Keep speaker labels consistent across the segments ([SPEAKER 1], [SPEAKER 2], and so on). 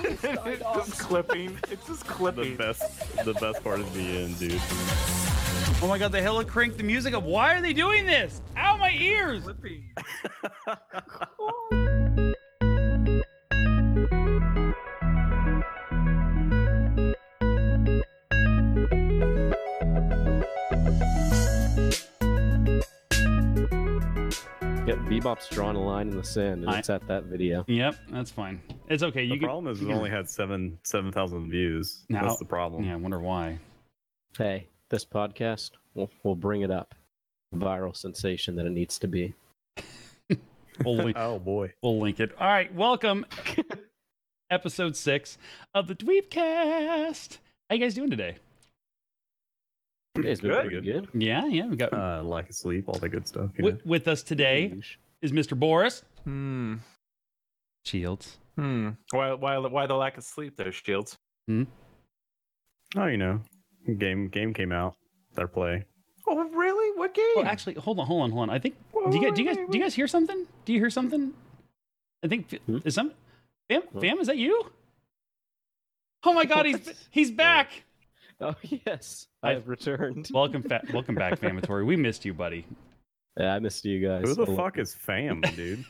[SPEAKER 1] just clipping. It's just
[SPEAKER 2] The
[SPEAKER 1] clipping.
[SPEAKER 2] best, the best part is the end, dude.
[SPEAKER 3] Oh my god, they hella cranked the music up. Why are they doing this? Ow, my ears!
[SPEAKER 1] Clipping.
[SPEAKER 4] Yep, Bebop's drawn a line in the sand, and
[SPEAKER 3] I-
[SPEAKER 4] it's at that video.
[SPEAKER 3] Yep, that's fine. It's okay.
[SPEAKER 2] The
[SPEAKER 3] You can.
[SPEAKER 2] problem is, it only had seven, seven thousand views.
[SPEAKER 3] Now-
[SPEAKER 2] That's the problem.
[SPEAKER 3] Yeah, I wonder why.
[SPEAKER 4] Hey, this podcast will will bring it up, viral sensation that it needs to be.
[SPEAKER 3] We'll link,
[SPEAKER 2] Oh boy.
[SPEAKER 3] we'll link it. All right, welcome, episode six of the Dweebcast. How you guys doing today?
[SPEAKER 4] Today's been
[SPEAKER 2] Good.
[SPEAKER 4] pretty good.
[SPEAKER 3] Yeah, yeah, we got
[SPEAKER 2] Uh, lack of sleep, all that good stuff. you know.
[SPEAKER 3] with, with us today is Mr. Boris
[SPEAKER 1] Hmm.
[SPEAKER 3] Shields.
[SPEAKER 1] Hmm. Why? Why? Why the lack of sleep there, Shields?
[SPEAKER 2] Oh, you know, game game came out. Their play.
[SPEAKER 1] Oh, really? What game?
[SPEAKER 3] Well, actually, hold on, hold on, hold on. I think do you guys do you guys do you guys hear something? Do you hear something? I think
[SPEAKER 4] Hmm?
[SPEAKER 3] is some fam
[SPEAKER 4] What?
[SPEAKER 3] fam is that you? Oh my god, he's he's back.
[SPEAKER 4] Oh yes,
[SPEAKER 3] I-
[SPEAKER 4] I've returned.
[SPEAKER 3] Welcome fa- welcome back, Famatory. We missed you, buddy.
[SPEAKER 4] Yeah, I missed you guys.
[SPEAKER 2] Who
[SPEAKER 4] a
[SPEAKER 2] the
[SPEAKER 4] lot.
[SPEAKER 2] fuck is Fam, dude?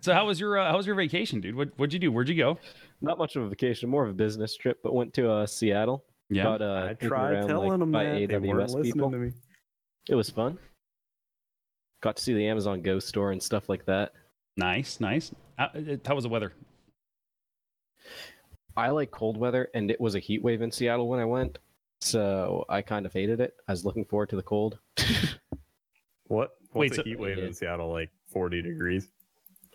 [SPEAKER 3] so how was your uh, how was your vacation, dude? What what'd you do? Where'd you go?
[SPEAKER 4] Not much of a vacation, more of a business trip, but went to uh, Seattle.
[SPEAKER 3] Yeah.
[SPEAKER 4] Got, uh,
[SPEAKER 2] I
[SPEAKER 4] taken
[SPEAKER 2] tried
[SPEAKER 4] around,
[SPEAKER 2] telling
[SPEAKER 4] like,
[SPEAKER 2] them
[SPEAKER 4] by
[SPEAKER 2] that they weren't
[SPEAKER 4] AWS
[SPEAKER 2] listening
[SPEAKER 4] people.
[SPEAKER 2] to me.
[SPEAKER 4] It was fun. Got to see the Amazon Go store and stuff like that.
[SPEAKER 3] nice, nice. How, uh, how was the weather?
[SPEAKER 4] I like cold weather, and it was a heat wave in Seattle when I went, so I kind of hated it. I was looking forward to the cold.
[SPEAKER 2] What?
[SPEAKER 3] Wait,
[SPEAKER 2] What's
[SPEAKER 3] so-
[SPEAKER 2] a heat wave
[SPEAKER 4] Yeah.
[SPEAKER 2] in Seattle? Like forty degrees.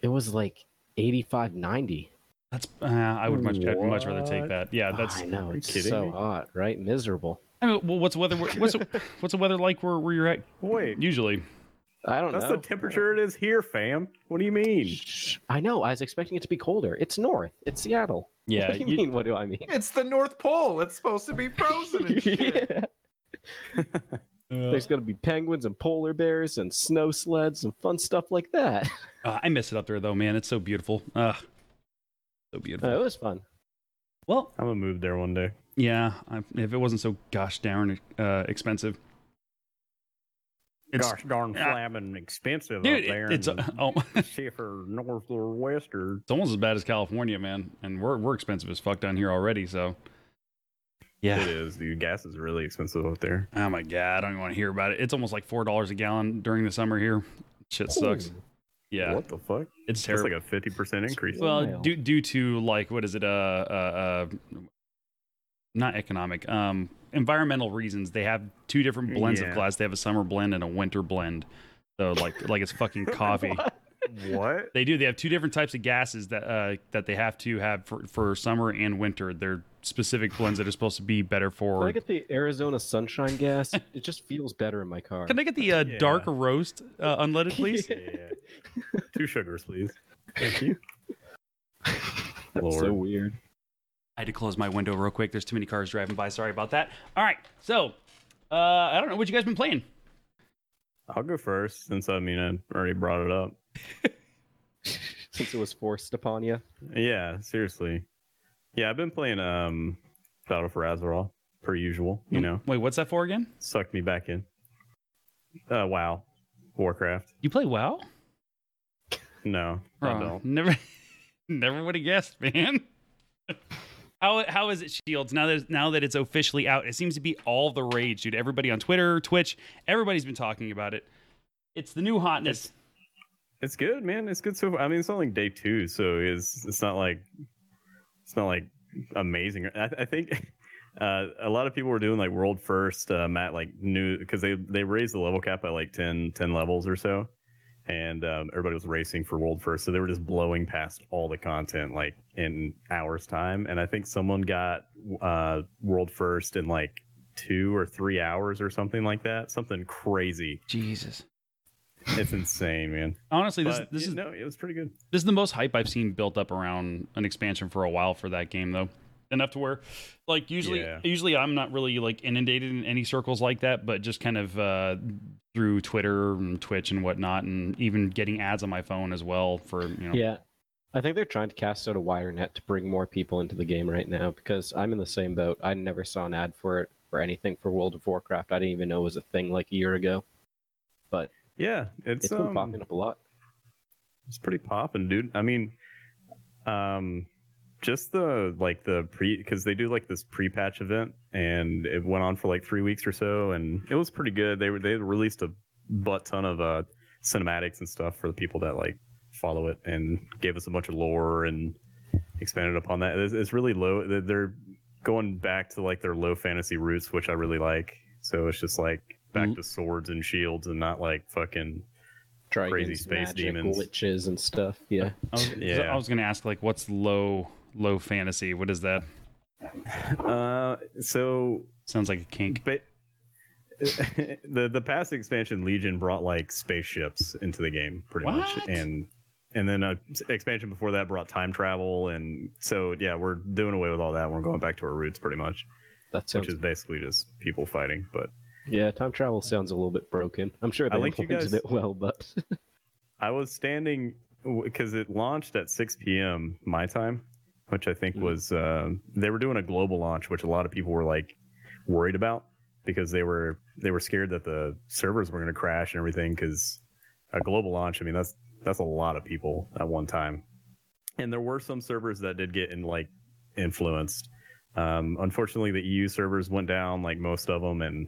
[SPEAKER 4] It was like 85, 90.
[SPEAKER 3] That's uh, I would much I'd much rather take
[SPEAKER 2] What?
[SPEAKER 3] that. Yeah, Uh, that's
[SPEAKER 4] I know
[SPEAKER 2] you
[SPEAKER 4] it's
[SPEAKER 2] kidding
[SPEAKER 4] so
[SPEAKER 2] me?
[SPEAKER 4] hot, right? Miserable.
[SPEAKER 3] I mean, well, what's the weather what's the- what's the weather like where where you're at
[SPEAKER 2] Wait,
[SPEAKER 3] usually?
[SPEAKER 4] I don't
[SPEAKER 2] that's the
[SPEAKER 4] know.
[SPEAKER 2] temperature it is here, Fam. What do you mean?
[SPEAKER 4] I know. I was expecting it to be colder. It's north. It's Seattle.
[SPEAKER 3] Yeah,
[SPEAKER 4] What do you,
[SPEAKER 3] you-
[SPEAKER 4] mean? What do I mean?
[SPEAKER 1] it's the North Pole. It's supposed to be frozen. And shit.
[SPEAKER 4] yeah.
[SPEAKER 3] uh,
[SPEAKER 4] There's gonna be penguins and polar bears and snow sleds and fun stuff like that.
[SPEAKER 3] Uh, I miss it up there though, man. It's so beautiful. Ugh. So beautiful.
[SPEAKER 4] Uh, it was fun.
[SPEAKER 3] well,
[SPEAKER 2] I'm gonna move there one day.
[SPEAKER 3] yeah. I, if it wasn't so gosh darn uh, expensive, it's,
[SPEAKER 2] Gosh ah. darn
[SPEAKER 3] Yeah.
[SPEAKER 2] flamin' expensive
[SPEAKER 3] dude,
[SPEAKER 2] up there.
[SPEAKER 3] it's
[SPEAKER 2] in the
[SPEAKER 3] oh, it's
[SPEAKER 2] Schiffer North or Western.
[SPEAKER 3] almost as bad as California, man. And we're we're expensive as fuck down here already. So
[SPEAKER 2] It is, dude. Gas is really expensive up there.
[SPEAKER 3] Oh my god, I don't even want to hear about it. It's almost like four dollars a gallon during the summer here. Shit sucks.
[SPEAKER 4] Ooh,
[SPEAKER 3] Yeah,
[SPEAKER 2] What the fuck?
[SPEAKER 3] it's
[SPEAKER 2] That's
[SPEAKER 3] terrible.
[SPEAKER 2] like a fifty percent increase.
[SPEAKER 3] well,
[SPEAKER 4] Wild.
[SPEAKER 3] due due to like what is it? Uh, uh, uh not economic. Um, environmental reasons. They have two different blends
[SPEAKER 2] Uh,
[SPEAKER 3] of
[SPEAKER 2] Yeah.
[SPEAKER 3] glass. They have a summer blend and a winter blend. So like like it's fucking coffee.
[SPEAKER 2] what?
[SPEAKER 3] they do. They have two different types of gases that uh that they have to have for for summer and winter. They're specific blends that are supposed to be better
[SPEAKER 4] When I
[SPEAKER 3] for.
[SPEAKER 4] get the Arizona sunshine gas, it just feels better in my car.
[SPEAKER 3] Can I get the uh,
[SPEAKER 2] Yeah.
[SPEAKER 3] dark roast uh, unleaded, please?
[SPEAKER 2] Yeah. Two sugars, please. Thank you.
[SPEAKER 4] That's so
[SPEAKER 2] Lord.
[SPEAKER 4] weird.
[SPEAKER 3] I had to close my window real quick. There's too many cars driving by. Sorry about that. All right. So, uh, I don't know what you guys been playing.
[SPEAKER 2] I'll go first since I mean I already brought it up.
[SPEAKER 4] Since it was forced upon you.
[SPEAKER 2] Yeah, seriously. Yeah, I've been playing um Battle for Azeroth per usual. You know,
[SPEAKER 3] Wait, what's that for again?
[SPEAKER 2] sucked me back in. Uh, wow, Warcraft.
[SPEAKER 3] You play WoW?
[SPEAKER 2] No, I
[SPEAKER 3] Oh,
[SPEAKER 2] don't.
[SPEAKER 3] Never, never would have guessed, man. How, how is it Shields now that now that it's officially out? It seems to be all the rage, dude. Everybody on Twitter, Twitch, everybody's been talking about it. It's the new hotness.
[SPEAKER 2] It's good, man. It's good so far. I mean, it's only day two, so it's it's not like it's not like amazing. I, I think uh, a lot of people were doing like world first. Uh, Matt like knew because they they raised the level cap by like 10, 10 levels or so, and um, everybody was racing for world first. So they were just blowing past all the content like in hours time. And I think someone got uh, world first in like two or three hours or something like that. Something crazy.
[SPEAKER 3] Jesus.
[SPEAKER 2] It's insane, man.
[SPEAKER 3] Honestly, this
[SPEAKER 2] But,
[SPEAKER 3] this
[SPEAKER 2] yeah,
[SPEAKER 3] is
[SPEAKER 2] no, it was pretty good.
[SPEAKER 3] This is the most hype I've seen built up around an expansion for a while for that game, though. Enough to where, like, usually,
[SPEAKER 2] Yeah.
[SPEAKER 3] usually I'm not really like inundated in any circles like that, but just kind of uh, through Twitter and Twitch and whatnot, and even getting ads on my phone as well for you know.
[SPEAKER 4] Yeah. I think they're trying to cast out a wire net to bring more people into the game right now because I'm in the same boat. I never saw an ad for it or anything for World of Warcraft. I didn't even know it was a thing like a year ago.
[SPEAKER 2] Yeah, it's
[SPEAKER 4] It's been
[SPEAKER 2] um,
[SPEAKER 4] popping up a lot.
[SPEAKER 2] it's pretty poppin', dude. I mean, um, just the like the pre because they do like this pre-patch event, and it went on for like three weeks or so, and it was pretty good. They were they released a butt ton of uh cinematics and stuff for the people that like follow it, and gave us a bunch of lore and expanded upon that. It's, it's really low. they're- They're going back to like their low fantasy roots, which I really like. So it's just like back
[SPEAKER 4] Mhm.
[SPEAKER 2] to swords and shields, and not like fucking
[SPEAKER 4] Dragons,
[SPEAKER 2] space
[SPEAKER 4] magic,
[SPEAKER 2] demons.
[SPEAKER 4] witches, and stuff. Yeah.
[SPEAKER 3] I was,
[SPEAKER 2] Yeah.
[SPEAKER 3] I was gonna ask like, what's low low fantasy? What is that?
[SPEAKER 2] Uh, so
[SPEAKER 3] Sounds like a kink.
[SPEAKER 2] but the the past expansion Legion brought like spaceships into the game pretty much,
[SPEAKER 3] What?
[SPEAKER 2] and and then a expansion before that brought time travel, and so yeah, we're doing away with all that. We're going back to our roots pretty much,
[SPEAKER 4] That
[SPEAKER 2] which
[SPEAKER 4] sounds.
[SPEAKER 2] is basically just people fighting. But
[SPEAKER 4] Yeah, time travel sounds a little bit broken. I'm sure they
[SPEAKER 2] I linked you
[SPEAKER 4] implemented
[SPEAKER 2] guys-
[SPEAKER 4] it well, but
[SPEAKER 2] I was standing because it launched at 6 p.m. my time, which I think
[SPEAKER 4] Mhm.
[SPEAKER 2] was uh, they were doing a global launch, which a lot of people were like worried about because they were they were scared that the servers were going to crash and everything because a global launch. I mean, that's that's a lot of people at one time, and there were some servers that did get in like influenced. Um, unfortunately, the EU servers went down, like most of them, and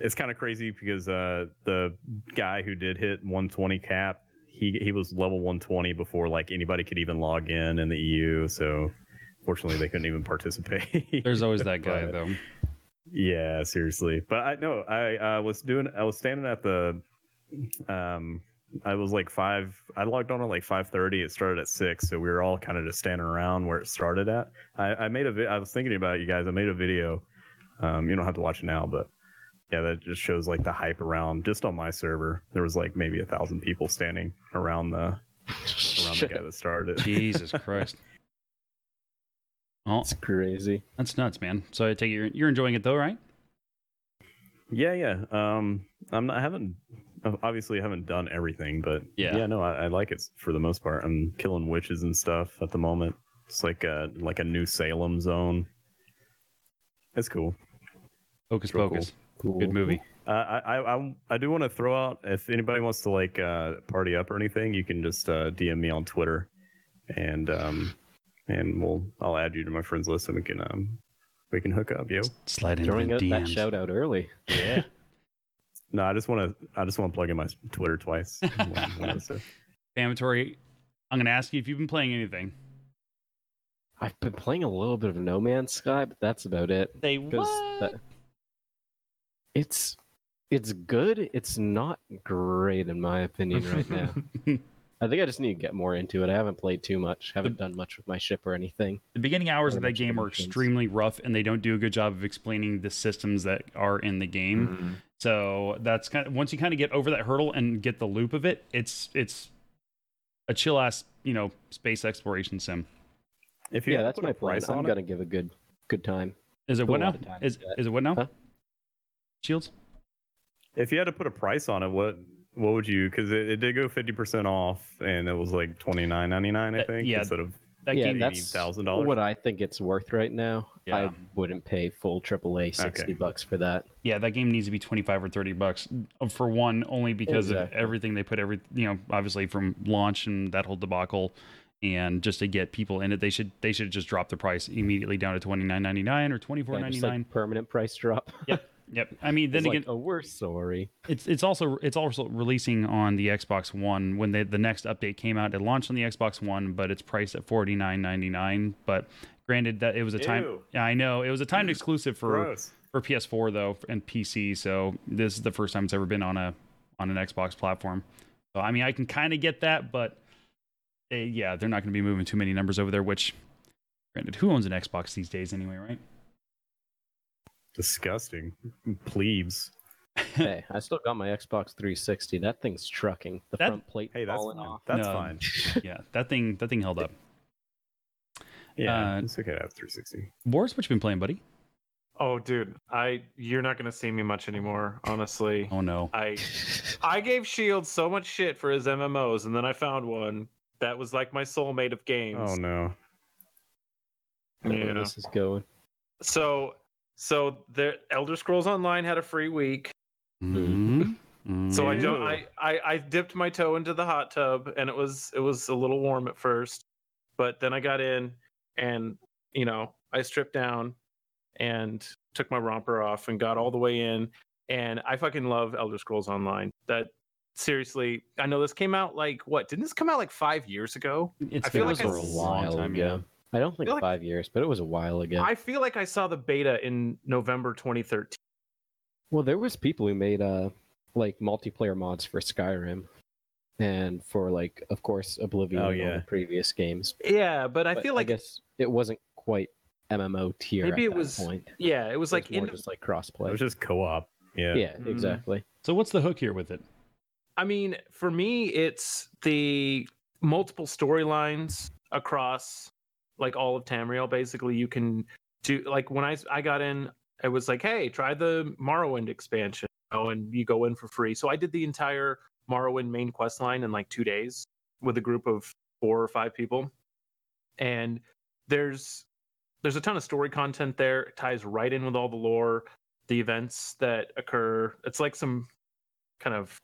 [SPEAKER 2] it's kind of crazy because uh, the guy who did hit 120 cap, he he was level 120 before like anybody could even log in in the EU. So fortunately, they couldn't even participate.
[SPEAKER 3] There's always that guy
[SPEAKER 2] But-
[SPEAKER 3] though.
[SPEAKER 2] yeah, seriously. But I know I uh, was doing. I was standing at the. Um, I was like five. I logged on at like five thirty. It started at six, so we were all kind of just standing around where it started at. I, I made a. Vi- I was thinking about it, you guys. I made a video. Um, you don't have to watch it now, but yeah, that just shows like the hype around. Just on my server, there was like maybe a thousand people standing around the around the guy that started. it.
[SPEAKER 3] Jesus Christ. Oh,
[SPEAKER 4] it's crazy.
[SPEAKER 3] that's nuts, man. So I take it you're, you're enjoying it though, right?
[SPEAKER 2] Yeah, yeah. Um, I'm not. I haven't. uh, Obviously, I haven't done everything, but
[SPEAKER 3] Yeah.
[SPEAKER 2] yeah, no, I, I like it for the most part. I'm killing witches and stuff at the moment. It's like a like a new Salem zone. It's cool.
[SPEAKER 3] Hocus
[SPEAKER 2] Real cool.
[SPEAKER 3] Pocus.
[SPEAKER 4] Cool.
[SPEAKER 3] Good movie.
[SPEAKER 2] Uh, I, I I I do want to throw out if anybody wants to like uh, party up or anything, you can just uh, DM me on Twitter, and um, and we'll I'll add you to my friends list and we can um, we can hook up, yo.
[SPEAKER 3] Slide into
[SPEAKER 4] Throwing
[SPEAKER 3] the
[SPEAKER 4] out that
[SPEAKER 3] DMs.
[SPEAKER 4] shout out early.
[SPEAKER 3] Yeah.
[SPEAKER 2] No, I just want to I just want to plug in my Twitter twice.
[SPEAKER 3] Amatory, I'm gonna ask you if you've been playing anything.
[SPEAKER 4] I've been playing a little bit of No Man's Sky, but that's about it.
[SPEAKER 3] They
[SPEAKER 4] 'Cause that- it's it's good. It's not great in my opinion right now. I think I just need to get more into it. I haven't played too much. Haven't done much with my ship or anything.
[SPEAKER 3] the beginning hours of
[SPEAKER 4] Very
[SPEAKER 3] that
[SPEAKER 4] much
[SPEAKER 3] game are
[SPEAKER 4] conditions.
[SPEAKER 3] extremely rough and they don't do a good job of explaining the systems that are in the game
[SPEAKER 1] Mm-hmm.
[SPEAKER 3] so that's kind of once you kind of get over that hurdle and get the loop of it it's it's a chill ass you know space exploration sim
[SPEAKER 2] If
[SPEAKER 4] Yeah,
[SPEAKER 2] had to
[SPEAKER 4] that's
[SPEAKER 2] put a
[SPEAKER 4] my plan.
[SPEAKER 2] price
[SPEAKER 4] I'm
[SPEAKER 2] on it-
[SPEAKER 4] gonna give a good good time.
[SPEAKER 3] is it
[SPEAKER 4] Put a
[SPEAKER 3] what now
[SPEAKER 4] lot of time
[SPEAKER 3] is,
[SPEAKER 4] into that.
[SPEAKER 3] is it what now
[SPEAKER 4] Huh?
[SPEAKER 3] shields
[SPEAKER 2] If you had to put a price on it, what what would you? Because it, it did go fifty percent off, and it was like twenty nine ninety nine, I
[SPEAKER 3] Uh,
[SPEAKER 2] think,
[SPEAKER 3] yeah.
[SPEAKER 2] instead of
[SPEAKER 3] that
[SPEAKER 4] yeah,
[SPEAKER 3] game
[SPEAKER 4] that's
[SPEAKER 2] $80,000?
[SPEAKER 4] what I think it's worth right now. I
[SPEAKER 3] Yeah.
[SPEAKER 4] wouldn't pay full AAA sixty
[SPEAKER 2] Okay.
[SPEAKER 4] bucks for that.
[SPEAKER 3] yeah that game needs to be 25 or 30 bucks uh, for one only because
[SPEAKER 4] Exactly.
[SPEAKER 3] of everything they put every you know obviously from launch and that whole debacle and just to get people in it they should they should just drop the price immediately down to 29.99 or
[SPEAKER 4] Yeah, just,
[SPEAKER 3] 24.99
[SPEAKER 4] like permanent price drop.
[SPEAKER 3] yep i mean then
[SPEAKER 4] It's like,
[SPEAKER 3] again
[SPEAKER 4] oh, we're sorry.
[SPEAKER 3] it's it's also it's also releasing on the Xbox One when the the next update came out. It launched on the Xbox One, but it's priced at forty nine ninety nine. But granted, that it was a time.
[SPEAKER 2] Ew.
[SPEAKER 3] Yeah, I know it was a timed exclusive for
[SPEAKER 2] gross.
[SPEAKER 3] for PS4 though and PC. So this is the first time it's ever been on a on an Xbox platform. So I mean, I can kind of get that, but eh, yeah, they're not going to be moving too many numbers over there. Which, granted, who owns an Xbox these days anyway, right?
[SPEAKER 2] Disgusting. Plebes.
[SPEAKER 4] hey, I still got my Xbox 360. That thing's trucking. The
[SPEAKER 3] That-
[SPEAKER 4] front plate
[SPEAKER 2] Hey, that's
[SPEAKER 4] falling
[SPEAKER 2] fine.
[SPEAKER 4] off.
[SPEAKER 2] That's
[SPEAKER 3] No.
[SPEAKER 2] fine.
[SPEAKER 3] yeah, that thing that thing held up.
[SPEAKER 2] Yeah,
[SPEAKER 3] Uh,
[SPEAKER 2] it's okay to have three sixty.
[SPEAKER 3] Boris, what you been playing, buddy?
[SPEAKER 1] Oh, dude, I you're not gonna see me much anymore, honestly.
[SPEAKER 3] Oh no.
[SPEAKER 1] I I gave Shield so much shit for his MMOs, and then I found one That was like my soulmate of games.
[SPEAKER 2] Oh no.
[SPEAKER 4] I don't know
[SPEAKER 1] Yeah.
[SPEAKER 4] where this is going.
[SPEAKER 1] So so the Elder Scrolls Online had a free week.
[SPEAKER 3] Mm-hmm.
[SPEAKER 1] So I don't I, I I dipped my toe into the hot tub and it was it was a little warm at first, but then I got in and you know, I stripped down and took my romper off and got all the way in and I fucking love Elder Scrolls Online. That seriously, I know this came out like what? Didn't this come out like 5 years ago?
[SPEAKER 3] It's
[SPEAKER 1] I feel
[SPEAKER 4] it was
[SPEAKER 3] been
[SPEAKER 1] like
[SPEAKER 4] a
[SPEAKER 1] I-
[SPEAKER 3] a long
[SPEAKER 4] while
[SPEAKER 3] time
[SPEAKER 4] ago. I don't think
[SPEAKER 1] feel like-
[SPEAKER 4] five years, but it was a while ago.
[SPEAKER 1] I feel like I saw the beta in November 2013.
[SPEAKER 4] Well, there was people who made uh like multiplayer mods for Skyrim, and for like, of course, Oblivion.
[SPEAKER 2] Oh,
[SPEAKER 4] and all
[SPEAKER 2] yeah.
[SPEAKER 4] the previous games.
[SPEAKER 1] Yeah, but I
[SPEAKER 4] But
[SPEAKER 1] feel like
[SPEAKER 4] I guess it wasn't quite MMO tier.
[SPEAKER 1] Maybe
[SPEAKER 4] at
[SPEAKER 1] it
[SPEAKER 4] that
[SPEAKER 1] was-
[SPEAKER 4] point. It
[SPEAKER 1] yeah, it was like
[SPEAKER 4] more
[SPEAKER 1] in
[SPEAKER 4] just like
[SPEAKER 2] It
[SPEAKER 4] crossplay.
[SPEAKER 2] was just co-op. Yeah.
[SPEAKER 4] Yeah,
[SPEAKER 1] Mhm.
[SPEAKER 4] exactly.
[SPEAKER 3] So what's the hook here with it?
[SPEAKER 1] I mean, for me, it's the multiple storylines across like all of Tamriel. Basically, you can do like when I I got in, it was like, hey, try the Morrowind expansion, oh, and you go in for free. So I did the entire Morrowind main quest line in like two days with a group of four or five people, and there's there's a ton of story content there. It ties right in with all the lore, the events that occur. It's like some kind of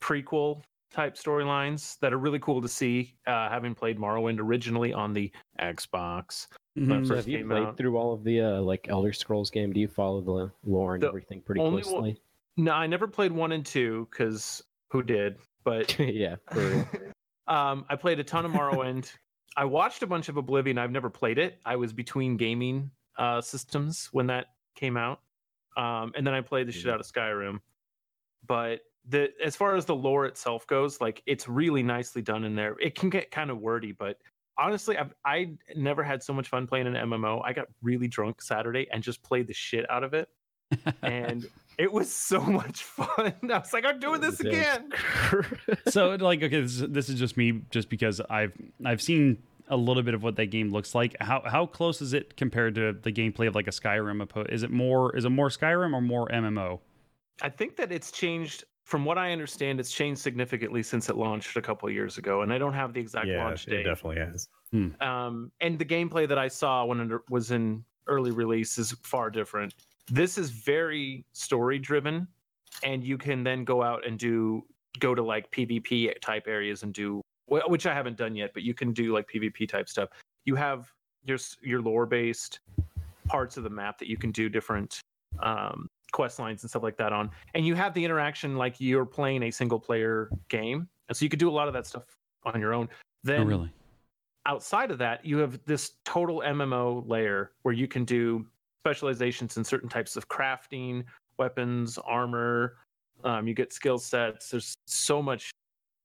[SPEAKER 1] prequel type storylines that are really cool to see. Uh, having played Morrowind originally on the Xbox,
[SPEAKER 3] Mhm.
[SPEAKER 4] So
[SPEAKER 1] first
[SPEAKER 4] have you
[SPEAKER 1] came
[SPEAKER 4] played
[SPEAKER 1] out-
[SPEAKER 4] through all of the uh, like Elder Scrolls game? Do you follow the lore and
[SPEAKER 1] The
[SPEAKER 4] everything pretty
[SPEAKER 1] only
[SPEAKER 4] closely?
[SPEAKER 1] one- no, I never played one and two because who did? But
[SPEAKER 4] yeah, for real.
[SPEAKER 1] um, I played a ton of Morrowind. I watched a bunch of Oblivion. I've never played it. I was between gaming uh, systems when that came out, um, and then I played the shit out of Skyrim. But the as far as the lore itself goes, like it's really nicely done in there. It can get kind of wordy, but honestly, I've I never had so much fun playing an MMO. I got really drunk Saturday and just played the shit out of it, and it was so much fun. I was like, I'm doing this
[SPEAKER 4] Yeah.
[SPEAKER 1] again.
[SPEAKER 3] so like okay this, this is just me just because i've i've seen a little bit of what that game looks like how how close is it compared to the gameplay of like a skyrim oppo- is it more is it more skyrim or more mmo
[SPEAKER 1] I think that it's changed. From what I understand, it's changed significantly since it launched a couple years ago, and I don't have the exact
[SPEAKER 2] Yeah,
[SPEAKER 1] launch
[SPEAKER 2] it
[SPEAKER 1] date.
[SPEAKER 2] definitely has.
[SPEAKER 3] Mm-hmm.
[SPEAKER 1] Um, and the gameplay that I saw when it was in early release is far different. This is very story driven, and you can then go out and do go to like PvP type areas and do wh- which I haven't done yet, but you can do like PvP type stuff. You have your s- your lore based parts of the map that you can do different um, quest lines and stuff like that on, and you have the interaction like you're playing a single player game, and so you can do a lot of that stuff on your own. Then
[SPEAKER 3] oh really
[SPEAKER 1] outside of that, you have this total MMO layer where you can do specializations in certain types of crafting, weapons, armor. Um, you get skill sets. There's so much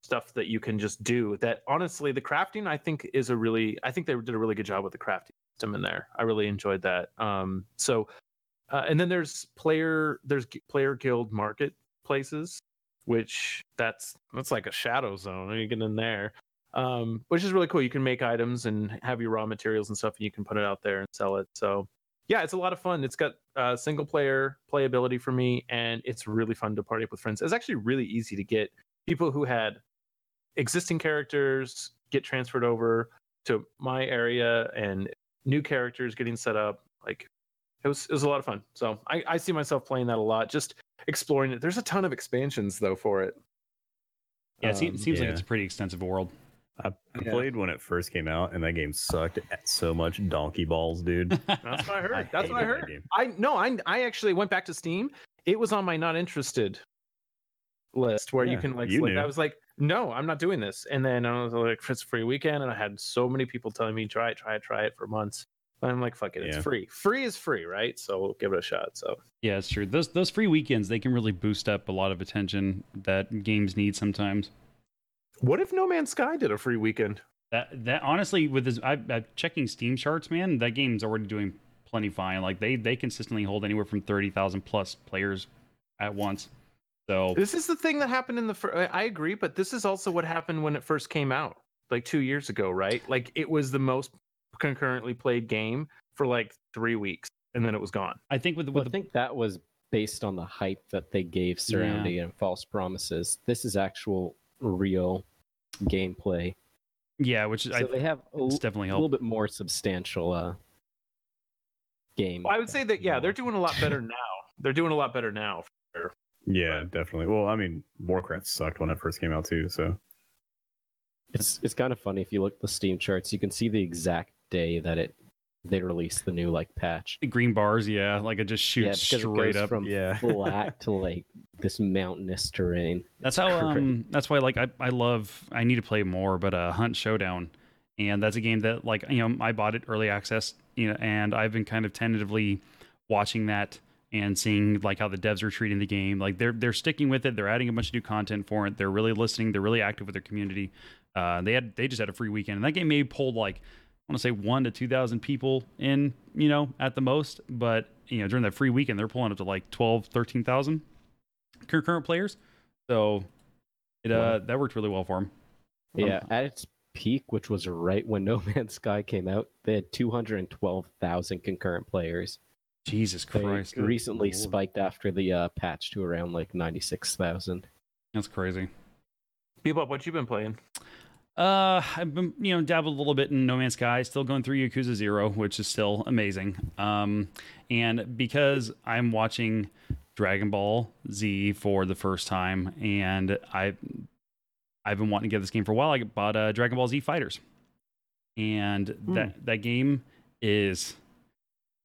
[SPEAKER 1] stuff that you can just do that honestly the crafting i think is a really i think they did a really good job with the crafting system in there i really enjoyed that um so uh, and then there's player there's g- player guild marketplaces which that's that's like a shadow zone when you get in there um, which is really cool. You can make items and have your raw materials and stuff, and you can put it out there and sell it. So, yeah, it's a lot of fun. It's got uh, single player playability for me, and it's really fun to party up with friends. It's actually really easy to get people who had existing characters get transferred over to my area and new characters getting set up. Like, it was it was a lot of fun. So I, I see myself playing that a lot, just exploring it. There's a ton of expansions though for it.
[SPEAKER 3] yeah it seems,
[SPEAKER 1] Um,
[SPEAKER 3] seems like
[SPEAKER 2] yeah.
[SPEAKER 3] it's a pretty extensive world
[SPEAKER 2] I, I
[SPEAKER 1] Yeah.
[SPEAKER 2] played when it first came out, and that game sucked at so much donkey balls, dude.
[SPEAKER 1] That's what I heard.
[SPEAKER 2] I
[SPEAKER 1] That's what I
[SPEAKER 2] hated that
[SPEAKER 1] heard.
[SPEAKER 2] game.
[SPEAKER 1] I no, I I actually went back to Steam. It was on my not interested list where you
[SPEAKER 2] Yeah,
[SPEAKER 1] can like
[SPEAKER 2] you
[SPEAKER 1] select.
[SPEAKER 2] knew.
[SPEAKER 1] I was like, no, I'm not doing this. And then I was like, it's a free weekend, and I had so many people telling me try it, try it, try it for months. But I'm like, fuck it, it's
[SPEAKER 2] Yeah.
[SPEAKER 1] free. Free is free, right? So we'll give it a shot. So
[SPEAKER 3] yeah it's true those those free weekends they can really boost up a lot of attention that games need sometimes
[SPEAKER 1] what if No Man's Sky did a free weekend?
[SPEAKER 3] that that honestly with this I, i'm checking steam charts man that game's already doing plenty fine like they they consistently hold anywhere from 30000 plus players at once so
[SPEAKER 1] This is the thing that happened in the. Fir- I I agree, but this is also what happened when it first came out, like two years ago, right? Like it was the most concurrently played game for like three weeks, and then it was gone.
[SPEAKER 3] I think with, with
[SPEAKER 4] Well,
[SPEAKER 3] the
[SPEAKER 4] I think that was based on the hype that they gave surrounding it and false promises. This is actual real gameplay
[SPEAKER 3] Yeah, which
[SPEAKER 4] So
[SPEAKER 3] I,
[SPEAKER 4] they have a, l-
[SPEAKER 3] it's definitely
[SPEAKER 4] a little
[SPEAKER 3] helped.
[SPEAKER 4] bit more substantial uh, game.
[SPEAKER 1] Well, I would say that yeah, they're doing a lot better now. They're doing a lot better now.
[SPEAKER 2] Yeah, definitely. Well, I mean, Warcraft sucked when it first came out too. So
[SPEAKER 4] It's it's kind of funny if you look at the Steam charts, you can see the exact day that it they released the new like patch.
[SPEAKER 3] Green bars, yeah, like it just
[SPEAKER 4] yeah,
[SPEAKER 3] shoots
[SPEAKER 4] because it
[SPEAKER 3] straight
[SPEAKER 4] goes
[SPEAKER 3] up.
[SPEAKER 4] from
[SPEAKER 2] yeah,
[SPEAKER 4] flat to like this mountainous terrain.
[SPEAKER 3] That's how.
[SPEAKER 4] Right.
[SPEAKER 3] Um, that's why. Like, I, I love. I need to play more, but uh, Hunt Showdown, and that's a game that like you know I bought it early access, you know, and I've been kind of tentatively watching that and seeing like how the devs are treating the game. Like they're they're sticking with it. They're adding a bunch of new content for it. They're really listening. They're really active with their community. Uh, they had they just had a free weekend, and that game maybe pulled like I want to say one to two thousand people in, you know, at the most. But you know, during that free weekend, they're pulling up to like 12, 13,000 concurrent players. So it uh that worked really well for him. Um,
[SPEAKER 4] Yeah, at its peak, which was right when No Man's Sky came out, they had 212,000 concurrent players.
[SPEAKER 3] Jesus
[SPEAKER 4] They
[SPEAKER 3] Christ,
[SPEAKER 4] recently
[SPEAKER 2] Lord.
[SPEAKER 4] spiked after the uh, patch to around like 96,000.
[SPEAKER 3] that's crazy.
[SPEAKER 1] Bebop, what you been playing?
[SPEAKER 3] Uh, I've been you know dabbled a little bit in No Man's Sky, still going through Yakuza Zero, which is still amazing. Um, and because I'm watching Dragon Ball Z for the first time, and I I've been wanting to get this game for a while. I bought uh, Dragon Ball Z Fighters, and
[SPEAKER 4] Hmm.
[SPEAKER 3] that that game is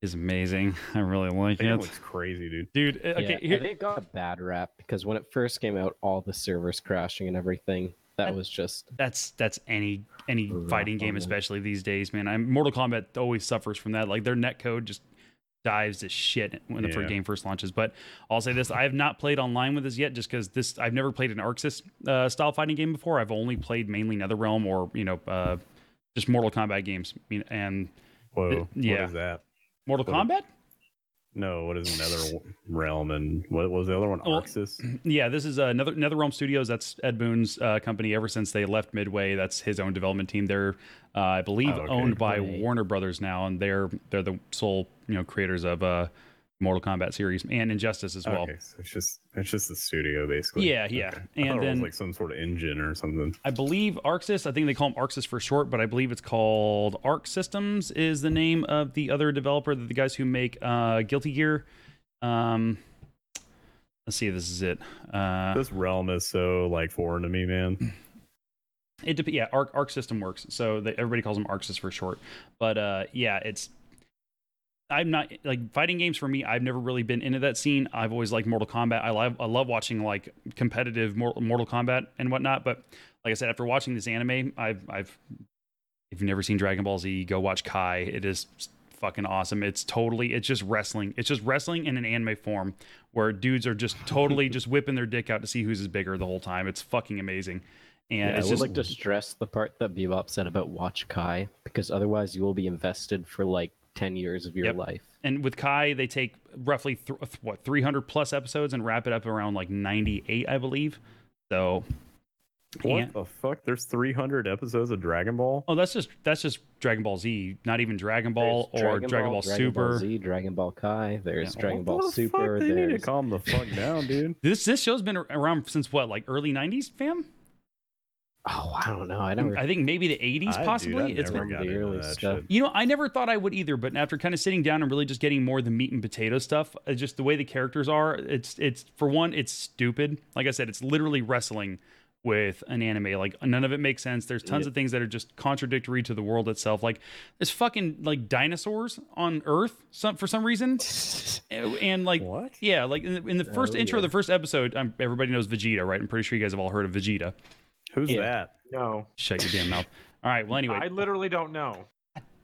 [SPEAKER 3] is amazing. I really like
[SPEAKER 2] that game
[SPEAKER 3] it,
[SPEAKER 2] looks crazy, dude.
[SPEAKER 3] dude. uh, Okay,
[SPEAKER 4] yeah,
[SPEAKER 3] here,
[SPEAKER 4] and it got a bad rap because when it first came out, all the servers crashing and everything. That was just
[SPEAKER 3] that's that's any any
[SPEAKER 4] Rough
[SPEAKER 3] fighting
[SPEAKER 4] on
[SPEAKER 3] game,
[SPEAKER 4] them.
[SPEAKER 3] especially these days, man. I'm Mortal Kombat always suffers from that. Like their netcode just dives to shit when the
[SPEAKER 2] Yeah.
[SPEAKER 3] first game first launches. But I'll say this: I have not played online with this yet, just because this I've never played an Arxis uh, style fighting game before. I've only played mainly NetherRealm or you know uh, just Mortal Kombat games. I mean, and
[SPEAKER 2] Whoa,
[SPEAKER 3] yeah.
[SPEAKER 2] what is that?
[SPEAKER 3] Mortal
[SPEAKER 2] What a-
[SPEAKER 3] Kombat.
[SPEAKER 2] No, what is another realm and what was the other one?
[SPEAKER 3] Well-
[SPEAKER 2] Arxis.
[SPEAKER 3] Yeah, this is uh, Nether NetherRealm Studios. That's Ed Boon's uh, company. Ever since they left Midway, that's his own development team. They're, uh, I believe,
[SPEAKER 2] Oh, okay.
[SPEAKER 3] owned by
[SPEAKER 4] Right.
[SPEAKER 3] Warner Brothers now, and they're they're the sole you know creators of uh, Mortal Kombat series and Injustice as well.
[SPEAKER 2] okay, so it's just it's just the studio basically.
[SPEAKER 3] Yeah, yeah.
[SPEAKER 2] Okay.
[SPEAKER 3] And
[SPEAKER 2] I thought it
[SPEAKER 3] then-
[SPEAKER 2] was like some sort of engine or something.
[SPEAKER 3] I believe Arxis. I think they call them Arxis for short, but I believe it's called Arc Systems is the name of the other developer, the guys who make uh, Guilty Gear. Um, let's see, if this is it. Uh,
[SPEAKER 2] this realm is so like foreign to me, man.
[SPEAKER 3] It dep- yeah, Arc Arc System works. So they, everybody calls them Arxis for short. But uh, yeah, it's I'm not like fighting games for me. I've never really been into that scene. I've always liked Mortal Kombat. I love I love watching like competitive Mor- Mortal Kombat and whatnot. But like I said, after watching this anime, I've I've if you've never seen Dragon Ball Z, go watch Kai. It is fucking awesome. It's totally it's just wrestling. It's just wrestling in an anime form where dudes are just totally just whipping their dick out to see who's is bigger the whole time. It's fucking amazing. And
[SPEAKER 4] Yeah,
[SPEAKER 3] it's
[SPEAKER 4] I would
[SPEAKER 3] just
[SPEAKER 4] like to stress the part that Bebop said about Watch Kai, because otherwise you will be invested for like 10 years of your
[SPEAKER 3] Yep.
[SPEAKER 4] life.
[SPEAKER 3] and with Kai, they take roughly th- what 300 plus episodes and wrap it up around like 98, I believe. So,
[SPEAKER 2] What
[SPEAKER 3] and-
[SPEAKER 2] the fuck? There's 300 episodes of Dragon Ball.
[SPEAKER 3] oh, that's just that's just Dragon Ball Z, not even Dragon Ball
[SPEAKER 4] There's
[SPEAKER 3] or Dragon, Ball, Super.
[SPEAKER 4] Z, Dragon Ball Kai, there's
[SPEAKER 3] Yeah.
[SPEAKER 4] Dragon
[SPEAKER 2] What
[SPEAKER 4] Ball
[SPEAKER 2] the
[SPEAKER 4] Super,
[SPEAKER 2] Fuck? They need to
[SPEAKER 4] there's
[SPEAKER 2] calm the fuck down, dude.
[SPEAKER 3] this this show's been around since what, like early 90s, fam?
[SPEAKER 4] Oh, I don't know. I never
[SPEAKER 3] I think maybe the 80s,
[SPEAKER 2] I, dude,
[SPEAKER 3] possibly.
[SPEAKER 2] I
[SPEAKER 3] it's
[SPEAKER 2] never
[SPEAKER 3] been
[SPEAKER 2] got into
[SPEAKER 4] The early
[SPEAKER 2] that
[SPEAKER 4] stuff.
[SPEAKER 2] shit.
[SPEAKER 3] You know, I never thought I would either, but after kind of sitting down and really just getting more of the meat and potato stuff, uh, just the way the characters are, it's it's for one, it's stupid. Like I said, it's literally wrestling with an anime. Like none of it makes sense. There's tons of things that are just contradictory to the world itself. Like there's fucking like dinosaurs on Earth some for some reason, and and, like
[SPEAKER 2] What?
[SPEAKER 3] yeah, like in the, in the first
[SPEAKER 4] Oh,
[SPEAKER 3] intro of
[SPEAKER 4] yeah.
[SPEAKER 3] the first episode, um everybody knows Vegeta, right? I'm pretty sure you guys have all heard of Vegeta.
[SPEAKER 2] Who's
[SPEAKER 4] Yeah.
[SPEAKER 2] that?
[SPEAKER 1] No,
[SPEAKER 3] Shut your damn mouth. All right. Well, anyway,
[SPEAKER 1] I literally don't know.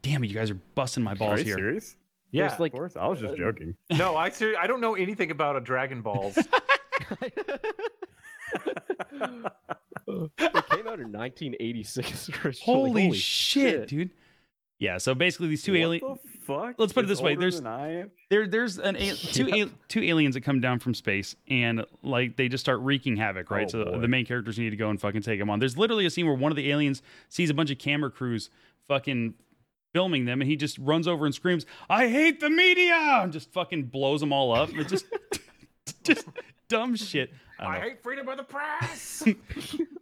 [SPEAKER 3] damn it, you guys are busting my
[SPEAKER 2] Are
[SPEAKER 3] balls
[SPEAKER 2] you
[SPEAKER 3] here. uh,
[SPEAKER 2] serious?
[SPEAKER 1] Yeah,
[SPEAKER 4] there's like
[SPEAKER 2] Of course. I was just joking.
[SPEAKER 1] no, I ser- I don't know anything about a Dragon Balls.
[SPEAKER 4] it came out in 1986 originally.
[SPEAKER 3] Holy, shit, dude. Yeah, so basically these two alien
[SPEAKER 2] What the fuck?
[SPEAKER 3] Let's put it
[SPEAKER 2] It's
[SPEAKER 3] this way,
[SPEAKER 2] older
[SPEAKER 3] there's-
[SPEAKER 2] than I am?
[SPEAKER 3] there there's an al- two al- two aliens that come down from space and like they just start wreaking havoc, right?
[SPEAKER 2] Oh,
[SPEAKER 3] so
[SPEAKER 2] boy.
[SPEAKER 3] the main characters need to go and fucking take them on. There's literally a scene where one of the aliens sees a bunch of camera crews fucking filming them and he just runs over and screams, "I hate the media!" and just fucking blows them all up. It just just dumb shit. I don't
[SPEAKER 1] I
[SPEAKER 3] know.
[SPEAKER 1] hate freedom of the press.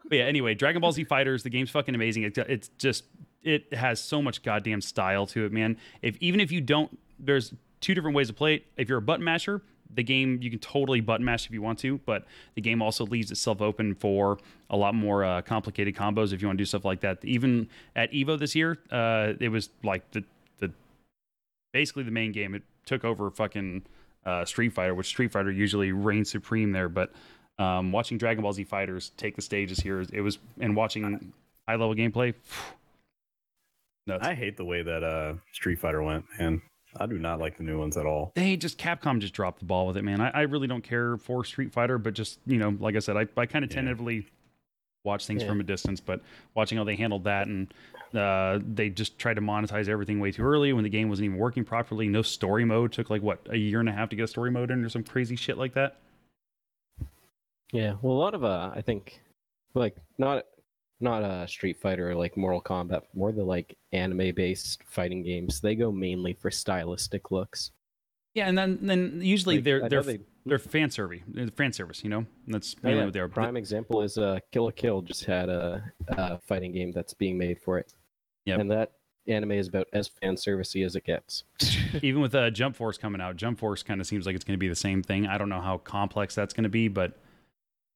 [SPEAKER 3] But yeah, anyway, Dragon Ball Z Fighters, the game's fucking amazing. It, it's just it has so much goddamn style to it, man. If even if you don't, there's two different ways to play it. If you're a button masher, the game you can totally button mash if you want to, but the game also leaves itself open for a lot more uh, complicated combos if you want to do stuff like that. Even at Evo this year, uh, it was like the the basically the main game. It took over fucking uh, Street Fighter, which Street Fighter usually reigns supreme there. But um, watching Dragon Ball Z Fighters take the stages here, it was and watching high level gameplay. phew, nuts.
[SPEAKER 2] I hate the way that uh, Street Fighter went, man. I do not like the new ones at all.
[SPEAKER 3] they just Capcom just dropped the ball with it, man. I, I really don't care for Street Fighter, but just you know, like I said, I, I kind of
[SPEAKER 2] Yeah.
[SPEAKER 3] tentatively watch things
[SPEAKER 4] Yeah.
[SPEAKER 3] from a distance. But watching how they handled that, and uh, they just tried to monetize everything way too early when the game wasn't even working properly. No story mode took like what a year and a half to get a story mode in, or some crazy shit like that.
[SPEAKER 4] Yeah, well, a lot of uh, I think, like not not uh, Street Fighter or like Mortal Kombat, more the like anime based fighting games. They go mainly for stylistic looks.
[SPEAKER 3] Yeah, and then then usually
[SPEAKER 4] Like, I
[SPEAKER 3] they're
[SPEAKER 4] know
[SPEAKER 3] they're
[SPEAKER 4] they-
[SPEAKER 3] they're fan service, fan service. You know, And that's
[SPEAKER 4] Oh,
[SPEAKER 3] mainly
[SPEAKER 4] yeah,
[SPEAKER 3] what they are. But-
[SPEAKER 4] Prime example is uh, Kill a Kill just had a, a fighting game that's being made for it.
[SPEAKER 3] Yep.
[SPEAKER 4] and that anime is about as fan servicey as it gets.
[SPEAKER 3] even with uh, Jump Force coming out, Jump Force kind of seems like it's going to be the same thing. I don't know how complex that's going to be, but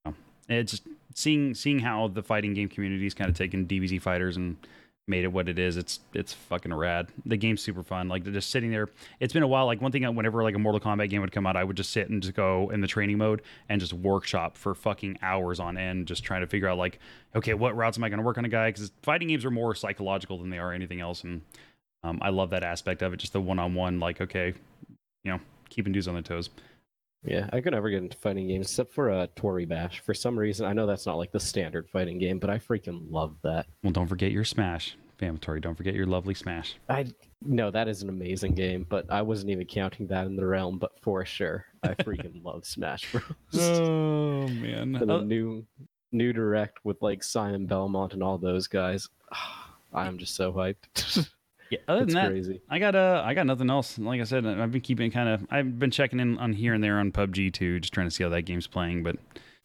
[SPEAKER 3] you know, it's just seeing seeing how the fighting game community's kind of taken DBZ fighters and made it what it is. It's it's fucking rad. The game's super fun. Like they're just sitting there. It's been a while. Like one thing, I- whenever like a Mortal Kombat game would come out, I would just sit and just go in the training mode and just workshop for fucking hours on end, just trying to figure out like, okay, what routes am I going to work on a guy? Because fighting games are more psychological than they are anything else, and um, I love that aspect of it. Just the one-on-one, like, okay, you know, keeping dudes on their toes.
[SPEAKER 4] Yeah, I could never get into fighting games except for uh, Tori Bash. For some reason, I know that's not like the standard fighting game, but I freaking love that.
[SPEAKER 3] Well, don't forget your smash, Famatory. Don't forget your lovely smash.
[SPEAKER 4] I no, that is an amazing game, but I wasn't even counting that in the realm. But for sure, I freaking love Smash Bros. Uh,
[SPEAKER 3] Oh man.
[SPEAKER 4] the new new direct with like Simon Belmont and all those guys. I'm just so hyped.
[SPEAKER 3] yeah, other than
[SPEAKER 4] it's
[SPEAKER 3] that,
[SPEAKER 4] crazy.
[SPEAKER 3] I got uh, I got nothing else. Like I said, I've been keeping kind of, I've been checking in on here and there on PUBG too, just trying to see how that game's playing. But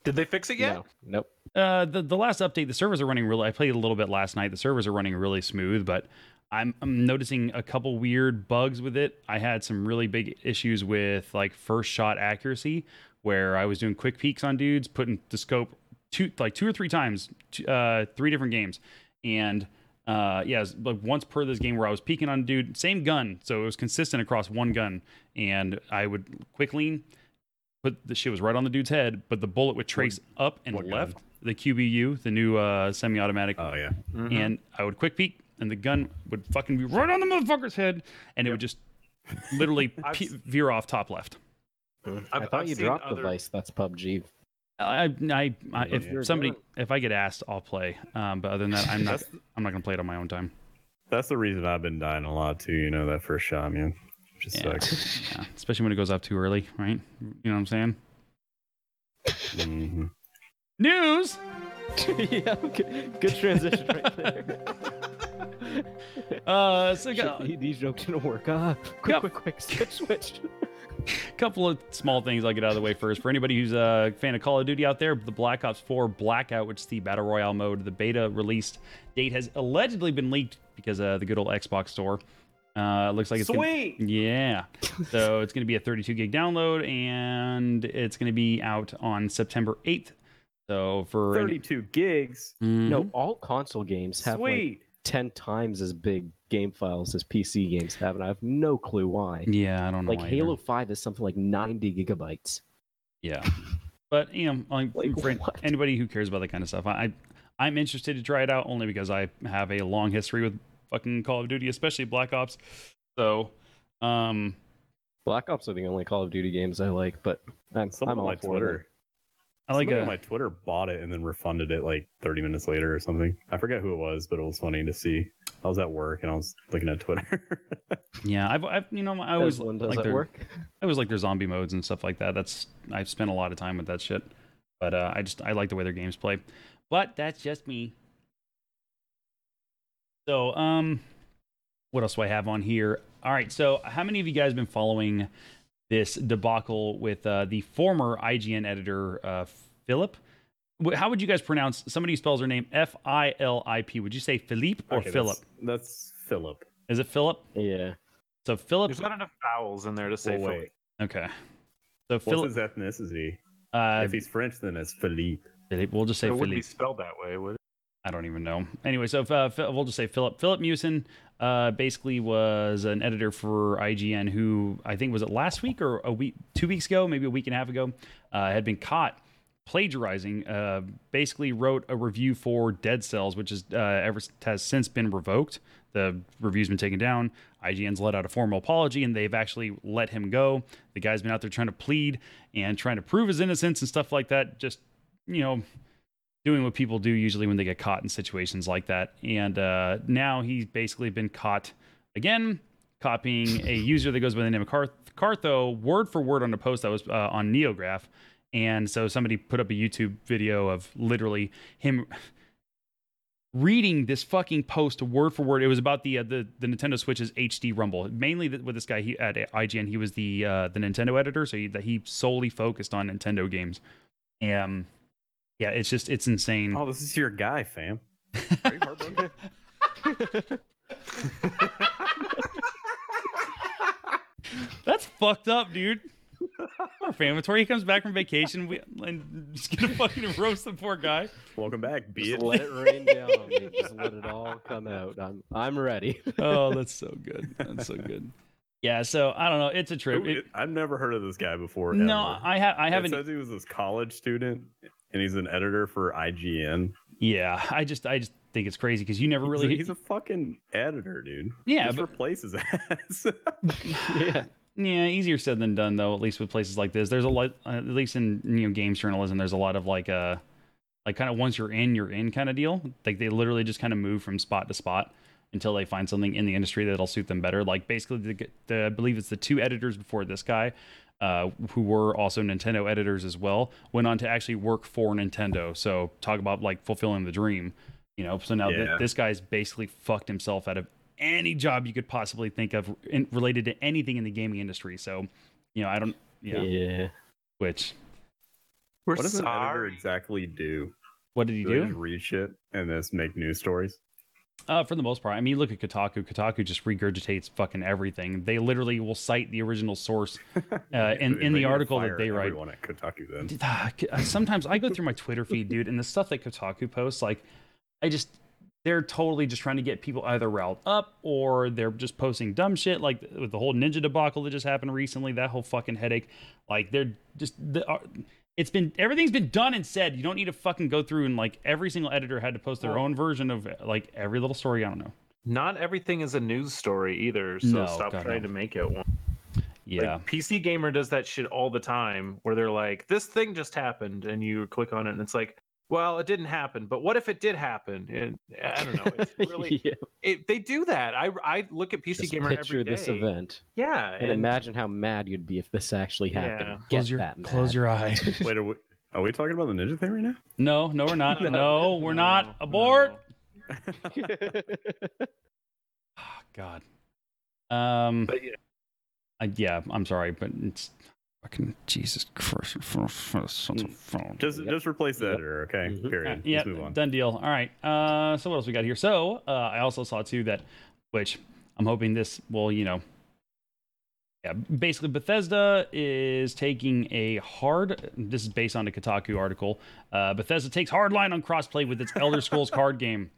[SPEAKER 1] Did they fix it yet?
[SPEAKER 4] No, nope.
[SPEAKER 3] Uh, the the last update, the servers are running really. I played a little bit last night. The servers are running really smooth, but I'm, I'm noticing a couple weird bugs with it. I had some really big issues with like first shot accuracy, where I was doing quick peeks on dudes, putting the scope two like two or three times, t- uh, three different games, and uh, yeah, it was, like once per this game where I was peeking on a dude, same gun, so it was consistent across one gun, and I would quick lean, put the shit was right on the dude's head, but the bullet would trace up and
[SPEAKER 2] what gun?
[SPEAKER 3] left. The QBU, the new uh, semi-automatic,
[SPEAKER 2] Oh yeah,
[SPEAKER 1] Mm-hmm.
[SPEAKER 3] and I would quick peek, and the gun would fucking be right on the motherfucker's head, and it would just literally
[SPEAKER 1] I've
[SPEAKER 3] pe-
[SPEAKER 1] s-
[SPEAKER 3] veer off top left.
[SPEAKER 4] i
[SPEAKER 1] Mm. I've-
[SPEAKER 4] thought
[SPEAKER 1] I've
[SPEAKER 4] you
[SPEAKER 1] seen
[SPEAKER 4] dropped the
[SPEAKER 1] other-
[SPEAKER 4] vice. That's PUBG.
[SPEAKER 3] I, I, I if
[SPEAKER 2] Yeah.
[SPEAKER 3] somebody,
[SPEAKER 4] doing-
[SPEAKER 3] if I get asked, I'll play. Um, but other than that, I'm not, I'm not gonna play it on my own time.
[SPEAKER 2] that's the reason I've been dying a lot too. You know that first shot, man. Just
[SPEAKER 3] Yeah.
[SPEAKER 2] sucks.
[SPEAKER 3] Yeah, especially when it goes up too early, right? You know what I'm saying?
[SPEAKER 2] Mhm.
[SPEAKER 3] News.
[SPEAKER 4] yeah, good, good transition right there.
[SPEAKER 3] Uh, so we
[SPEAKER 4] Shit,
[SPEAKER 3] got a
[SPEAKER 4] These jokes didn't work. Ah, quick,
[SPEAKER 3] Yep.
[SPEAKER 4] quick, quick, switch, switch.
[SPEAKER 3] couple of small things I'll get out of the way first. For anybody who's a fan of Call of Duty out there, the Black Ops 4 Blackout, which is the battle royale mode, the beta released date has allegedly been leaked because uh, the good old Xbox store. Uh, it looks like it's gonna-
[SPEAKER 1] Sweet.
[SPEAKER 3] Yeah. So it's going to be a 32 gig download and it's going to be out on September 8th. So for any-
[SPEAKER 2] Thirty-two gigs.
[SPEAKER 4] No,
[SPEAKER 3] Mhm.
[SPEAKER 4] all console games have like
[SPEAKER 2] Sweet.
[SPEAKER 4] ten times as big game files as PC games have, and I have no clue why.
[SPEAKER 3] Yeah, I don't know.
[SPEAKER 4] Like
[SPEAKER 3] either.
[SPEAKER 4] Halo Five is something like ninety gigabytes.
[SPEAKER 3] Yeah. But you know, like,
[SPEAKER 4] Like,
[SPEAKER 3] for
[SPEAKER 4] what?
[SPEAKER 3] anybody who cares about that kind of stuff, I I'm interested to try it out only because I have a long history with fucking Call of Duty, especially Black Ops. So, um,
[SPEAKER 4] Black Ops are the only Call of Duty games I like, but I'm,
[SPEAKER 2] Someone
[SPEAKER 4] I'm all
[SPEAKER 2] on my
[SPEAKER 4] for them.
[SPEAKER 2] Twitter.
[SPEAKER 3] I like
[SPEAKER 2] Somebody on
[SPEAKER 3] uh,
[SPEAKER 2] my Twitter bought it and then refunded it like 30 minutes later or something. I forget who it was, but it was funny to see. I was at work and I was looking at Twitter.
[SPEAKER 3] yeah, I've, I've you know I always
[SPEAKER 4] As one does
[SPEAKER 3] like
[SPEAKER 4] at
[SPEAKER 3] their
[SPEAKER 4] work.
[SPEAKER 3] I always like their zombie modes and stuff like that. That's I've spent a lot of time with that shit, but uh, I just I like the way their games play. But that's just me. So um, what else do I have on here? All right, so how many of you guys been following this debacle with uh, the former IGN editor uh, Philip? wh- how would you guys pronounce somebody who spells their name F I L I P? Would you say Philippe or
[SPEAKER 2] Okay,
[SPEAKER 3] Philip?
[SPEAKER 2] That's, that's Philip.
[SPEAKER 3] Is it Philip?
[SPEAKER 4] Yeah.
[SPEAKER 3] So Philip.
[SPEAKER 1] There's not enough vowels in there to say
[SPEAKER 2] Well,
[SPEAKER 1] Philip.
[SPEAKER 2] wait.
[SPEAKER 3] Okay. So
[SPEAKER 2] What's
[SPEAKER 3] Philip.
[SPEAKER 2] his ethnicity?
[SPEAKER 3] Uh,
[SPEAKER 2] if he's French, then it's Philippe.
[SPEAKER 3] Philippe. We'll just say
[SPEAKER 1] it wouldn't
[SPEAKER 3] Philippe.
[SPEAKER 1] be spelled that way, would it?
[SPEAKER 3] I don't even know. Anyway, so if, uh, Phil- we'll just say Philip. Philip Mewson uh, basically was an editor for IGN who I think was it last week or a week, two weeks ago, maybe a week and a half ago, uh, had been caught plagiarizing. Uh, basically, wrote a review for Dead Cells, which is uh, ever has since been revoked. The review's been taken down. IGN's let out a formal apology, and they've actually let him go. The guy's been out there trying to plead and trying to prove his innocence and stuff like that. Just you know, doing what people do usually when they get caught in situations like that. And uh, now he's basically been caught again copying a user that goes by the name of Car- Cartho word for word on a post that was uh, on Neograph. And so somebody put up a YouTube video of literally him reading this fucking post word for word. It was about the uh, the, the Nintendo Switch's HD Rumble. Mainly th- with this guy he, at IGN, he was the uh, the Nintendo editor, so he, that he solely focused on Nintendo games. Um, yeah, it's just it's insane.
[SPEAKER 2] Oh, this is your guy, fam.
[SPEAKER 3] That's fucked up, dude. Poor Famatory, he comes back from vacation we, and just gonna fucking roast the poor guy.
[SPEAKER 2] Welcome back, bitch.
[SPEAKER 4] Just let it rain down on me. Just let it all come out. I'm I'm ready.
[SPEAKER 3] Oh, that's so good. That's so good. Yeah, so I don't know. It's a trip.
[SPEAKER 2] Who-
[SPEAKER 3] It-
[SPEAKER 2] I've never heard of this guy before.
[SPEAKER 3] no,
[SPEAKER 2] ever.
[SPEAKER 3] I have. I
[SPEAKER 2] It
[SPEAKER 3] haven't.
[SPEAKER 2] says he was this college student, and he's an editor for IGN.
[SPEAKER 3] yeah, I just, I just think it's crazy because you never
[SPEAKER 2] Really,
[SPEAKER 3] really.
[SPEAKER 2] he's a fucking editor, dude.
[SPEAKER 3] Yeah,
[SPEAKER 2] Just
[SPEAKER 3] but-
[SPEAKER 2] replace his ass.
[SPEAKER 4] yeah.
[SPEAKER 3] Yeah, easier said than done though. At least with places like this, there's a lot. uh, At least in you know games journalism, there's a lot of like uh like kind of once you're in, you're in kind of deal. Like they literally just kind of move from spot to spot until they find something in the industry that'll suit them better. Like basically, the, the I believe it's the two editors before this guy, uh, who were also Nintendo editors as well, went on to actually work for Nintendo. So talk about like fulfilling the dream, you know. So now thi-
[SPEAKER 2] Yeah.
[SPEAKER 3] this guy's basically fucked himself out of any job you could possibly think of in, related to anything in the gaming industry. So, you know, I don't, yeah.
[SPEAKER 4] Yeah.
[SPEAKER 3] Which
[SPEAKER 1] We're
[SPEAKER 2] what does an editor
[SPEAKER 1] sorry.
[SPEAKER 2] exactly do?
[SPEAKER 3] what did he
[SPEAKER 2] Do they just
[SPEAKER 3] do?
[SPEAKER 2] read shit and just make news stories?
[SPEAKER 3] Uh, for the most part, I mean, look at Kotaku. Kotaku just regurgitates fucking everything. They literally will cite the original source uh, in
[SPEAKER 2] They
[SPEAKER 3] in
[SPEAKER 2] need
[SPEAKER 3] the
[SPEAKER 2] to
[SPEAKER 3] article that
[SPEAKER 2] fire
[SPEAKER 3] they write.
[SPEAKER 2] Everyone at Kotaku then.
[SPEAKER 3] Dude, ah, c- uh, Sometimes I go through my Twitter feed, dude, and the stuff that Kotaku posts, like, I just, they're totally just trying to get people either riled up or they're just posting dumb shit, like with the whole ninja debacle that just happened recently, that whole fucking headache. Like, they're just, the, uh, it's been, everything's been done and said. You don't need to fucking go through and, like, every single editor had to post their own version of, like, every little story. I don't know.
[SPEAKER 1] Not everything is a news story either, so
[SPEAKER 3] No,
[SPEAKER 1] stop
[SPEAKER 3] God,
[SPEAKER 1] trying
[SPEAKER 3] no.
[SPEAKER 1] to make it one.
[SPEAKER 3] Yeah.
[SPEAKER 1] Like, PC Gamer does that shit all the time where they're like, this thing just happened, and you click on it, and it's like, well, it didn't happen, but what if it did happen? And I don't know. It's really,
[SPEAKER 4] yeah.
[SPEAKER 1] it, they do that. I, I look at PC
[SPEAKER 4] Just
[SPEAKER 1] Gamer
[SPEAKER 4] picture
[SPEAKER 1] every day.
[SPEAKER 4] this event
[SPEAKER 1] Yeah,
[SPEAKER 4] and, imagine how mad you'd be if this actually happened.
[SPEAKER 1] Yeah.
[SPEAKER 4] Get
[SPEAKER 3] Close your,
[SPEAKER 4] that
[SPEAKER 3] close
[SPEAKER 4] mad.
[SPEAKER 3] your eye.
[SPEAKER 2] Wait, are we, are we talking about the ninja thing right now?
[SPEAKER 3] No, no, we're not. No, we're not. Abort. Oh, God. Um,
[SPEAKER 1] But yeah,
[SPEAKER 3] I, yeah, I'm sorry, but it's fucking Jesus Christ. Sons of phone.
[SPEAKER 2] Just
[SPEAKER 4] Yep.
[SPEAKER 2] just replace the
[SPEAKER 4] Yep.
[SPEAKER 2] editor, okay?
[SPEAKER 4] Mhm.
[SPEAKER 2] Period.
[SPEAKER 3] Mm-hmm. Uh, yeah,
[SPEAKER 2] Let's move on.
[SPEAKER 3] done deal. All right. Uh, so what else we got here? So uh, I also saw too that, which I'm hoping this will, you know, yeah. Basically, Bethesda is taking a hard. This is based on a Kotaku article. Uh, Bethesda takes hard line on crossplay with its Elder Scrolls card game.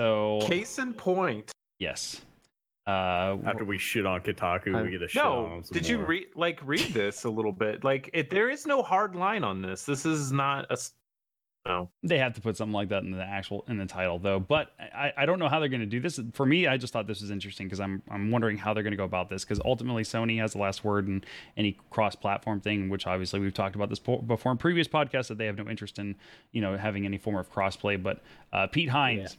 [SPEAKER 3] So
[SPEAKER 1] case in point.
[SPEAKER 3] yes. Uh,
[SPEAKER 2] After we shit on Kotaku,
[SPEAKER 4] I'm-
[SPEAKER 2] we get a shit on
[SPEAKER 1] No,
[SPEAKER 2] them some
[SPEAKER 1] did you
[SPEAKER 2] more.
[SPEAKER 1] read like read this a little bit? Like, it, there is no hard line on this. This is not a. s- No,
[SPEAKER 3] they have to put something like that in the actual in the title though but i, I don't know how they're going to do this for me i just thought this was interesting because i'm i'm wondering how they're going to go about this because ultimately sony has the last word in any cross platform thing which obviously we've talked about this po- before in previous podcasts that they have no interest in you know having any form of crossplay but uh, pete hines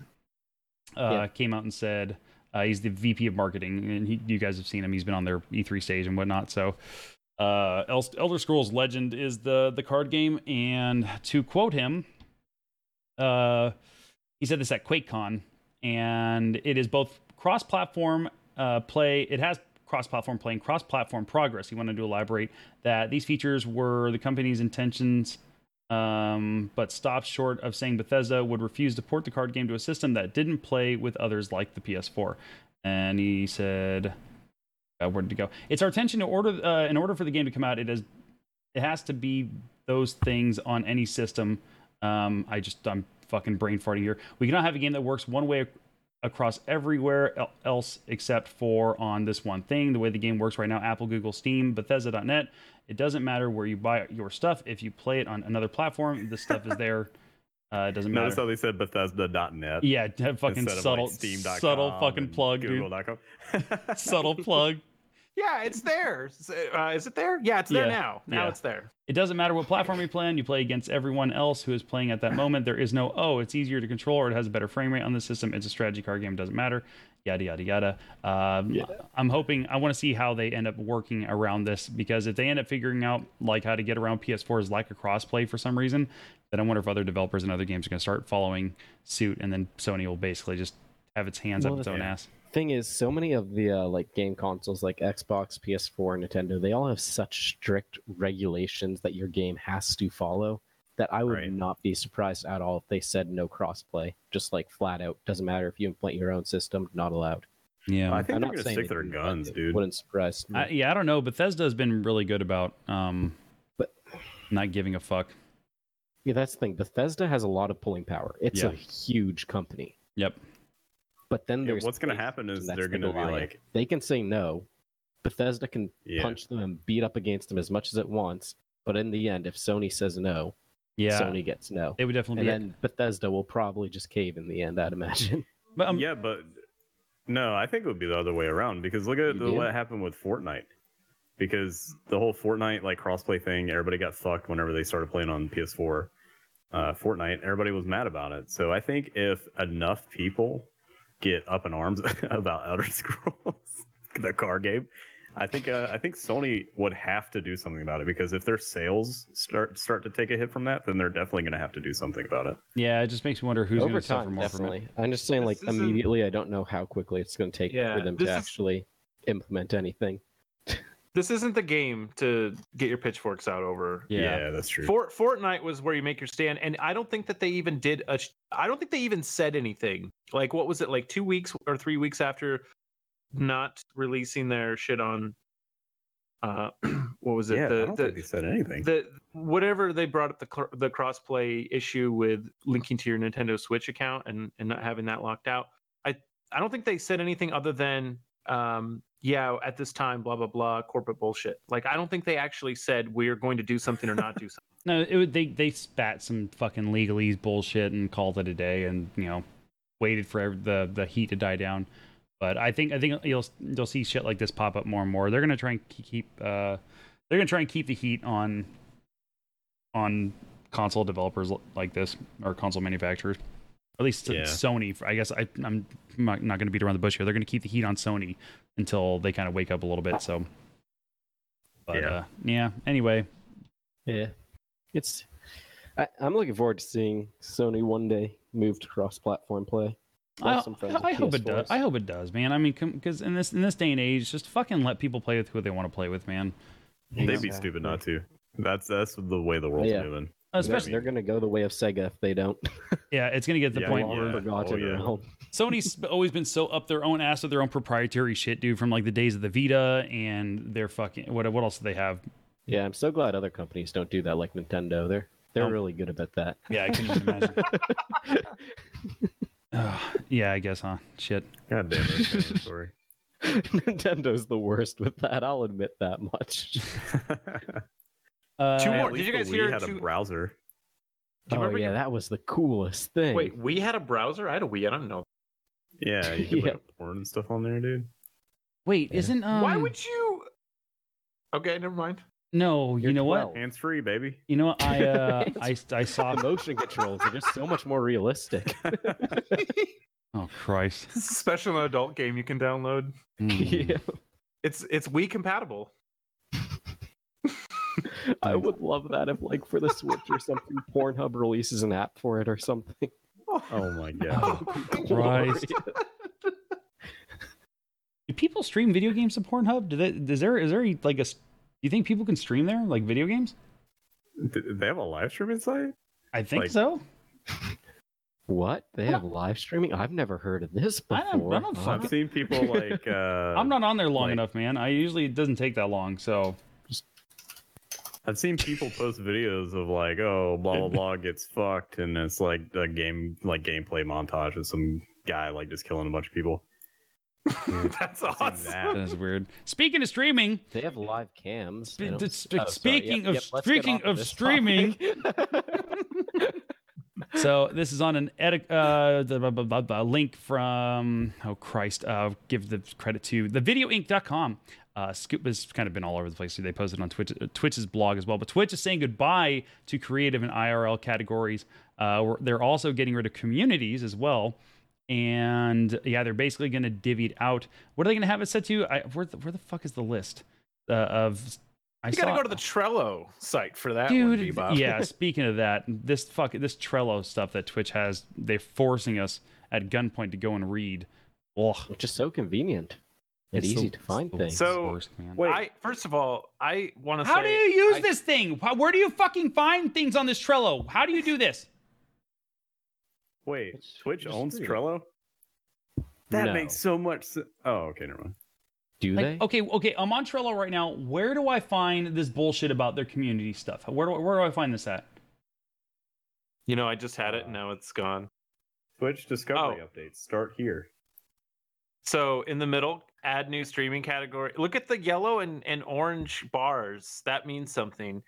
[SPEAKER 3] Uh,
[SPEAKER 4] Yeah.
[SPEAKER 3] came out and said uh, he's the vp of marketing and he, you guys have seen him he's been on their e3 stage and whatnot so uh, El- Elder Scrolls Legend is the the card game, and to quote him, uh, he said this at QuakeCon, and it is both cross-platform uh, play. It has cross-platform play and cross-platform progress. He wanted to elaborate that these features were the company's intentions um, but stopped short of saying Bethesda would refuse to port the card game to a system that didn't play with others like the PS4. And he said, uh, "Where did it go? It's our intention to order uh, in order for the game to come out. It is, it has to be those things on any system. Um, I just I'm fucking brain farting here. We cannot have a game that works one way ac- across everywhere el- else except for on this one thing. The way the game works right now, Apple, Google, Steam, Bethesda.net. It doesn't matter where you buy your stuff. If you play it on another platform, the stuff is there. Uh, it doesn't
[SPEAKER 2] Notice
[SPEAKER 3] matter.
[SPEAKER 2] how they said Bethesda.net.
[SPEAKER 3] Yeah, d- fucking
[SPEAKER 2] instead of,
[SPEAKER 3] subtle,
[SPEAKER 2] like Steam.com
[SPEAKER 3] subtle fucking
[SPEAKER 2] and
[SPEAKER 3] plug, dude.
[SPEAKER 2] Google.com.
[SPEAKER 3] subtle plug.
[SPEAKER 1] Yeah, it's there. Is it- uh, is it there? Yeah, it's there
[SPEAKER 3] Yeah.
[SPEAKER 1] now. Now
[SPEAKER 3] Yeah.
[SPEAKER 1] it's there.
[SPEAKER 3] It doesn't matter what platform you play on, you play against everyone else who is playing at that moment. There is no, oh, it's easier to control or it has a better frame rate on the system. It's a strategy card game, doesn't matter. Yada, yada, yada. Um,
[SPEAKER 4] Yeah.
[SPEAKER 3] I'm hoping, I want to see how they end up working around this because if they end up figuring out like how to get around PS4's lack of crossplay for some reason, then I wonder if other developers and other games are going to start following suit and then Sony will basically just have its hands up
[SPEAKER 4] Well,
[SPEAKER 3] its own
[SPEAKER 2] yeah.
[SPEAKER 3] ass.
[SPEAKER 4] Thing is, so many of the uh, like game consoles, like Xbox, PS4, Nintendo, they all have such strict regulations that your game has to follow that I would
[SPEAKER 2] Right.
[SPEAKER 4] not be surprised at all if they said no crossplay, just like flat out. Doesn't matter if you implement your own system, not allowed.
[SPEAKER 3] Yeah.
[SPEAKER 2] I think
[SPEAKER 4] Um,
[SPEAKER 2] they're
[SPEAKER 4] I'm not
[SPEAKER 2] going to
[SPEAKER 4] saying
[SPEAKER 2] stick
[SPEAKER 4] they
[SPEAKER 2] their
[SPEAKER 4] do, but
[SPEAKER 2] guns,
[SPEAKER 4] it
[SPEAKER 2] dude.
[SPEAKER 4] Wouldn't surprise me.
[SPEAKER 3] I, yeah, I don't know. Bethesda's been really good about um,
[SPEAKER 4] But-
[SPEAKER 3] not giving a fuck.
[SPEAKER 4] Yeah, that's the thing. Bethesda has a lot of pulling power. It's
[SPEAKER 3] Yeah.
[SPEAKER 4] a huge company.
[SPEAKER 3] Yep.
[SPEAKER 4] But then
[SPEAKER 2] Yeah,
[SPEAKER 4] there's
[SPEAKER 2] what's going to
[SPEAKER 4] Activision,
[SPEAKER 2] happen is
[SPEAKER 4] that's
[SPEAKER 2] they're
[SPEAKER 4] the
[SPEAKER 2] going to be
[SPEAKER 4] Goliath.
[SPEAKER 2] like,
[SPEAKER 4] they can say no. Bethesda can
[SPEAKER 2] yeah,
[SPEAKER 4] punch them and beat up against them as much as it wants. But in the end, if Sony says no,
[SPEAKER 3] Yeah.
[SPEAKER 4] Sony gets no.
[SPEAKER 3] It would definitely
[SPEAKER 4] And
[SPEAKER 3] be.
[SPEAKER 4] then Bethesda will probably just cave in the end, I'd imagine.
[SPEAKER 3] but, um,
[SPEAKER 2] yeah, but no, I think it would be the other way around because look at
[SPEAKER 4] You
[SPEAKER 2] the,
[SPEAKER 4] do?
[SPEAKER 2] what happened with Fortnite. Because the whole Fortnite like crossplay thing, everybody got fucked whenever they started playing on PS4. Uh, Fortnite, everybody was mad about it. So I think if enough people get up in arms about Elder Scrolls, the card game, I think uh, I think Sony would have to do something about it because if their sales start start to take a hit from that, then they're definitely going to have to do something about it.
[SPEAKER 3] yeah, it just makes me wonder who's going
[SPEAKER 4] Over
[SPEAKER 3] to suffer
[SPEAKER 4] time,
[SPEAKER 3] more from it.
[SPEAKER 4] definitely. I'm just saying, like,
[SPEAKER 1] This isn't-
[SPEAKER 4] immediately, I don't know how quickly it's going to take
[SPEAKER 1] Yeah,
[SPEAKER 4] for them
[SPEAKER 1] this
[SPEAKER 4] to
[SPEAKER 1] is-
[SPEAKER 4] actually implement anything.
[SPEAKER 1] This isn't the game to get your pitchforks out over.
[SPEAKER 3] Yeah.
[SPEAKER 2] that's true.
[SPEAKER 1] Fort, Fortnite was where you make your stand, and I don't think that they even did a. sh- I don't think they even said anything. Like, what was it? Like two weeks or three weeks after not releasing their shit on. Uh, what was it?
[SPEAKER 2] yeah,
[SPEAKER 1] the,
[SPEAKER 2] I don't
[SPEAKER 1] the,
[SPEAKER 2] think they said anything.
[SPEAKER 1] the whatever they brought up the cr- the crossplay issue with linking to your Nintendo Switch account and and not having that locked out. I I don't think they said anything other than um yeah at this time blah blah blah corporate bullshit. Like I don't think they actually said we're going to do something or not do something.
[SPEAKER 3] No, it would, they they spat some fucking legalese bullshit and called it a day, and you know, waited for ev- the the heat to die down. But I think I think you'll you'll see shit like this pop up more and more. They're going to try and ke- keep uh, they're going to try and keep the heat on on console developers l- like this or console manufacturers. At least to
[SPEAKER 2] Yeah.
[SPEAKER 3] Sony, I guess I, I'm not going to beat around the bush here. They're going to keep the heat on Sony until they kind of wake up a little bit. So, but
[SPEAKER 2] Yeah.
[SPEAKER 3] yeah, uh, yeah anyway,
[SPEAKER 4] Yeah. It's. I, I'm looking forward to seeing Sony one day move to cross platform play. Have
[SPEAKER 3] I,
[SPEAKER 4] some friends with
[SPEAKER 3] I hope it does.
[SPEAKER 4] PS4s.
[SPEAKER 3] I hope it does, man. I mean, because in this in this day and age, just fucking let people play with who they want to play with, man.
[SPEAKER 2] They'd be
[SPEAKER 4] Yeah.
[SPEAKER 2] stupid not to. That's that's the way the world's
[SPEAKER 4] Yeah.
[SPEAKER 2] moving.
[SPEAKER 3] Especially,
[SPEAKER 4] They're going to go the way of Sega if they don't.
[SPEAKER 3] yeah, it's gonna get to the
[SPEAKER 2] Yeah,
[SPEAKER 3] point
[SPEAKER 2] well,
[SPEAKER 3] where
[SPEAKER 2] yeah.
[SPEAKER 4] Forgotten
[SPEAKER 2] Oh, yeah.
[SPEAKER 4] realm.
[SPEAKER 3] Sony's always been so up their own ass with their own proprietary shit, dude. From like the days of the Vita and their fucking what what else do they have?
[SPEAKER 4] Yeah, I'm so glad other companies don't do that like Nintendo. They're they're
[SPEAKER 3] Um,
[SPEAKER 4] really good about that.
[SPEAKER 3] Yeah, I can even imagine. Ugh, yeah, I guess, huh? Shit.
[SPEAKER 2] God damn it! Sorry.
[SPEAKER 4] Nintendo's the worst with that. I'll admit that much.
[SPEAKER 3] Uh,
[SPEAKER 1] Two
[SPEAKER 2] Hey,
[SPEAKER 1] more. Did
[SPEAKER 2] at least
[SPEAKER 1] you
[SPEAKER 2] the
[SPEAKER 1] guys
[SPEAKER 2] Wii
[SPEAKER 1] hear
[SPEAKER 2] had
[SPEAKER 1] two-
[SPEAKER 2] a browser?
[SPEAKER 1] Do you
[SPEAKER 4] oh
[SPEAKER 1] remember
[SPEAKER 4] yeah,
[SPEAKER 1] your-
[SPEAKER 4] that was the coolest thing.
[SPEAKER 1] Wait, we had a browser. I had a Wii. I don't know.
[SPEAKER 2] Yeah, you could
[SPEAKER 4] Yeah.
[SPEAKER 2] put up porn and stuff on there, dude.
[SPEAKER 3] wait,
[SPEAKER 4] Yeah.
[SPEAKER 3] isn't um?
[SPEAKER 1] Why would you? Okay, never mind.
[SPEAKER 3] no? You
[SPEAKER 4] You're
[SPEAKER 3] know what?
[SPEAKER 4] 12.
[SPEAKER 2] Hands free, baby.
[SPEAKER 3] You know what? I uh, I I saw.
[SPEAKER 4] the motion controls are just so much more realistic.
[SPEAKER 3] Oh Christ.
[SPEAKER 1] This is a special adult game you can download.
[SPEAKER 3] Mm.
[SPEAKER 4] yeah,
[SPEAKER 1] It's it's Wii compatible.
[SPEAKER 4] I would love that if, like, for the Switch or something, Pornhub releases an app for it or something.
[SPEAKER 2] Oh my god.
[SPEAKER 3] Christ.
[SPEAKER 4] Glorious.
[SPEAKER 3] Do people stream video games to Pornhub? Do they, is there is there like a s- do you think people can stream there like video games?
[SPEAKER 2] Th- They have a live streaming site.
[SPEAKER 3] I think
[SPEAKER 2] Like-
[SPEAKER 3] so.
[SPEAKER 4] What? They have live streaming? I've never heard of this
[SPEAKER 3] I
[SPEAKER 4] before.
[SPEAKER 3] don't- I don't
[SPEAKER 4] Huh?
[SPEAKER 3] fucking-
[SPEAKER 2] I've seen people like. Uh,
[SPEAKER 3] I'm not on there long
[SPEAKER 2] like-
[SPEAKER 3] enough, man. I usually it doesn't take that long. So
[SPEAKER 2] I've seen people post videos of like, oh, blah blah blah gets fucked, and it's like a game, like gameplay montage of some guy like just killing a bunch of people.
[SPEAKER 1] That's
[SPEAKER 2] I've seen
[SPEAKER 1] awesome.
[SPEAKER 2] that.
[SPEAKER 3] that's weird. Speaking of streaming,
[SPEAKER 4] They have live cams.
[SPEAKER 3] Sp-
[SPEAKER 4] I don't-
[SPEAKER 3] d- sp-
[SPEAKER 4] Oh, sorry.
[SPEAKER 3] speaking
[SPEAKER 4] Yep,
[SPEAKER 3] of
[SPEAKER 4] yep, let's get
[SPEAKER 3] speaking
[SPEAKER 4] off
[SPEAKER 3] of
[SPEAKER 4] this
[SPEAKER 3] streaming,
[SPEAKER 4] topic.
[SPEAKER 3] so this is on an edit uh, the, blah, blah, blah, blah, link from oh Christ, uh, give the credit to thevideoinc.com. Uh, Scoop has kind of been all over the place. They posted on Twitch, uh, Twitch's blog as well, but Twitch is saying goodbye to creative and IRL categories. Uh, we're- they're also getting rid of communities as well. And yeah, they're basically going to divvy it out. What are they going to have it set to? I, where, the, where the fuck is the list uh, of? I
[SPEAKER 1] You gotta
[SPEAKER 3] saw-
[SPEAKER 1] go to the Trello site for that one,
[SPEAKER 3] dude
[SPEAKER 1] Bebop.
[SPEAKER 3] yeah speaking of that this fuck this trello stuff that twitch has they're forcing us at gunpoint to go and read Ugh,
[SPEAKER 4] Which is so convenient and
[SPEAKER 3] it's the-
[SPEAKER 4] easy to
[SPEAKER 3] it's
[SPEAKER 4] find
[SPEAKER 3] the
[SPEAKER 4] things.
[SPEAKER 1] So-
[SPEAKER 3] worst, man.
[SPEAKER 2] Wait,
[SPEAKER 1] I first of all, I want to say
[SPEAKER 3] how do you use
[SPEAKER 1] I-
[SPEAKER 3] this thing Wh- where do you fucking find things on this trello how do you do this
[SPEAKER 2] wait,
[SPEAKER 4] It's-
[SPEAKER 2] Twitch
[SPEAKER 4] it's
[SPEAKER 2] owns
[SPEAKER 4] weird.
[SPEAKER 2] Trello. That
[SPEAKER 4] No.
[SPEAKER 2] makes so much sense. Oh, okay, never mind.
[SPEAKER 4] Do
[SPEAKER 3] Like,
[SPEAKER 4] they?
[SPEAKER 3] okay okay i'm on trello right now where do i find this bullshit about their community stuff where do, where do i find this at
[SPEAKER 1] You know, I just had it and now it's gone.
[SPEAKER 2] Twitch discovery
[SPEAKER 1] Oh.
[SPEAKER 2] updates start here.
[SPEAKER 1] So in the middle, add new streaming category. Look at the yellow and, and orange bars. That means something.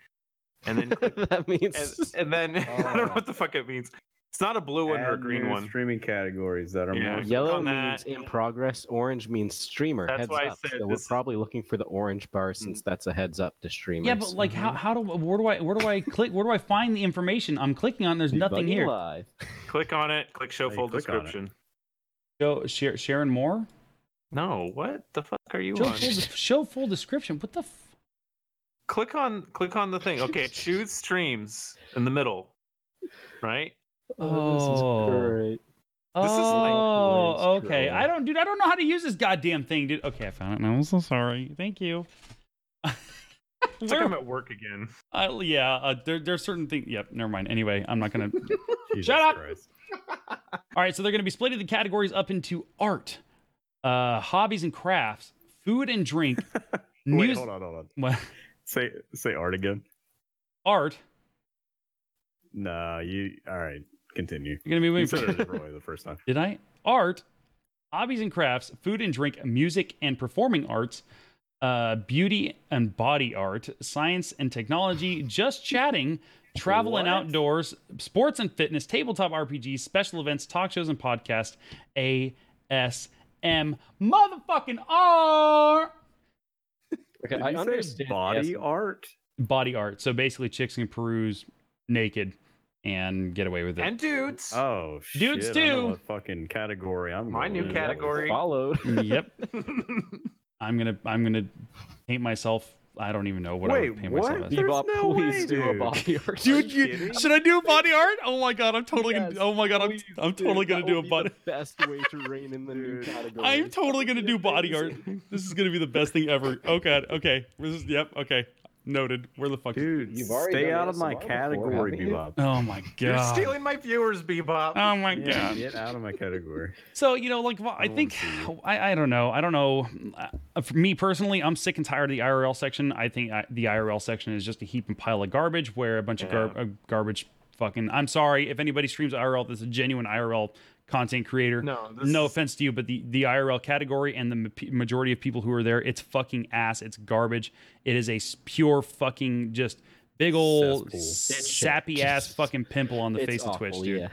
[SPEAKER 1] And then click- and,
[SPEAKER 4] that means
[SPEAKER 1] and then I don't know
[SPEAKER 2] Oh.
[SPEAKER 1] what the fuck it means. It's not a blue one or a
[SPEAKER 2] Add
[SPEAKER 1] green
[SPEAKER 2] new
[SPEAKER 1] one.
[SPEAKER 2] Streaming categories that are
[SPEAKER 1] Yeah.
[SPEAKER 2] more.
[SPEAKER 1] click
[SPEAKER 4] yellow
[SPEAKER 1] on
[SPEAKER 4] means
[SPEAKER 1] that.
[SPEAKER 4] in progress. Orange means streamer.
[SPEAKER 1] That's
[SPEAKER 4] heads
[SPEAKER 1] why I
[SPEAKER 4] up.
[SPEAKER 1] said
[SPEAKER 4] so we're
[SPEAKER 1] this- Hmm.
[SPEAKER 4] probably looking for the orange bar since that's a heads up to streamers.
[SPEAKER 3] yeah but like how, how do where do i where do i click where do i find the information i'm clicking on there's nothing
[SPEAKER 4] Debugging
[SPEAKER 3] here
[SPEAKER 4] Live.
[SPEAKER 1] Click on it. Click show
[SPEAKER 2] Hey,
[SPEAKER 1] full
[SPEAKER 2] click on it.
[SPEAKER 1] description.
[SPEAKER 3] Show, share, sharon moore
[SPEAKER 1] No, what the fuck are you
[SPEAKER 3] Show
[SPEAKER 1] on?
[SPEAKER 3] full, show full description. What the? F-
[SPEAKER 1] click on click on the thing. Okay, choose streams in the middle. Right?
[SPEAKER 3] Oh.
[SPEAKER 4] this is
[SPEAKER 1] This is like
[SPEAKER 3] oh,
[SPEAKER 4] Lawrence
[SPEAKER 3] okay.
[SPEAKER 4] Stroll.
[SPEAKER 3] I don't, dude. I don't know how to use this goddamn thing, dude. Okay, I found it. I'm so sorry. Thank you.
[SPEAKER 1] It's like
[SPEAKER 3] Where-
[SPEAKER 1] I'm at work again.
[SPEAKER 3] uh, yeah, uh, there, there's certain things. Yep, never mind. Anyway, I'm not gonna.
[SPEAKER 2] Jesus
[SPEAKER 3] Shut up!
[SPEAKER 2] Christ.
[SPEAKER 3] All right, so they're going to be splitting the categories up into art, uh, hobbies and crafts, food and drink,
[SPEAKER 2] Wait,
[SPEAKER 3] news,
[SPEAKER 2] hold on, hold on.
[SPEAKER 3] Well,
[SPEAKER 2] Say say art again.
[SPEAKER 3] art.
[SPEAKER 2] No, you. All right, continue.
[SPEAKER 3] You're going to be
[SPEAKER 2] You
[SPEAKER 3] waiting
[SPEAKER 2] said
[SPEAKER 3] for.
[SPEAKER 2] it a different way the first time.
[SPEAKER 3] Did I? Art, hobbies and crafts, food and drink, music and performing arts, uh, beauty and body art, science and technology, just chatting, travel and
[SPEAKER 4] What?
[SPEAKER 3] outdoors, sports and fitness, tabletop RPGs, special events, talk shows and podcasts, ASM, motherfucking art,
[SPEAKER 4] Okay,
[SPEAKER 2] Did
[SPEAKER 4] I
[SPEAKER 2] you say
[SPEAKER 4] understand.
[SPEAKER 2] body
[SPEAKER 4] yes,
[SPEAKER 2] art.
[SPEAKER 3] body art. So basically, chicks can peruse naked and get away with it.
[SPEAKER 1] And dudes.
[SPEAKER 2] Oh,
[SPEAKER 3] Dudes
[SPEAKER 2] shit, I know
[SPEAKER 3] do.
[SPEAKER 2] what fucking category. I'm
[SPEAKER 1] My
[SPEAKER 2] going
[SPEAKER 1] new
[SPEAKER 2] in.
[SPEAKER 1] category.
[SPEAKER 4] Followed.
[SPEAKER 3] yep. I'm gonna I'm gonna paint myself. I don't even know what I
[SPEAKER 2] Wait,
[SPEAKER 3] would paint
[SPEAKER 2] what?
[SPEAKER 3] myself as.
[SPEAKER 2] There's
[SPEAKER 4] Bebop,
[SPEAKER 2] no
[SPEAKER 4] please
[SPEAKER 2] way,
[SPEAKER 4] do a
[SPEAKER 2] dude.
[SPEAKER 4] body art.
[SPEAKER 3] Dude,
[SPEAKER 1] you
[SPEAKER 3] you,
[SPEAKER 1] kidding?
[SPEAKER 3] should I do a body art? Oh my god, I'm totally
[SPEAKER 4] Yes,
[SPEAKER 3] gonna. Oh my god, I'm,
[SPEAKER 4] Please,
[SPEAKER 3] I'm totally
[SPEAKER 4] dude,
[SPEAKER 3] gonna
[SPEAKER 4] that
[SPEAKER 3] do a
[SPEAKER 4] would be
[SPEAKER 3] body.
[SPEAKER 4] The best way to rein in the new
[SPEAKER 2] Dude.
[SPEAKER 4] category.
[SPEAKER 3] I'm totally gonna do body art. This is gonna be the best thing ever. Oh god. Okay. This is, yep. Okay. Noted. Where the fuck?
[SPEAKER 2] Dude,
[SPEAKER 4] You've already
[SPEAKER 2] stay
[SPEAKER 4] done
[SPEAKER 2] out of my
[SPEAKER 4] ASMR before,
[SPEAKER 2] category,
[SPEAKER 4] haven't you?
[SPEAKER 2] Bebop.
[SPEAKER 3] Oh my god.
[SPEAKER 1] You're stealing my viewers, Bebop.
[SPEAKER 3] Oh my
[SPEAKER 2] Yeah,
[SPEAKER 3] god.
[SPEAKER 2] get out of my category.
[SPEAKER 3] So you know, like well, I
[SPEAKER 2] don't
[SPEAKER 3] think
[SPEAKER 2] wanna
[SPEAKER 3] I, I don't know I don't know. Uh, For me personally, I'm sick and tired of the IRL section. I think I, the IRL section is just a heap and pile of garbage where a bunch of gar- uh, garbage fucking. I'm sorry if anybody streams IRL. That's a genuine IRL content creator.
[SPEAKER 1] No, this
[SPEAKER 3] No
[SPEAKER 1] is-
[SPEAKER 3] offense to you, but the, the IRL category and the ma- majority of people who are there, it's fucking ass. It's garbage. It is a s- pure fucking just big old
[SPEAKER 2] Cesspool.
[SPEAKER 4] Dead shit.
[SPEAKER 3] sappy ass fucking pimple on the
[SPEAKER 4] It's
[SPEAKER 3] face
[SPEAKER 4] awful,
[SPEAKER 3] of Twitch, dude.
[SPEAKER 4] Yeah.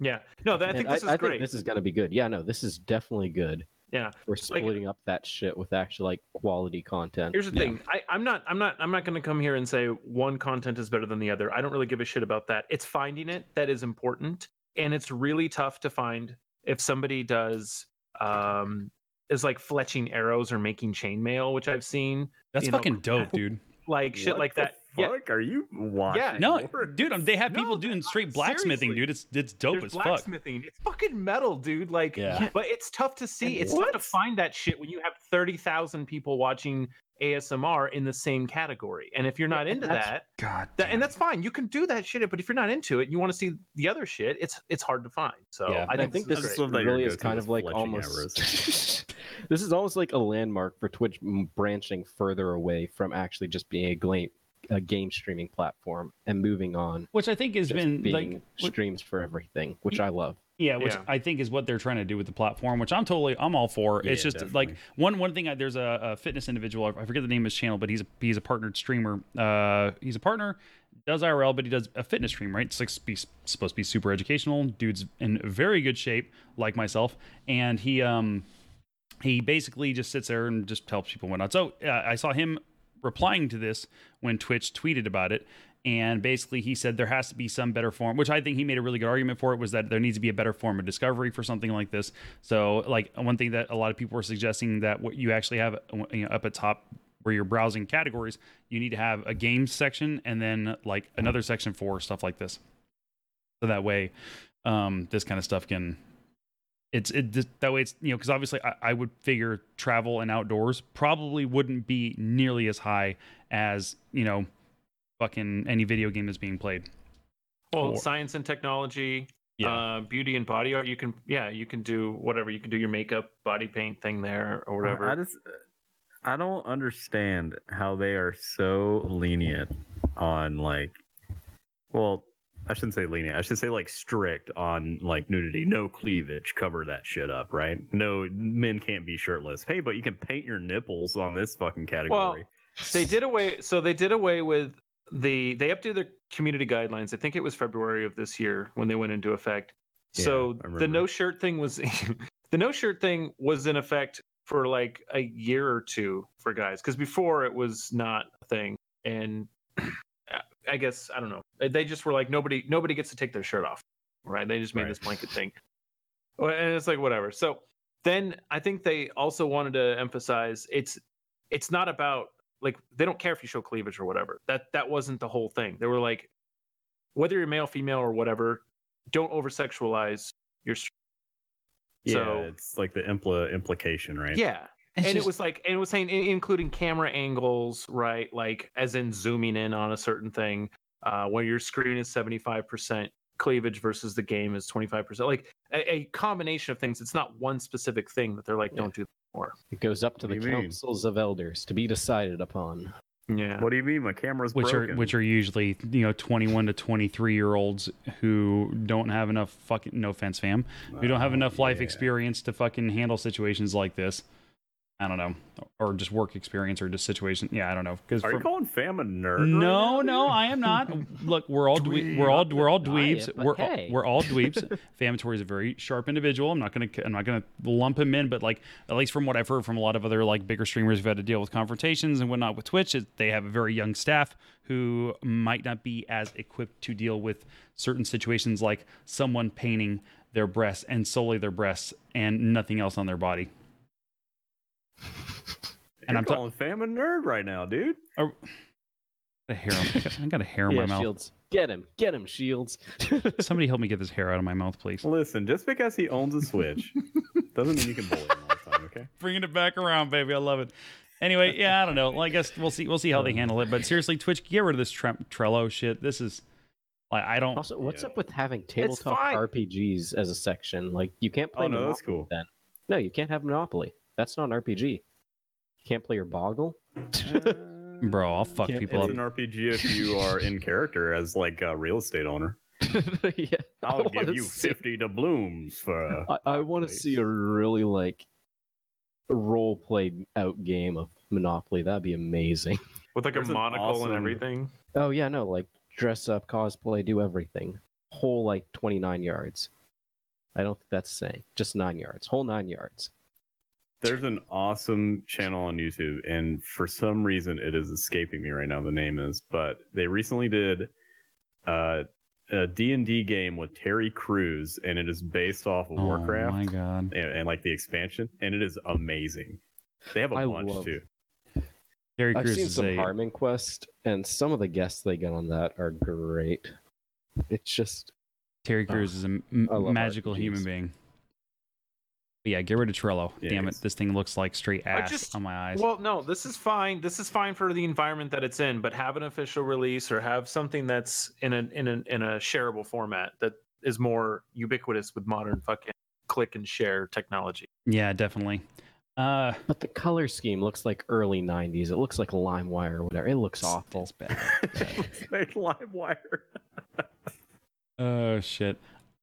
[SPEAKER 1] Yeah. No, that, I think
[SPEAKER 4] And
[SPEAKER 1] this is
[SPEAKER 4] think
[SPEAKER 1] great.
[SPEAKER 4] this is gonna be good. Yeah, no, this is definitely good.
[SPEAKER 1] Yeah,
[SPEAKER 4] We're splitting up that shit with actually like quality content.
[SPEAKER 1] Here's the thing. I, I'm not I'm not I'm not gonna come here and say one content is better than the other. I don't really give a shit about that. It's finding it that is important. And it's really tough to find if somebody does um is like fletching arrows or making chainmail, which I've seen.
[SPEAKER 3] That's
[SPEAKER 1] You know,
[SPEAKER 3] fucking dope, dude.
[SPEAKER 1] Like shit
[SPEAKER 2] What
[SPEAKER 1] like
[SPEAKER 2] the
[SPEAKER 1] that. Yeah.
[SPEAKER 2] fuck are you watching?
[SPEAKER 3] No,
[SPEAKER 2] Lord?
[SPEAKER 3] dude, um, they have
[SPEAKER 1] No,
[SPEAKER 3] people doing straight blacksmithing,
[SPEAKER 1] seriously.
[SPEAKER 3] dude. It's it's dope
[SPEAKER 1] There's
[SPEAKER 3] as fuck.
[SPEAKER 1] blacksmithing. It's fucking metal, dude. Like,
[SPEAKER 4] Yeah.
[SPEAKER 1] but it's tough to see.
[SPEAKER 2] And
[SPEAKER 1] It's tough to find that shit when you have thirty thousand people watching ASMR in the same category. And if you're not
[SPEAKER 4] Yeah,
[SPEAKER 1] into
[SPEAKER 4] that's-
[SPEAKER 1] that,
[SPEAKER 3] God,
[SPEAKER 1] that, and that's fine. You can do that shit. But if you're not into it, you want to see the other shit. It's it's hard to find. So
[SPEAKER 4] yeah,
[SPEAKER 1] I
[SPEAKER 4] and
[SPEAKER 1] think,
[SPEAKER 2] this
[SPEAKER 1] this is
[SPEAKER 2] is- love that your
[SPEAKER 4] really is
[SPEAKER 2] go-to
[SPEAKER 4] kind
[SPEAKER 2] is
[SPEAKER 4] of like
[SPEAKER 2] fletching
[SPEAKER 4] almost.
[SPEAKER 2] arrows.
[SPEAKER 4] this is almost like a landmark for Twitch m- branching further away from actually just being a, gla- a game streaming platform and moving on.
[SPEAKER 3] which I think has
[SPEAKER 4] just
[SPEAKER 3] been
[SPEAKER 4] being
[SPEAKER 3] like what-
[SPEAKER 4] streams for everything, which I love.
[SPEAKER 3] Yeah, which
[SPEAKER 1] Yeah.
[SPEAKER 3] I think is what they're trying to do with the platform, which I'm totally, I'm all for. it's
[SPEAKER 2] Yeah,
[SPEAKER 3] just like
[SPEAKER 2] definitely.
[SPEAKER 3] one one thing. I, there's a, a fitness individual. I forget the name of his channel, but he's a he's a partnered streamer. Uh, he's a partner, does IRL, but he does a fitness stream. Right, it's like sp- be, supposed to be super educational. Dude's in very good shape, like myself, and he um he basically just sits there and just helps people and whatnot. So uh, I saw him replying to this when Twitch tweeted about it. And basically, he said there has to be some better form, which I think he made a really good argument for. It was that there needs to be a better form of discovery for something like this. So, like one thing that a lot of people were suggesting that what you actually have uh, you know, up at top where you're browsing categories, you need to have a games section and then like another section for stuff like this. So that way, um, this kind of stuff can it's it just, that way it's you know because obviously I, I would figure travel and outdoors probably wouldn't be nearly as high as you know fucking any video game that's being played
[SPEAKER 1] well,
[SPEAKER 3] or-
[SPEAKER 1] science and technology, uh, beauty and body art. You can yeah, you can do whatever. You can do your makeup, body paint thing there or whatever.
[SPEAKER 2] I just I don't understand how they are so lenient on like well, I shouldn't say lenient. I should say like strict on like nudity. No cleavage, cover that shit up, right? No men can't be shirtless. Hey, but you can paint your nipples on this fucking category.
[SPEAKER 1] they did away so they did away with the they updated their community guidelines i think it was february of this year when they went into effect
[SPEAKER 2] Yeah, I
[SPEAKER 1] so the
[SPEAKER 2] remember.
[SPEAKER 1] no shirt thing was the no shirt thing was in effect for like a year or two for guys because before it was not a thing and i guess i don't know they just were like nobody nobody gets to take their shirt off right they just made
[SPEAKER 2] Right.
[SPEAKER 1] this blanket thing Well, and it's like whatever so then i think they also wanted to emphasize it's it's not about like they don't care if you show cleavage or whatever. That that wasn't the whole thing. They were like, whether you're male, female, or whatever, don't over sexualize your. str-
[SPEAKER 2] yeah,
[SPEAKER 1] so-
[SPEAKER 2] it's like the impl- implication, right?
[SPEAKER 1] Yeah, and
[SPEAKER 3] It's just-
[SPEAKER 1] it was like, and it was saying in- including camera angles, right? Like as in zooming in on a certain thing, uh, where your screen is seventy five percent cleavage versus the game is twenty five percent. Like a, a combination of things. It's not one specific thing that they're like,
[SPEAKER 4] Yeah.
[SPEAKER 1] don't do.
[SPEAKER 4] It goes up to
[SPEAKER 2] What
[SPEAKER 4] the
[SPEAKER 2] do you mean?
[SPEAKER 4] councils of elders to be decided upon.
[SPEAKER 1] Yeah.
[SPEAKER 2] What do you mean? My camera's
[SPEAKER 3] which
[SPEAKER 2] broken.
[SPEAKER 3] are which are usually you know 21 to 23 year olds who don't have enough fucking no offense fam who don't have
[SPEAKER 2] Oh,
[SPEAKER 3] enough life
[SPEAKER 2] yeah.
[SPEAKER 3] experience to fucking handle situations like this i don't know or just work experience or just situation yeah i don't know because
[SPEAKER 2] Are you calling fam a nerd? right
[SPEAKER 3] No,
[SPEAKER 2] now,
[SPEAKER 4] Oh,
[SPEAKER 3] no,
[SPEAKER 2] dude?
[SPEAKER 3] I am not. Look, we're all dwe- we're all we're all dweebs.
[SPEAKER 4] it, but
[SPEAKER 3] We're
[SPEAKER 4] hey.
[SPEAKER 3] all, we're all dweebs. Famatory is a very sharp individual. I'm not gonna I'm not gonna lump him in, but like at least from what I've heard from a lot of other like bigger streamers who've had to deal with confrontations and whatnot with Twitch, is they have a very young staff who might not be as equipped to deal with certain situations like someone painting their breasts and solely their breasts and nothing else on their body.
[SPEAKER 2] You're
[SPEAKER 3] I'm ta-
[SPEAKER 2] calling fam a nerd right now, dude.
[SPEAKER 3] I got a hair, I got- I got a hair in my mouth.
[SPEAKER 4] Shields. Get him. Get him, Shields.
[SPEAKER 3] Somebody help me get this hair out of my mouth, please.
[SPEAKER 2] Listen, just because he owns a Switch doesn't mean you can bully him all the time, okay?
[SPEAKER 3] bringing it back around, baby. I love it. Anyway, yeah, I don't know. Well, I guess we'll see. We'll see how they handle it. But seriously, Twitch, get rid of this tre- Trello shit. This is like I don't.
[SPEAKER 4] Also, what's
[SPEAKER 2] Yeah.
[SPEAKER 4] up with having tabletop
[SPEAKER 1] fine.
[SPEAKER 4] RPGs as a section? Like, you can't play
[SPEAKER 2] Oh, no, that's
[SPEAKER 4] Monopoly
[SPEAKER 2] cool.
[SPEAKER 4] then. No, you can't have Monopoly. That's not an RPG. You can't play your Boggle.
[SPEAKER 3] Bro, I'll fuck
[SPEAKER 4] Can't-
[SPEAKER 3] people
[SPEAKER 2] Uh, It's
[SPEAKER 3] up.
[SPEAKER 2] an RPG if you are in character as like a real estate owner.
[SPEAKER 4] yeah.
[SPEAKER 2] I'll
[SPEAKER 4] wanna
[SPEAKER 2] give you
[SPEAKER 4] see-
[SPEAKER 2] fifty doubloons for. uh, A,
[SPEAKER 4] I, I want to
[SPEAKER 2] Monopoly.
[SPEAKER 4] see a really like role played out game of Monopoly. That'd be amazing.
[SPEAKER 1] With like a
[SPEAKER 2] There's an
[SPEAKER 1] monocle
[SPEAKER 2] awesome-
[SPEAKER 1] and everything.
[SPEAKER 4] Oh yeah, no, like dress up, cosplay, do everything. Whole like twenty nine yards. I don't think that's saying just nine yards. Whole nine yards.
[SPEAKER 2] There's an awesome channel on YouTube, and for some reason it is escaping me right now. The name is, but they recently did uh, a D and D game with Terry Crews, and it is based off of Warcraft.
[SPEAKER 3] Oh my god.
[SPEAKER 2] and, and like the expansion, and it is amazing. They have a
[SPEAKER 4] I
[SPEAKER 2] bunch
[SPEAKER 4] love-
[SPEAKER 2] too.
[SPEAKER 3] Terry
[SPEAKER 4] I've
[SPEAKER 3] Crews
[SPEAKER 4] seen
[SPEAKER 3] is
[SPEAKER 4] some
[SPEAKER 3] a-
[SPEAKER 4] Harmon Quest, and some of the guests they get on that are great. It's just
[SPEAKER 3] Terry
[SPEAKER 4] Ah,
[SPEAKER 3] Crews is a m-
[SPEAKER 4] I love
[SPEAKER 3] magical
[SPEAKER 4] RPGs.
[SPEAKER 3] human being. But yeah, get rid of Trello.
[SPEAKER 2] Yeah,
[SPEAKER 3] Damn it,
[SPEAKER 2] it's-
[SPEAKER 3] this thing looks like straight
[SPEAKER 1] I
[SPEAKER 3] ass
[SPEAKER 1] just-
[SPEAKER 3] on my eyes.
[SPEAKER 1] Well, no, this is fine. This is fine for the environment that it's in, but have an official release or have something that's in an in an in a shareable format that is more ubiquitous with modern fucking click and share technology.
[SPEAKER 3] yeah, definitely. Uh,
[SPEAKER 4] but the color scheme looks like early '90s. It looks like LimeWire or whatever. It looks awful.
[SPEAKER 3] It's bad.
[SPEAKER 2] like LimeWire.
[SPEAKER 3] Oh shit.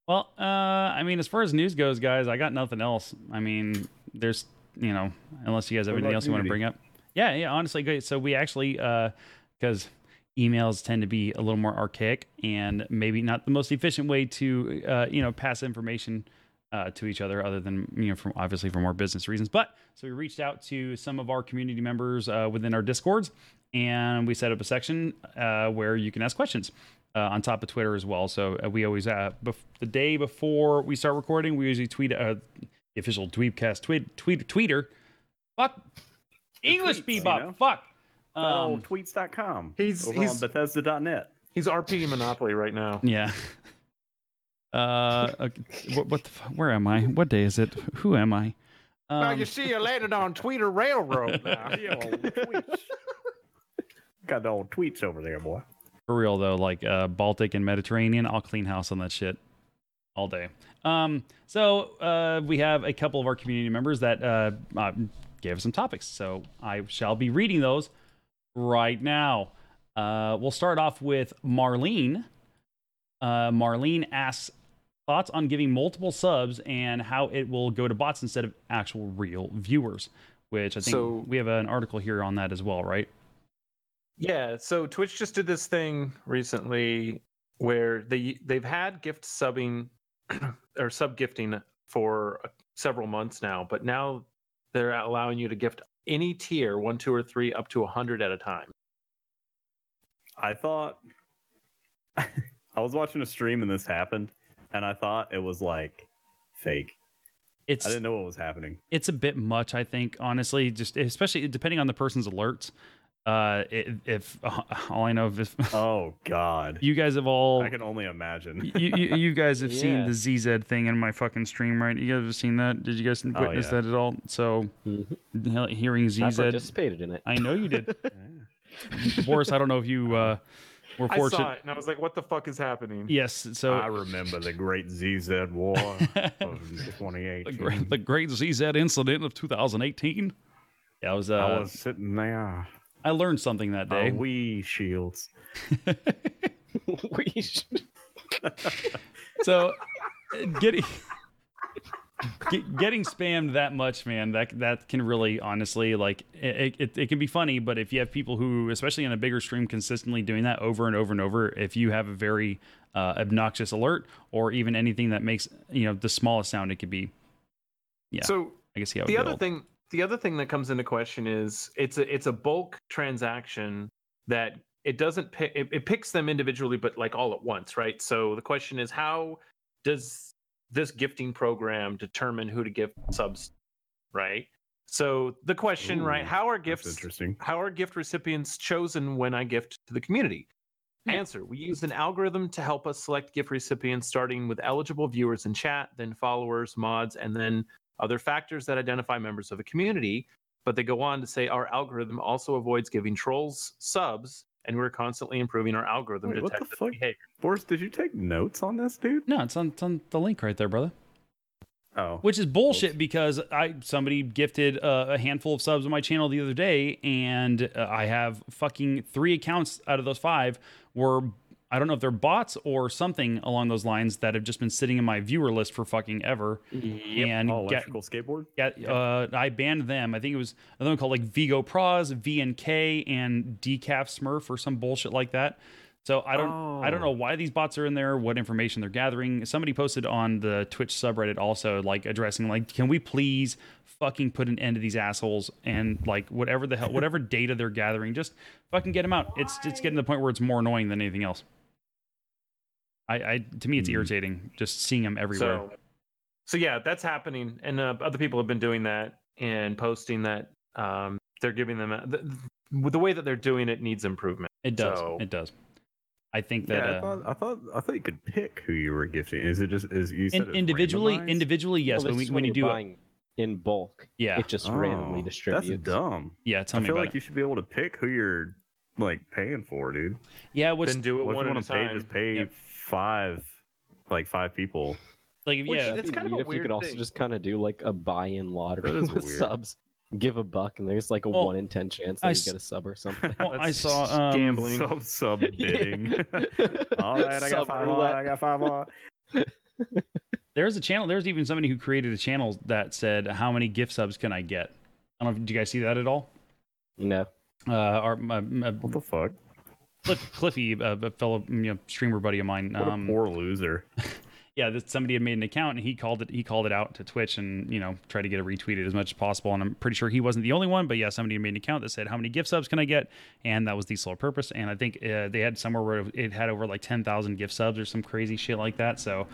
[SPEAKER 3] Well, uh, I mean, as far as news goes, guys, I got nothing else. I mean, there's, you know, unless you guys have
[SPEAKER 2] What
[SPEAKER 3] anything
[SPEAKER 2] about
[SPEAKER 3] else you want to
[SPEAKER 2] Unity?
[SPEAKER 3] bring up. Yeah, yeah. Honestly, great. So we actually, because emails tend to be a little more archaic and maybe not the most efficient way to, uh, you know, pass information uh, to each other, other than you know, from obviously for more business reasons. But so we reached out to some of our community members uh, within our discords, and we set up a section uh, where you can ask questions uh, on top of Twitter as well. So uh, we always uh, bef- the day before we start recording, we usually tweet uh, the official Dweebcast tweet tweet tweeter. Fuck English
[SPEAKER 2] tweets, you
[SPEAKER 3] bebop.
[SPEAKER 2] know?
[SPEAKER 3] Fuck.
[SPEAKER 2] oh,
[SPEAKER 3] Um,
[SPEAKER 2] tweets.com.
[SPEAKER 1] he's-
[SPEAKER 2] over
[SPEAKER 1] he's-
[SPEAKER 2] on Bethesda.net.
[SPEAKER 1] He's RP Monopoly right now.
[SPEAKER 3] yeah. Uh, okay, what, what the? fu- Where am I? What day is it? Who am I? Um,
[SPEAKER 1] see, you landed on Tweeter Railroad now.
[SPEAKER 2] Got the old tweets over there, boy.
[SPEAKER 3] for real though like uh baltic and mediterranean i'll clean house on that shit all day um so uh we have a couple of our community members that uh, uh gave us some topics so i shall be reading those right now uh we'll start off with marlene uh marlene asks thoughts on giving multiple subs and how it will go to bots instead of actual real viewers which i think
[SPEAKER 1] So-
[SPEAKER 3] we have an article here on that as well right
[SPEAKER 1] Yeah, so Twitch just did this thing recently where they they've had gift subbing or sub gifting for uh, several months now, but now they're allowing you to gift any tier, one, two, or three, up to a hundred at a time.
[SPEAKER 2] I thought I was watching a stream and this happened, and I thought it was like fake.
[SPEAKER 3] it's
[SPEAKER 2] I didn't know what was happening.
[SPEAKER 3] it's a bit much i think honestly just especially depending on the person's alerts uh i- if all i know of is
[SPEAKER 2] Oh God,
[SPEAKER 3] you guys have all
[SPEAKER 2] I can only imagine.
[SPEAKER 3] you, you, you guys have seen
[SPEAKER 4] Yeah.
[SPEAKER 3] the zz thing in my fucking stream right you guys have seen that did you guys witness
[SPEAKER 2] yeah.
[SPEAKER 3] that at all so
[SPEAKER 4] Mhm.
[SPEAKER 3] he- hearing
[SPEAKER 4] I
[SPEAKER 3] zz
[SPEAKER 4] participated in it.
[SPEAKER 3] i know you did boris i don't know if you uh were
[SPEAKER 1] I saw
[SPEAKER 3] fortunate
[SPEAKER 1] it and I was like, what the fuck is happening?
[SPEAKER 3] yes
[SPEAKER 2] I
[SPEAKER 3] so
[SPEAKER 2] remember the Great ZZ War of
[SPEAKER 3] the
[SPEAKER 2] 2018.
[SPEAKER 3] great, the great zz incident of 2018 yeah, I was, uh,
[SPEAKER 2] I was sitting there.
[SPEAKER 3] I learned something that day.
[SPEAKER 2] Oh, we shields.
[SPEAKER 4] we should-
[SPEAKER 3] so uh, getting get, getting spammed that much man that that can really honestly like it, it, it can be funny but if you have people who especially in a bigger stream consistently doing that over and over and over if you have a very uh, obnoxious alert or even anything that makes you know the smallest sound it could be Yeah.
[SPEAKER 1] So
[SPEAKER 3] i guess yeah it
[SPEAKER 1] the
[SPEAKER 3] would
[SPEAKER 1] other
[SPEAKER 3] go.
[SPEAKER 1] thing the other thing that comes into question is it's a it's a bulk transaction that it doesn't pick it, it picks them individually but like all at once right so the question is how does this gifting program determine who to give subs right so the question
[SPEAKER 2] Ooh,
[SPEAKER 1] right how are
[SPEAKER 2] That's
[SPEAKER 1] gifts
[SPEAKER 2] interesting.
[SPEAKER 1] how are gift recipients chosen when I gift to the community?
[SPEAKER 3] Yeah.
[SPEAKER 1] Answer We use an algorithm to help us select gift recipients, starting with eligible viewers in chat, then followers, mods, and then other factors that identify members of a community. But they go on to say our algorithm also avoids giving trolls subs, and we're constantly improving our algorithm
[SPEAKER 2] Wait,
[SPEAKER 1] to
[SPEAKER 2] what the
[SPEAKER 1] detect this
[SPEAKER 2] fuck?
[SPEAKER 1] behavior.
[SPEAKER 2] Boris, did you take notes on this, dude?
[SPEAKER 3] no it's on, it's on the link right there brother
[SPEAKER 2] Oh,
[SPEAKER 3] which is bullshit because I somebody gifted uh, a handful of subs on my channel the other day, and uh, I have fucking three accounts out of those five were I don't know if they're bots or something along those lines that have just been sitting in my viewer list for fucking ever. And
[SPEAKER 2] oh,
[SPEAKER 3] get,
[SPEAKER 2] electrical skateboard.
[SPEAKER 3] get- uh, I banned them. I think it was another one called like Vigo Pros, VNK, and Decaf Smurf or some bullshit like that. So I don't I
[SPEAKER 1] Oh.
[SPEAKER 4] Oh.
[SPEAKER 3] don't know why these bots are in there, what information they're gathering. Somebody posted on the Twitch subreddit also like addressing like, can we please fucking put an end to these assholes and like whatever the hell, whatever data they're gathering, just fucking get them out. It's it's getting to the point where it's more annoying than anything else. I, I to me it's
[SPEAKER 2] Hmm.
[SPEAKER 3] irritating just seeing them everywhere.
[SPEAKER 1] So, so yeah, that's happening, and uh, other people have been doing that and posting that um, they're giving them a, the, the way that they're doing it needs improvement.
[SPEAKER 3] It does.
[SPEAKER 1] So-
[SPEAKER 3] It does. I think that
[SPEAKER 2] Yeah, I,
[SPEAKER 3] uh,
[SPEAKER 2] thought, I thought I thought you could pick who you were gifting. Is it just is you said
[SPEAKER 3] in-
[SPEAKER 2] it was
[SPEAKER 3] individually,
[SPEAKER 2] randomized?
[SPEAKER 3] individually, yes.
[SPEAKER 4] Well,
[SPEAKER 3] when,
[SPEAKER 4] this
[SPEAKER 3] we,
[SPEAKER 4] is
[SPEAKER 3] when you
[SPEAKER 4] you're
[SPEAKER 3] do, a,
[SPEAKER 4] buying in bulk,
[SPEAKER 3] yeah,
[SPEAKER 4] it just randomly
[SPEAKER 2] Oh,
[SPEAKER 4] distributes.
[SPEAKER 2] That's dumb.
[SPEAKER 3] yeah. Tell
[SPEAKER 2] I
[SPEAKER 3] me
[SPEAKER 2] feel
[SPEAKER 3] about
[SPEAKER 2] like
[SPEAKER 3] it.
[SPEAKER 2] you should be able to pick who you're like paying for, dude.
[SPEAKER 3] Yeah, which
[SPEAKER 1] then do it
[SPEAKER 2] What if
[SPEAKER 1] one at
[SPEAKER 2] you
[SPEAKER 1] a
[SPEAKER 2] want to pay?
[SPEAKER 1] time.
[SPEAKER 2] Just pay
[SPEAKER 3] Yep.
[SPEAKER 2] five, like five people.
[SPEAKER 3] like
[SPEAKER 1] Which-
[SPEAKER 3] yeah,
[SPEAKER 4] That'd
[SPEAKER 1] it's
[SPEAKER 4] be
[SPEAKER 1] kind of
[SPEAKER 4] neat
[SPEAKER 1] a
[SPEAKER 4] if you
[SPEAKER 1] weird
[SPEAKER 4] could also
[SPEAKER 1] thing.
[SPEAKER 4] just kind of do like a buy-in lottery
[SPEAKER 2] That is
[SPEAKER 4] with
[SPEAKER 2] weird.
[SPEAKER 4] subs. Give a buck, and there's like a
[SPEAKER 3] Well,
[SPEAKER 4] one in ten chance
[SPEAKER 3] I
[SPEAKER 4] that you
[SPEAKER 3] s-
[SPEAKER 4] get a sub or something.
[SPEAKER 3] Well, I
[SPEAKER 1] That's
[SPEAKER 3] saw
[SPEAKER 1] just
[SPEAKER 3] um,
[SPEAKER 1] gambling.
[SPEAKER 2] Sub sub bidding. All right, I got
[SPEAKER 4] Sub
[SPEAKER 2] five
[SPEAKER 4] roulette.
[SPEAKER 2] on. I got five on.
[SPEAKER 3] There's a channel. There's even somebody who created a channel that said, "How many gift subs can I get?" I don't know. if- Do you guys see that at all?
[SPEAKER 4] No,
[SPEAKER 3] Uh, our my, my
[SPEAKER 2] What the fuck?
[SPEAKER 3] Cliff, Cliffy, uh, a fellow you know, streamer buddy of mine.
[SPEAKER 2] What
[SPEAKER 3] Um,
[SPEAKER 2] a poor loser.
[SPEAKER 3] yeah, that somebody had made an account and he called it. He called it out to Twitch and you know tried to get it retweeted as much as possible. And I'm pretty sure he wasn't the only one, but yeah, somebody had made an account that said, "How many gift subs can I get?" And that was the sole purpose. And I think uh, they had somewhere where it had over like ten thousand gift subs or some crazy shit like that. So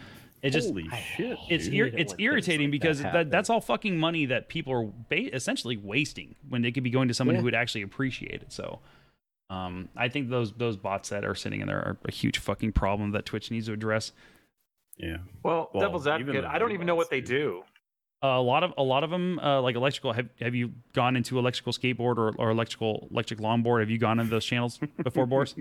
[SPEAKER 3] it just
[SPEAKER 2] Holy shit.
[SPEAKER 3] it's
[SPEAKER 2] dude.
[SPEAKER 3] ir-
[SPEAKER 4] hate it
[SPEAKER 3] it's
[SPEAKER 4] when things
[SPEAKER 3] irritating
[SPEAKER 4] like that
[SPEAKER 3] because that
[SPEAKER 4] happen.
[SPEAKER 3] that's all fucking money that people are ba- essentially wasting when they could be going to someone
[SPEAKER 4] Yeah.
[SPEAKER 3] who would actually appreciate it. So, um, I think those those bots that are sitting in there are a huge fucking problem that Twitch needs to address.
[SPEAKER 2] yeah.
[SPEAKER 1] Well,
[SPEAKER 2] Well,
[SPEAKER 1] devil's
[SPEAKER 2] even
[SPEAKER 1] advocate,
[SPEAKER 2] the
[SPEAKER 1] I don't even know
[SPEAKER 2] robots
[SPEAKER 1] what they do.
[SPEAKER 3] a lot of a lot of them, uh, like electrical. Have have you gone into electrical skateboard or, or electrical electric longboard? Have you gone into those channels before, Boris?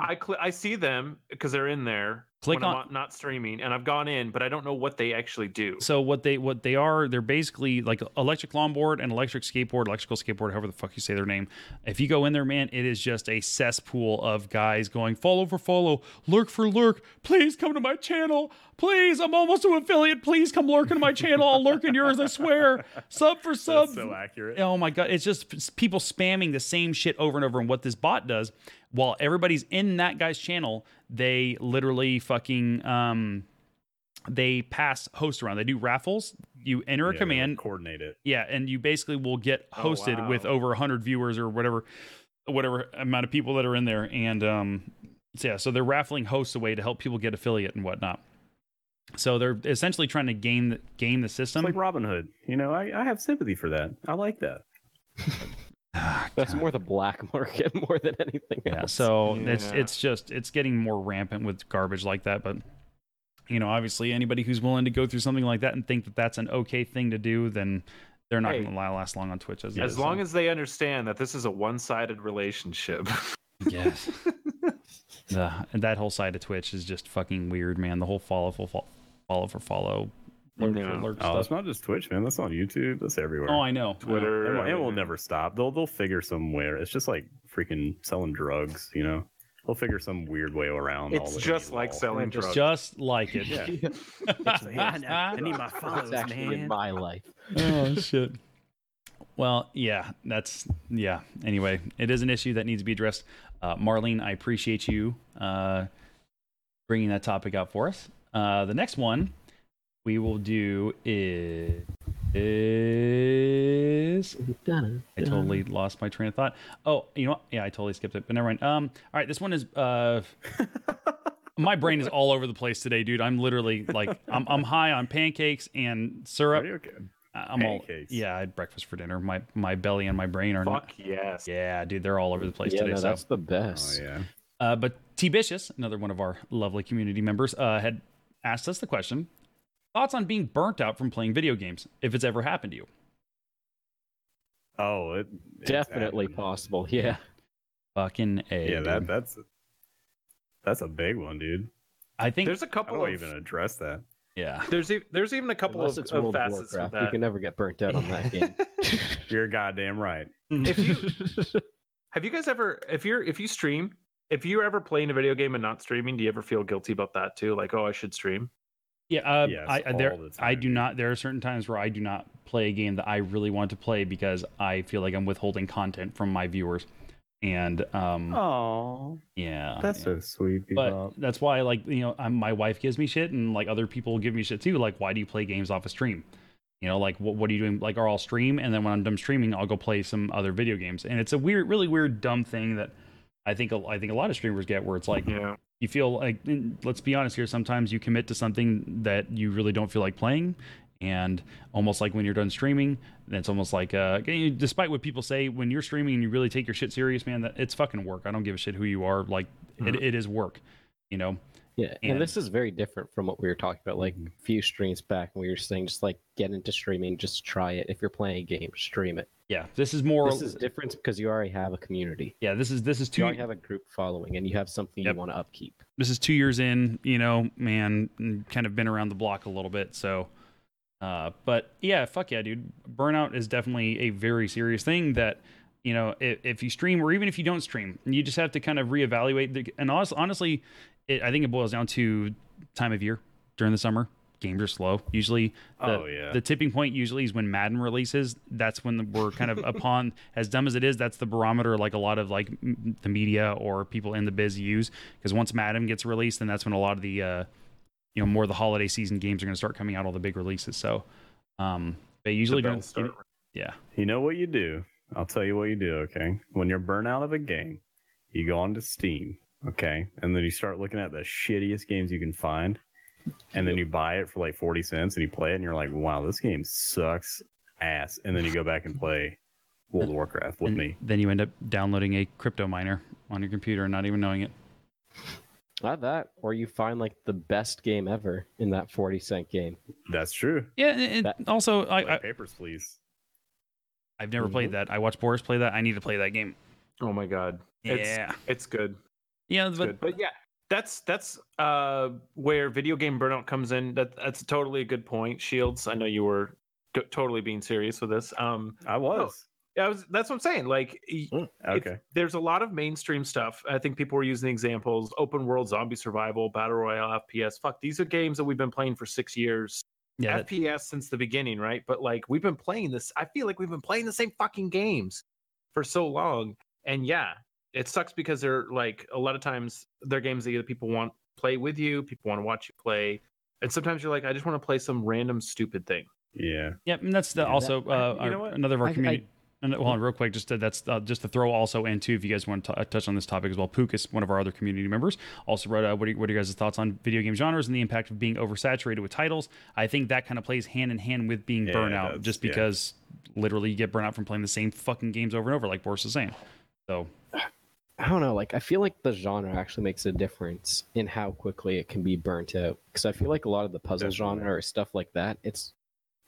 [SPEAKER 1] I cl- I see them because they're in there.
[SPEAKER 3] Click
[SPEAKER 1] when I'm
[SPEAKER 3] on-
[SPEAKER 1] on- not streaming, and I've gone in, but I don't know what they actually do.
[SPEAKER 3] So what they what they are, they're basically like electric longboard and electric skateboard, electrical skateboard, however the fuck you say their name. If you go in there, man, it is just a cesspool of guys going follow for follow, lurk for lurk. Please come to my channel. Please, I'm almost to affiliate. Please come lurk into my channel. I'll lurk in yours. I swear. Sub for sub.
[SPEAKER 2] That's so accurate.
[SPEAKER 3] Oh my god, it's just s- people spamming the same shit over and over. And what this bot does, while everybody's in that guy's channel, they literally fucking um, they pass hosts around. They do raffles. You enter a
[SPEAKER 2] Yeah,
[SPEAKER 3] command,
[SPEAKER 2] Coordinate it.
[SPEAKER 3] yeah, and you basically will get
[SPEAKER 1] Oh,
[SPEAKER 3] hosted
[SPEAKER 1] wow.
[SPEAKER 3] with over 100 viewers or whatever whatever amount of people that are in there and um so yeah, so they're raffling hosts away to help people get affiliate and whatnot. So they're essentially trying to game the, game the
[SPEAKER 2] It's
[SPEAKER 3] system.
[SPEAKER 2] like Robin Hood. You know, I, I have sympathy for that. I like that.
[SPEAKER 4] that's more the black market more than anything
[SPEAKER 3] Yeah,
[SPEAKER 4] else.
[SPEAKER 3] so it's
[SPEAKER 1] Yeah.
[SPEAKER 3] it's just it's getting more rampant with garbage like that. But you know, obviously, anybody who's willing to go through something like that and think that that's an okay thing to do, then they're not
[SPEAKER 1] Hey.
[SPEAKER 3] going to last long on Twitch. As,
[SPEAKER 1] as long as they understand that this is a one-sided relationship.
[SPEAKER 2] Uh,
[SPEAKER 3] yes, the, that whole side of Twitch is just fucking weird, man. The whole follow for follow, follow for follow, lurk for
[SPEAKER 1] Yeah.
[SPEAKER 3] lurk
[SPEAKER 2] Oh, it's
[SPEAKER 3] stuff.
[SPEAKER 2] not just Twitch, man. That's on YouTube. That's everywhere.
[SPEAKER 3] Oh, I know.
[SPEAKER 1] Twitter,
[SPEAKER 2] It will- it will
[SPEAKER 1] everything.
[SPEAKER 2] never stop. They'll they'll figure somewhere. It's just like freaking selling drugs, you know. They'll figure some weird way around. all
[SPEAKER 1] It's
[SPEAKER 2] the
[SPEAKER 1] just like
[SPEAKER 2] law.
[SPEAKER 1] selling
[SPEAKER 3] It's
[SPEAKER 1] drugs.
[SPEAKER 3] just like it.
[SPEAKER 2] Yeah. need my
[SPEAKER 4] That's actually in my life.
[SPEAKER 3] oh shit. Well, yeah, that's yeah. Anyway, it is an issue that needs to be addressed. Uh, Marlene, I appreciate you uh, bringing that topic up for us. Uh, the next one we will do is, is I totally lost my train of thought. Oh, you know what? Yeah, I totally skipped it. But never mind. Um, all right, this one is uh, my brain is all over the place today, dude. I'm literally like I'm I'm high on pancakes and syrup.
[SPEAKER 2] Are you okay?
[SPEAKER 3] I- I'm
[SPEAKER 2] Pancakes.
[SPEAKER 3] all yeah. I had breakfast for dinner. My my belly and my brain are not.
[SPEAKER 1] Fuck yes.
[SPEAKER 3] Yeah, dude, they're all over the place
[SPEAKER 4] yeah,
[SPEAKER 3] today.
[SPEAKER 4] no,
[SPEAKER 3] so,
[SPEAKER 4] that's the
[SPEAKER 2] Oh
[SPEAKER 4] best.
[SPEAKER 2] yeah.
[SPEAKER 3] uh, but T Bicious, another one of our lovely community members, uh, had asked us the question: thoughts on being burnt out from playing video games, if it's ever happened to you.
[SPEAKER 2] Oh, it it's
[SPEAKER 4] Definitely
[SPEAKER 2] happened.
[SPEAKER 4] possible. Yeah.
[SPEAKER 3] Fucking a.
[SPEAKER 2] Yeah, that
[SPEAKER 3] dude.
[SPEAKER 2] that's that's a big one, dude.
[SPEAKER 3] I think.
[SPEAKER 1] There's a
[SPEAKER 2] I
[SPEAKER 1] couple
[SPEAKER 2] don't
[SPEAKER 1] of
[SPEAKER 2] even address that.
[SPEAKER 3] yeah.
[SPEAKER 1] there's e- there's even a couple
[SPEAKER 4] Unless
[SPEAKER 1] of,
[SPEAKER 4] it's
[SPEAKER 1] of
[SPEAKER 4] World of
[SPEAKER 1] facets of
[SPEAKER 4] Warcraft, you
[SPEAKER 1] that.
[SPEAKER 4] can never get burnt out on that game.
[SPEAKER 2] You're goddamn right.
[SPEAKER 1] If you- Have you guys ever if you're if you stream if you're ever playing a video game and not streaming, do you ever feel guilty about that too? Like, oh, I should stream.
[SPEAKER 3] Yeah, uh,
[SPEAKER 2] Yes,
[SPEAKER 3] I, I-
[SPEAKER 2] all
[SPEAKER 3] there,
[SPEAKER 2] the
[SPEAKER 3] I
[SPEAKER 2] time.
[SPEAKER 3] do not. There are certain times where I do not play a game that I really want to play because I feel like I'm withholding content from my viewers, and um,
[SPEAKER 2] Oh,
[SPEAKER 3] yeah, yeah.
[SPEAKER 2] so sweet.
[SPEAKER 3] but that's why like you know I'm, my wife gives me shit and like other people give me shit too like why do you play games off a stream you know like what, what are you doing like or i'll stream and then when i'm done streaming i'll go play some other video games and it's a weird really weird dumb thing that i think a- i think a lot of streamers get where it's like
[SPEAKER 1] Yeah.
[SPEAKER 3] you feel like and let's be honest here sometimes you commit to something that you really don't feel like playing and almost like when you're done streaming that's almost like uh you- despite what people say when you're streaming and you really take your shit serious man that it's fucking work i don't give a shit who you are like
[SPEAKER 4] Mm-hmm.
[SPEAKER 3] it, it is work you know
[SPEAKER 4] Yeah, and,
[SPEAKER 3] And-
[SPEAKER 4] this is very different from what we were talking about
[SPEAKER 2] Mm-hmm.
[SPEAKER 4] like a few streams back when we were saying just like get into streaming, just try it. If you're playing a game, stream it.
[SPEAKER 3] yeah this is more
[SPEAKER 4] This is different because you already have a community.
[SPEAKER 3] yeah this is this is
[SPEAKER 4] You
[SPEAKER 3] two
[SPEAKER 4] already have a group following and you have something
[SPEAKER 3] Yep.
[SPEAKER 4] you want to upkeep.
[SPEAKER 3] this is two years in, you know, man, and kind of been around the block a little bit. So, uh, but yeah, fuck yeah, dude. Burnout is definitely a very serious thing that, you know, if, if you stream or even if you don't stream, you just have to kind of reevaluate. The, and honest, honestly, it, I think it boils down to time of year during the summer. Games are slow. Usually, the,
[SPEAKER 2] Oh, yeah.
[SPEAKER 3] the tipping point usually is when Madden releases. That's when the, we're kind of upon, as dumb as it is, that's the barometer like a lot of like m- the media or people in the biz use. Because once Madden gets released, then that's when a lot of the, uh, you know, more of the holiday season games are going to start coming out, all the big releases. So, um, they usually
[SPEAKER 1] The
[SPEAKER 3] don't.
[SPEAKER 1] bells start
[SPEAKER 3] Yeah.
[SPEAKER 2] You know what you do? I'll tell you what you do, okay? When you're burnt out of a game, you go onto Steam, okay? And then you start looking at the shittiest games you can find. And then you buy it for like 40 cents and you play it and you're like, wow, this game sucks ass. And then you go back and play World of Warcraft with
[SPEAKER 3] And
[SPEAKER 2] me.
[SPEAKER 3] Then you end up downloading a crypto miner on your computer and not even knowing it.
[SPEAKER 4] Not that, or you find like the best game ever in that 40 cent game.
[SPEAKER 2] That's true.
[SPEAKER 3] Yeah. and- and
[SPEAKER 4] That-
[SPEAKER 3] also, I,
[SPEAKER 2] Play
[SPEAKER 3] I,
[SPEAKER 2] papers, please.
[SPEAKER 3] I've never played
[SPEAKER 1] mm-hmm.
[SPEAKER 3] that. I watched Boris play that. I need to play that game.
[SPEAKER 1] Oh my god, It's-
[SPEAKER 3] yeah.
[SPEAKER 1] it's good.
[SPEAKER 3] Yeah.
[SPEAKER 1] It's
[SPEAKER 3] but
[SPEAKER 1] good. But yeah, that's that's uh, where video game burnout comes in. That that's totally a good point. Shields, I know you were t- totally being serious with this. Um,
[SPEAKER 2] I was.
[SPEAKER 1] I was, that's what I'm saying. Like, y-
[SPEAKER 3] Oh,
[SPEAKER 1] It's-
[SPEAKER 2] Okay.
[SPEAKER 1] there's a lot of mainstream stuff. I think people were using the examples open world, zombie survival, battle royale, FPS. Fuck, these are games that we've been playing for six years.
[SPEAKER 3] yeah. that-
[SPEAKER 1] FPS since the beginning, right? But like, we've been playing this. I feel like we've been playing the same fucking games for so long. And yeah, it sucks because they're like, a lot of times they're games that either people want to play with you, people want to watch you play. And sometimes you're like, I just want to play some random stupid thing.
[SPEAKER 2] Yeah.
[SPEAKER 3] Yeah, and that's the,
[SPEAKER 2] Yeah,
[SPEAKER 3] also
[SPEAKER 2] that-
[SPEAKER 3] uh,
[SPEAKER 2] I- you know
[SPEAKER 3] our-
[SPEAKER 2] what?
[SPEAKER 3] another of our
[SPEAKER 4] I- I-
[SPEAKER 3] community. and, well, real quick, just to, that's uh, just to throw also in too, if you guys want to t- touch on this topic as well. Pook is one of our other community members. Also wrote, uh, what, are, what are your guys' thoughts on video game genres and the impact of being oversaturated with titles? I think that kind of plays hand in hand with being
[SPEAKER 2] Yeah, it
[SPEAKER 3] burnout,
[SPEAKER 2] does,
[SPEAKER 3] just
[SPEAKER 2] yeah.
[SPEAKER 3] because literally you get burnout from playing the same fucking games over and over, like Boris is saying. So
[SPEAKER 4] I don't know. Like, I feel like the genre actually makes a difference in how quickly it can be burnt out. Because I feel like a lot of the puzzle
[SPEAKER 2] Definitely.
[SPEAKER 4] genre or stuff like that, it's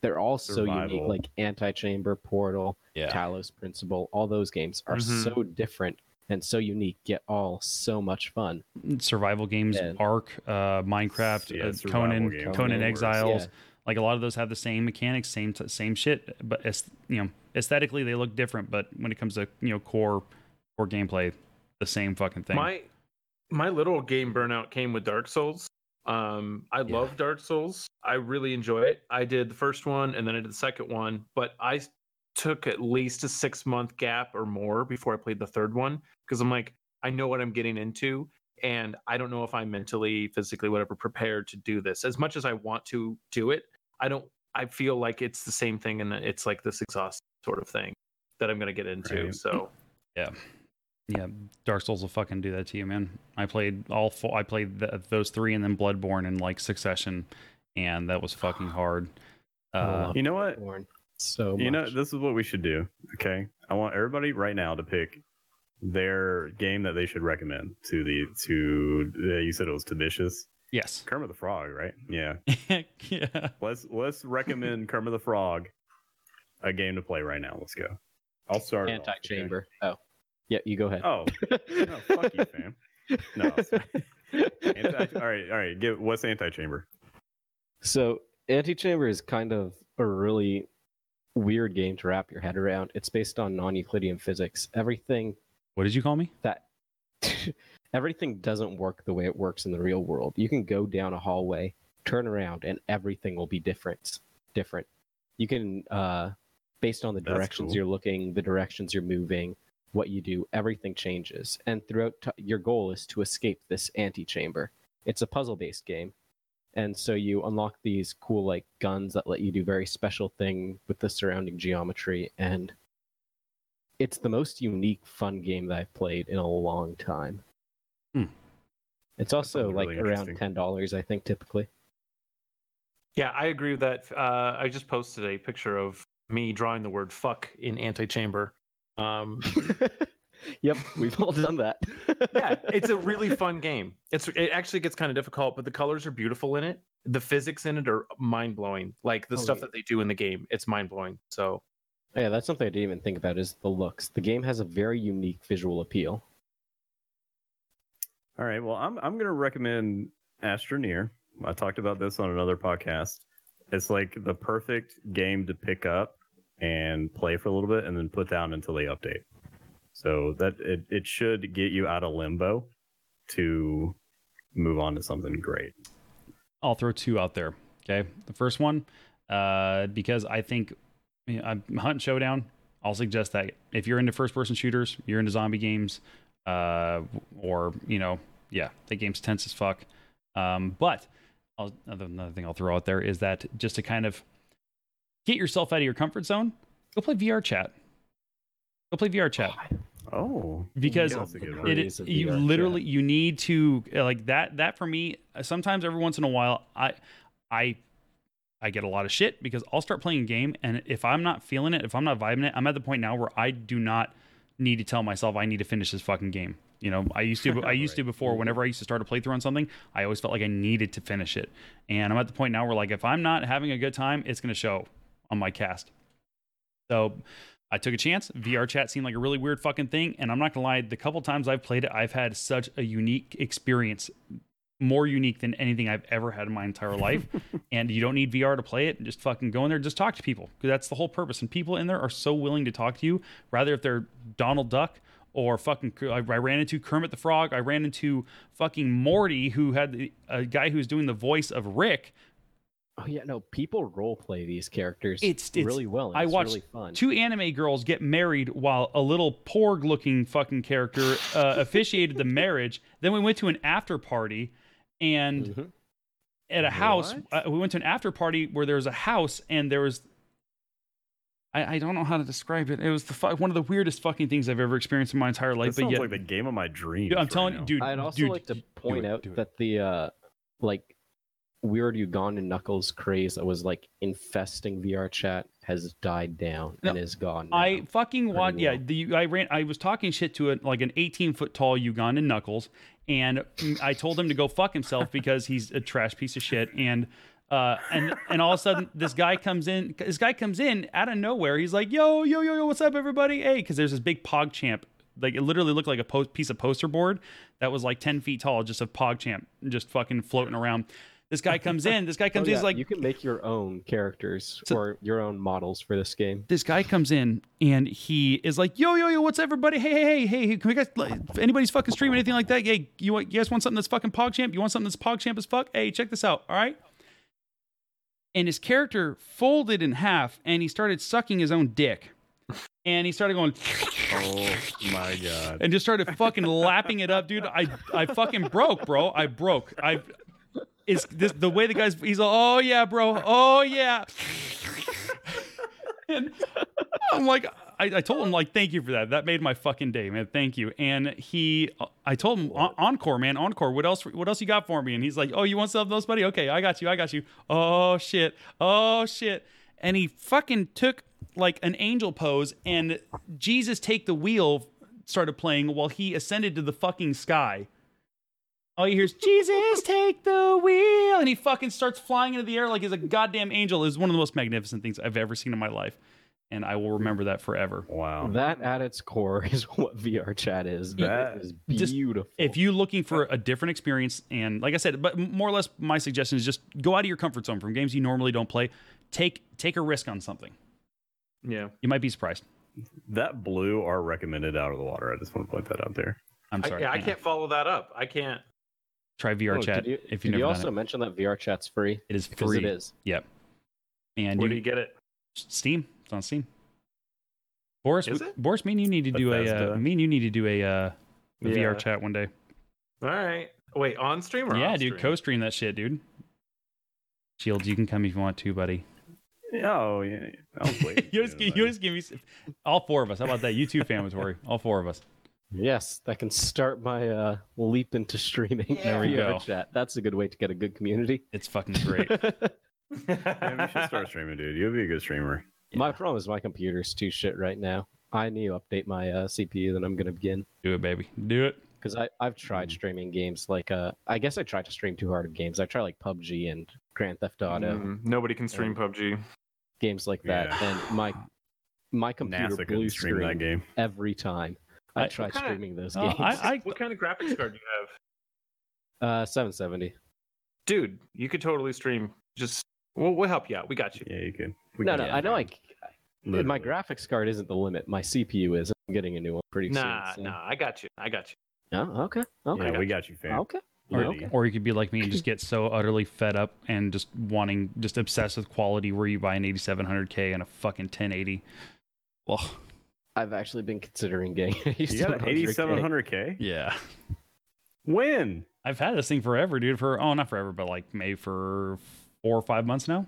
[SPEAKER 4] they're all so unique.
[SPEAKER 2] Survival.
[SPEAKER 4] Like Antichamber, Portal, Talos Principle, all those games are
[SPEAKER 2] Mm-hmm.
[SPEAKER 1] Mhm.
[SPEAKER 4] so different and so unique, yet all so much fun.
[SPEAKER 3] survival games,
[SPEAKER 4] Yeah.
[SPEAKER 3] Ark, uh, Minecraft,
[SPEAKER 2] Yeah,
[SPEAKER 3] uh,
[SPEAKER 2] survival
[SPEAKER 3] Conan,
[SPEAKER 2] games
[SPEAKER 3] Conan,
[SPEAKER 2] are the worst.
[SPEAKER 3] Exiles.
[SPEAKER 4] Yeah.
[SPEAKER 3] Like a lot of those have the same mechanics, same t- same shit, but as, you know, aesthetically they look different. But when it comes to you know core core gameplay, the same fucking thing.
[SPEAKER 1] My my little game burnout came with Dark Souls. Um, I
[SPEAKER 4] Yeah.
[SPEAKER 1] love Dark Souls. I really enjoy it. I did the first one and then I did the second one, but I s- took at least a six month gap or more before I played the third one because I'm like, I know what I'm getting into, and I don't know if I'm mentally, physically, whatever, prepared to do this. As much as I want to do it, I don't. I feel like it's the same thing, and it's like this exhaust sort of thing that I'm going to get into.
[SPEAKER 2] Right.
[SPEAKER 1] So
[SPEAKER 3] yeah, Dark Souls will fucking do that to you, man. I played all four. I played th- those three and then Bloodborne in like succession, and that was fucking hard. Uh,
[SPEAKER 4] Oh,
[SPEAKER 2] You know what?
[SPEAKER 4] Born so
[SPEAKER 2] You know,
[SPEAKER 4] much.
[SPEAKER 2] this is what we should do. Okay, I want everybody right now to pick their game that they should recommend to the to. Uh, you said it was Tibicious.
[SPEAKER 3] yes.
[SPEAKER 2] Kermit the Frog, right? Yeah.
[SPEAKER 3] yeah.
[SPEAKER 2] Let's let's recommend Kermit the Frog a game to play right now. Let's go. I'll start. it off, okay?
[SPEAKER 4] Antichamber. Oh, yeah. You go ahead.
[SPEAKER 2] Oh, no, fuck you, fam. No. Anti- all right, all right. Give what's Antichamber?
[SPEAKER 4] So, Antichamber is kind of a really weird game to wrap your head around. It's based on non-Euclidean physics. Everything
[SPEAKER 3] What did you call me?
[SPEAKER 4] that everything doesn't work the way it works in the real world. You can go down a hallway, turn around, and everything will be different. Different. You can, uh, based on the
[SPEAKER 2] That's
[SPEAKER 4] directions
[SPEAKER 2] cool.
[SPEAKER 4] you're looking, the directions you're moving, what you do, everything changes. And throughout, t- your goal is to escape this antechamber. It's a puzzle-based game, and so you unlock these cool like guns that let you do very special thing with the surrounding geometry and it's the most unique fun game that I've played in a long time.
[SPEAKER 3] Hmm.
[SPEAKER 4] It's also
[SPEAKER 2] sounds
[SPEAKER 4] like
[SPEAKER 2] really
[SPEAKER 4] around
[SPEAKER 2] interesting.
[SPEAKER 4] ten dollars, I think, typically.
[SPEAKER 1] Yeah, I agree with that. Uh, I just posted a picture of me drawing the word "fuck" in antechamber. Um,
[SPEAKER 4] yep, we've all done that.
[SPEAKER 1] yeah, it's a really fun game. It's it actually gets kind of difficult, but the colors are beautiful in it. The physics in it are mind blowing. Like the
[SPEAKER 4] Oh,
[SPEAKER 1] stuff
[SPEAKER 4] yeah.
[SPEAKER 1] that they do in the game, it's mind blowing. So
[SPEAKER 4] Yeah, that's something I didn't even think about is the looks. The game has a very unique visual appeal.
[SPEAKER 2] All right. Well, I'm I'm gonna recommend Astroneer. I talked about this on another podcast. It's like the perfect game to pick up and play for a little bit and then put down until they update. So that it, it should get you out of limbo to move on to something great.
[SPEAKER 3] I'll throw two out there. Okay. The first one, uh, because I think you know, I'm Hunt Showdown. I'll suggest that if you're into first person shooters, you're into zombie games, uh, or, you know, yeah, the game's tense as fuck. Um, but I'll, another, another thing I'll throw out there is that just to kind of get yourself out of your comfort zone, go play VR chat. Go play VR chat
[SPEAKER 2] Oh.
[SPEAKER 3] because
[SPEAKER 2] that's a good one.
[SPEAKER 3] it
[SPEAKER 4] Praise
[SPEAKER 3] is
[SPEAKER 4] of
[SPEAKER 3] you
[SPEAKER 4] VR chat.
[SPEAKER 3] literally you need to uh, like that that for me sometimes every once in a while i i i get a lot of shit because i'll start playing a game and if i'm not feeling it if i'm not vibing it i'm at the point now where i do not need to tell myself i need to finish this fucking game you know i used to i used to before whenever i used to start a playthrough on something i always felt like i needed to finish it and i'm at the point now where like if i'm not having a good time it's going to show on my cast so I took a chance. VR chat seemed like a really weird fucking thing. And I'm not gonna lie, the couple times I've played it, I've had such a unique experience, more unique than anything I've ever had in my entire life. and you don't need VR to play it. Just fucking go in there, just talk to people. Because that's the whole purpose. And people in there are so willing to talk to you, rather if they're Donald Duck or fucking I, I ran into Kermit the Frog, I ran into fucking Morty, who had the- a guy who was doing the voice of Rick.
[SPEAKER 4] Oh yeah, no, people role play these characters
[SPEAKER 3] It's- it's-
[SPEAKER 4] really well. and
[SPEAKER 3] I
[SPEAKER 4] it's
[SPEAKER 3] watched
[SPEAKER 4] really fun.
[SPEAKER 3] two anime girls get married while a little porg looking fucking character uh, officiated the marriage then we went to an after party and
[SPEAKER 4] Mhm.
[SPEAKER 3] at a house uh,
[SPEAKER 2] Mm-hmm. What?
[SPEAKER 3] we went to an after party where there was a house and there was I, I don't know how to describe it. It was the fu- one of the weirdest fucking things I've ever experienced in my entire
[SPEAKER 2] Like,
[SPEAKER 3] life.
[SPEAKER 2] this
[SPEAKER 3] but
[SPEAKER 2] sounds
[SPEAKER 3] yet,
[SPEAKER 2] like the game of my dreams.
[SPEAKER 3] dude, I'm
[SPEAKER 2] right
[SPEAKER 3] telling
[SPEAKER 2] now.
[SPEAKER 3] you, dude.
[SPEAKER 4] I'd also
[SPEAKER 3] dude,
[SPEAKER 4] like to point
[SPEAKER 3] it,
[SPEAKER 4] out
[SPEAKER 3] do it.
[SPEAKER 4] that the uh like weird Uganda knuckles craze that was like infesting VR chat has died down
[SPEAKER 3] No,
[SPEAKER 4] and is gone.
[SPEAKER 3] I
[SPEAKER 4] now.
[SPEAKER 3] fucking want.
[SPEAKER 4] pretty
[SPEAKER 3] Yeah,
[SPEAKER 4] well.
[SPEAKER 3] the I ran. I was talking shit to a, like an 18 foot tall Ugandan knuckles, and I told him to go fuck himself because he's a trash piece of shit. And uh, and and all of a sudden, this guy comes in. This guy comes in out of nowhere. He's like, "Yo, yo, yo, yo, what's up, everybody? Hey!" Because there's this big PogChamp. Like it literally looked like a post, piece of poster board that was like 10 feet tall, just of PogChamp, just fucking floating around. This guy comes in. This guy
[SPEAKER 4] Oh,
[SPEAKER 3] comes in.
[SPEAKER 4] yeah,
[SPEAKER 3] He's like,
[SPEAKER 4] you can make your own characters
[SPEAKER 3] So-
[SPEAKER 4] or your own models for this game.
[SPEAKER 3] this guy comes in and he is like, "Yo, yo, yo, what's everybody? Hey, hey, hey, hey, hey, can we guys? like, If anybody's fucking streaming anything like that, hey, you, want- you guys want something that's fucking pogchamp? You want something that's pogchamp as fuck? Hey, check this out, all right?" And his character folded in half, and he started sucking his own dick, and he started going
[SPEAKER 2] Oh my god.
[SPEAKER 3] and just started fucking lapping it up, dude. I I fucking broke, bro. I broke. I is this the way the guys he's like, oh yeah, bro. Oh yeah. and I'm like I, I told him like thank you for that. That made my fucking day, man. Thank you. And he uh, I told him "En- encore, man, encore. What else what else you got for me? And he's like, "Oh, you want something else, buddy? Okay, I got you. I got you." Oh shit. Oh shit. And he fucking took like an angel pose and Jesus take the wheel started playing while he ascended to the fucking sky. All you hear is Jesus, take the wheel, and he fucking starts flyling into the air like he's a goddamn angel. Is one of the most magnificent things I've ever seen in my life, and I will remember that forever.
[SPEAKER 2] Wow.
[SPEAKER 4] That at its core is what VR chat is.
[SPEAKER 2] That-
[SPEAKER 4] That is
[SPEAKER 3] Just-
[SPEAKER 4] beautiful.
[SPEAKER 3] If you're looking for a different experience, and like I said, but more or less, my suggestion is just go out of your comfort zone from games you normally don't play. Take take a risk on something.
[SPEAKER 1] yeah,
[SPEAKER 3] You might be surprised.
[SPEAKER 2] That blew our recommended out of the water. I just want to point that out there.
[SPEAKER 3] I'm
[SPEAKER 1] I,
[SPEAKER 3] sorry.
[SPEAKER 1] yeah, I
[SPEAKER 3] yeah.
[SPEAKER 1] can't follow that up. I can't.
[SPEAKER 3] try VR
[SPEAKER 4] Oh,
[SPEAKER 3] chat
[SPEAKER 4] did you,
[SPEAKER 3] if
[SPEAKER 4] did
[SPEAKER 3] you've never
[SPEAKER 4] you
[SPEAKER 3] done
[SPEAKER 4] also mention that VR chat's free?
[SPEAKER 3] it. It is
[SPEAKER 4] Because
[SPEAKER 3] free.
[SPEAKER 4] it is.
[SPEAKER 3] Yep. And
[SPEAKER 1] Where
[SPEAKER 3] you,
[SPEAKER 1] do you get it?
[SPEAKER 3] Steam. It's on Steam. Boris,
[SPEAKER 1] Is
[SPEAKER 3] we-
[SPEAKER 1] it?
[SPEAKER 3] Boris, me and you need to do a uh,
[SPEAKER 2] Bethesda.
[SPEAKER 3] me and you need to do a, uh, a
[SPEAKER 1] Yeah.
[SPEAKER 3] VR chat one day.
[SPEAKER 1] All right. Wait, on stream or
[SPEAKER 3] yeah,
[SPEAKER 1] off
[SPEAKER 3] dude,
[SPEAKER 1] stream?
[SPEAKER 3] co-stream that shit, dude. Shields, you can come if you want to, buddy.
[SPEAKER 2] Oh yeah. I'll wait.
[SPEAKER 3] you just, gi- you just give me s- all four of us. How about that? You too, famatory. All four of us.
[SPEAKER 4] Yes, that can start my uh, leap into streaming.
[SPEAKER 3] There we
[SPEAKER 4] VR
[SPEAKER 3] go.
[SPEAKER 4] Chat. That's a good way to get a good community.
[SPEAKER 3] It's fucking great.
[SPEAKER 2] Yeah, you should start streaming, dude. You'll be a good streamer.
[SPEAKER 4] My problem is my computer's too shit right now. I need to update my uh, CPU, then I'm gonna begin.
[SPEAKER 3] Do it, baby. Do it.
[SPEAKER 4] Because I I've tried
[SPEAKER 2] Hmm.
[SPEAKER 4] streaming games like uh I guess I tried to stream too hard of games. I try like PUBG and Grand Theft Auto
[SPEAKER 1] Mm, nobody can stream PUBG.
[SPEAKER 4] games like that,
[SPEAKER 2] Hmm. Yeah.
[SPEAKER 4] and my my computer
[SPEAKER 2] NASA
[SPEAKER 4] blue
[SPEAKER 2] couldn't stream that
[SPEAKER 4] screen
[SPEAKER 2] game.
[SPEAKER 4] every time I,
[SPEAKER 3] I-
[SPEAKER 4] tried
[SPEAKER 1] Okay.
[SPEAKER 4] streaming those
[SPEAKER 3] Oh,
[SPEAKER 4] games.
[SPEAKER 3] I, I,
[SPEAKER 1] What kind of graphics card do you have?
[SPEAKER 4] Uh, 770.
[SPEAKER 1] Dude, you could totally stream. Just we'll, we'll help you out. We got you.
[SPEAKER 2] Yeah, you could.
[SPEAKER 4] No, no, I know I. c- My
[SPEAKER 2] Literally.
[SPEAKER 4] graphics card isn't the limit. My CPU is. I'm getting a new one pretty
[SPEAKER 1] Nah,
[SPEAKER 4] soon. so-
[SPEAKER 1] nah, I got you. I got you.
[SPEAKER 4] Oh, okay. Okay.
[SPEAKER 2] Yeah, we got you, fam.
[SPEAKER 4] Okay.
[SPEAKER 3] or,
[SPEAKER 2] Literally.
[SPEAKER 3] or Oh, you could be like me and just get so utterly fed up and just wanting, just obsessed with quality where you buy an 8700K and a fucking 1080. Well,
[SPEAKER 4] I've actually been considering getting.
[SPEAKER 2] You got an 8700K?
[SPEAKER 3] yeah.
[SPEAKER 2] When?
[SPEAKER 3] I've had this thing forever, dude. For, oh, not forever, but like maybe for four or five months now.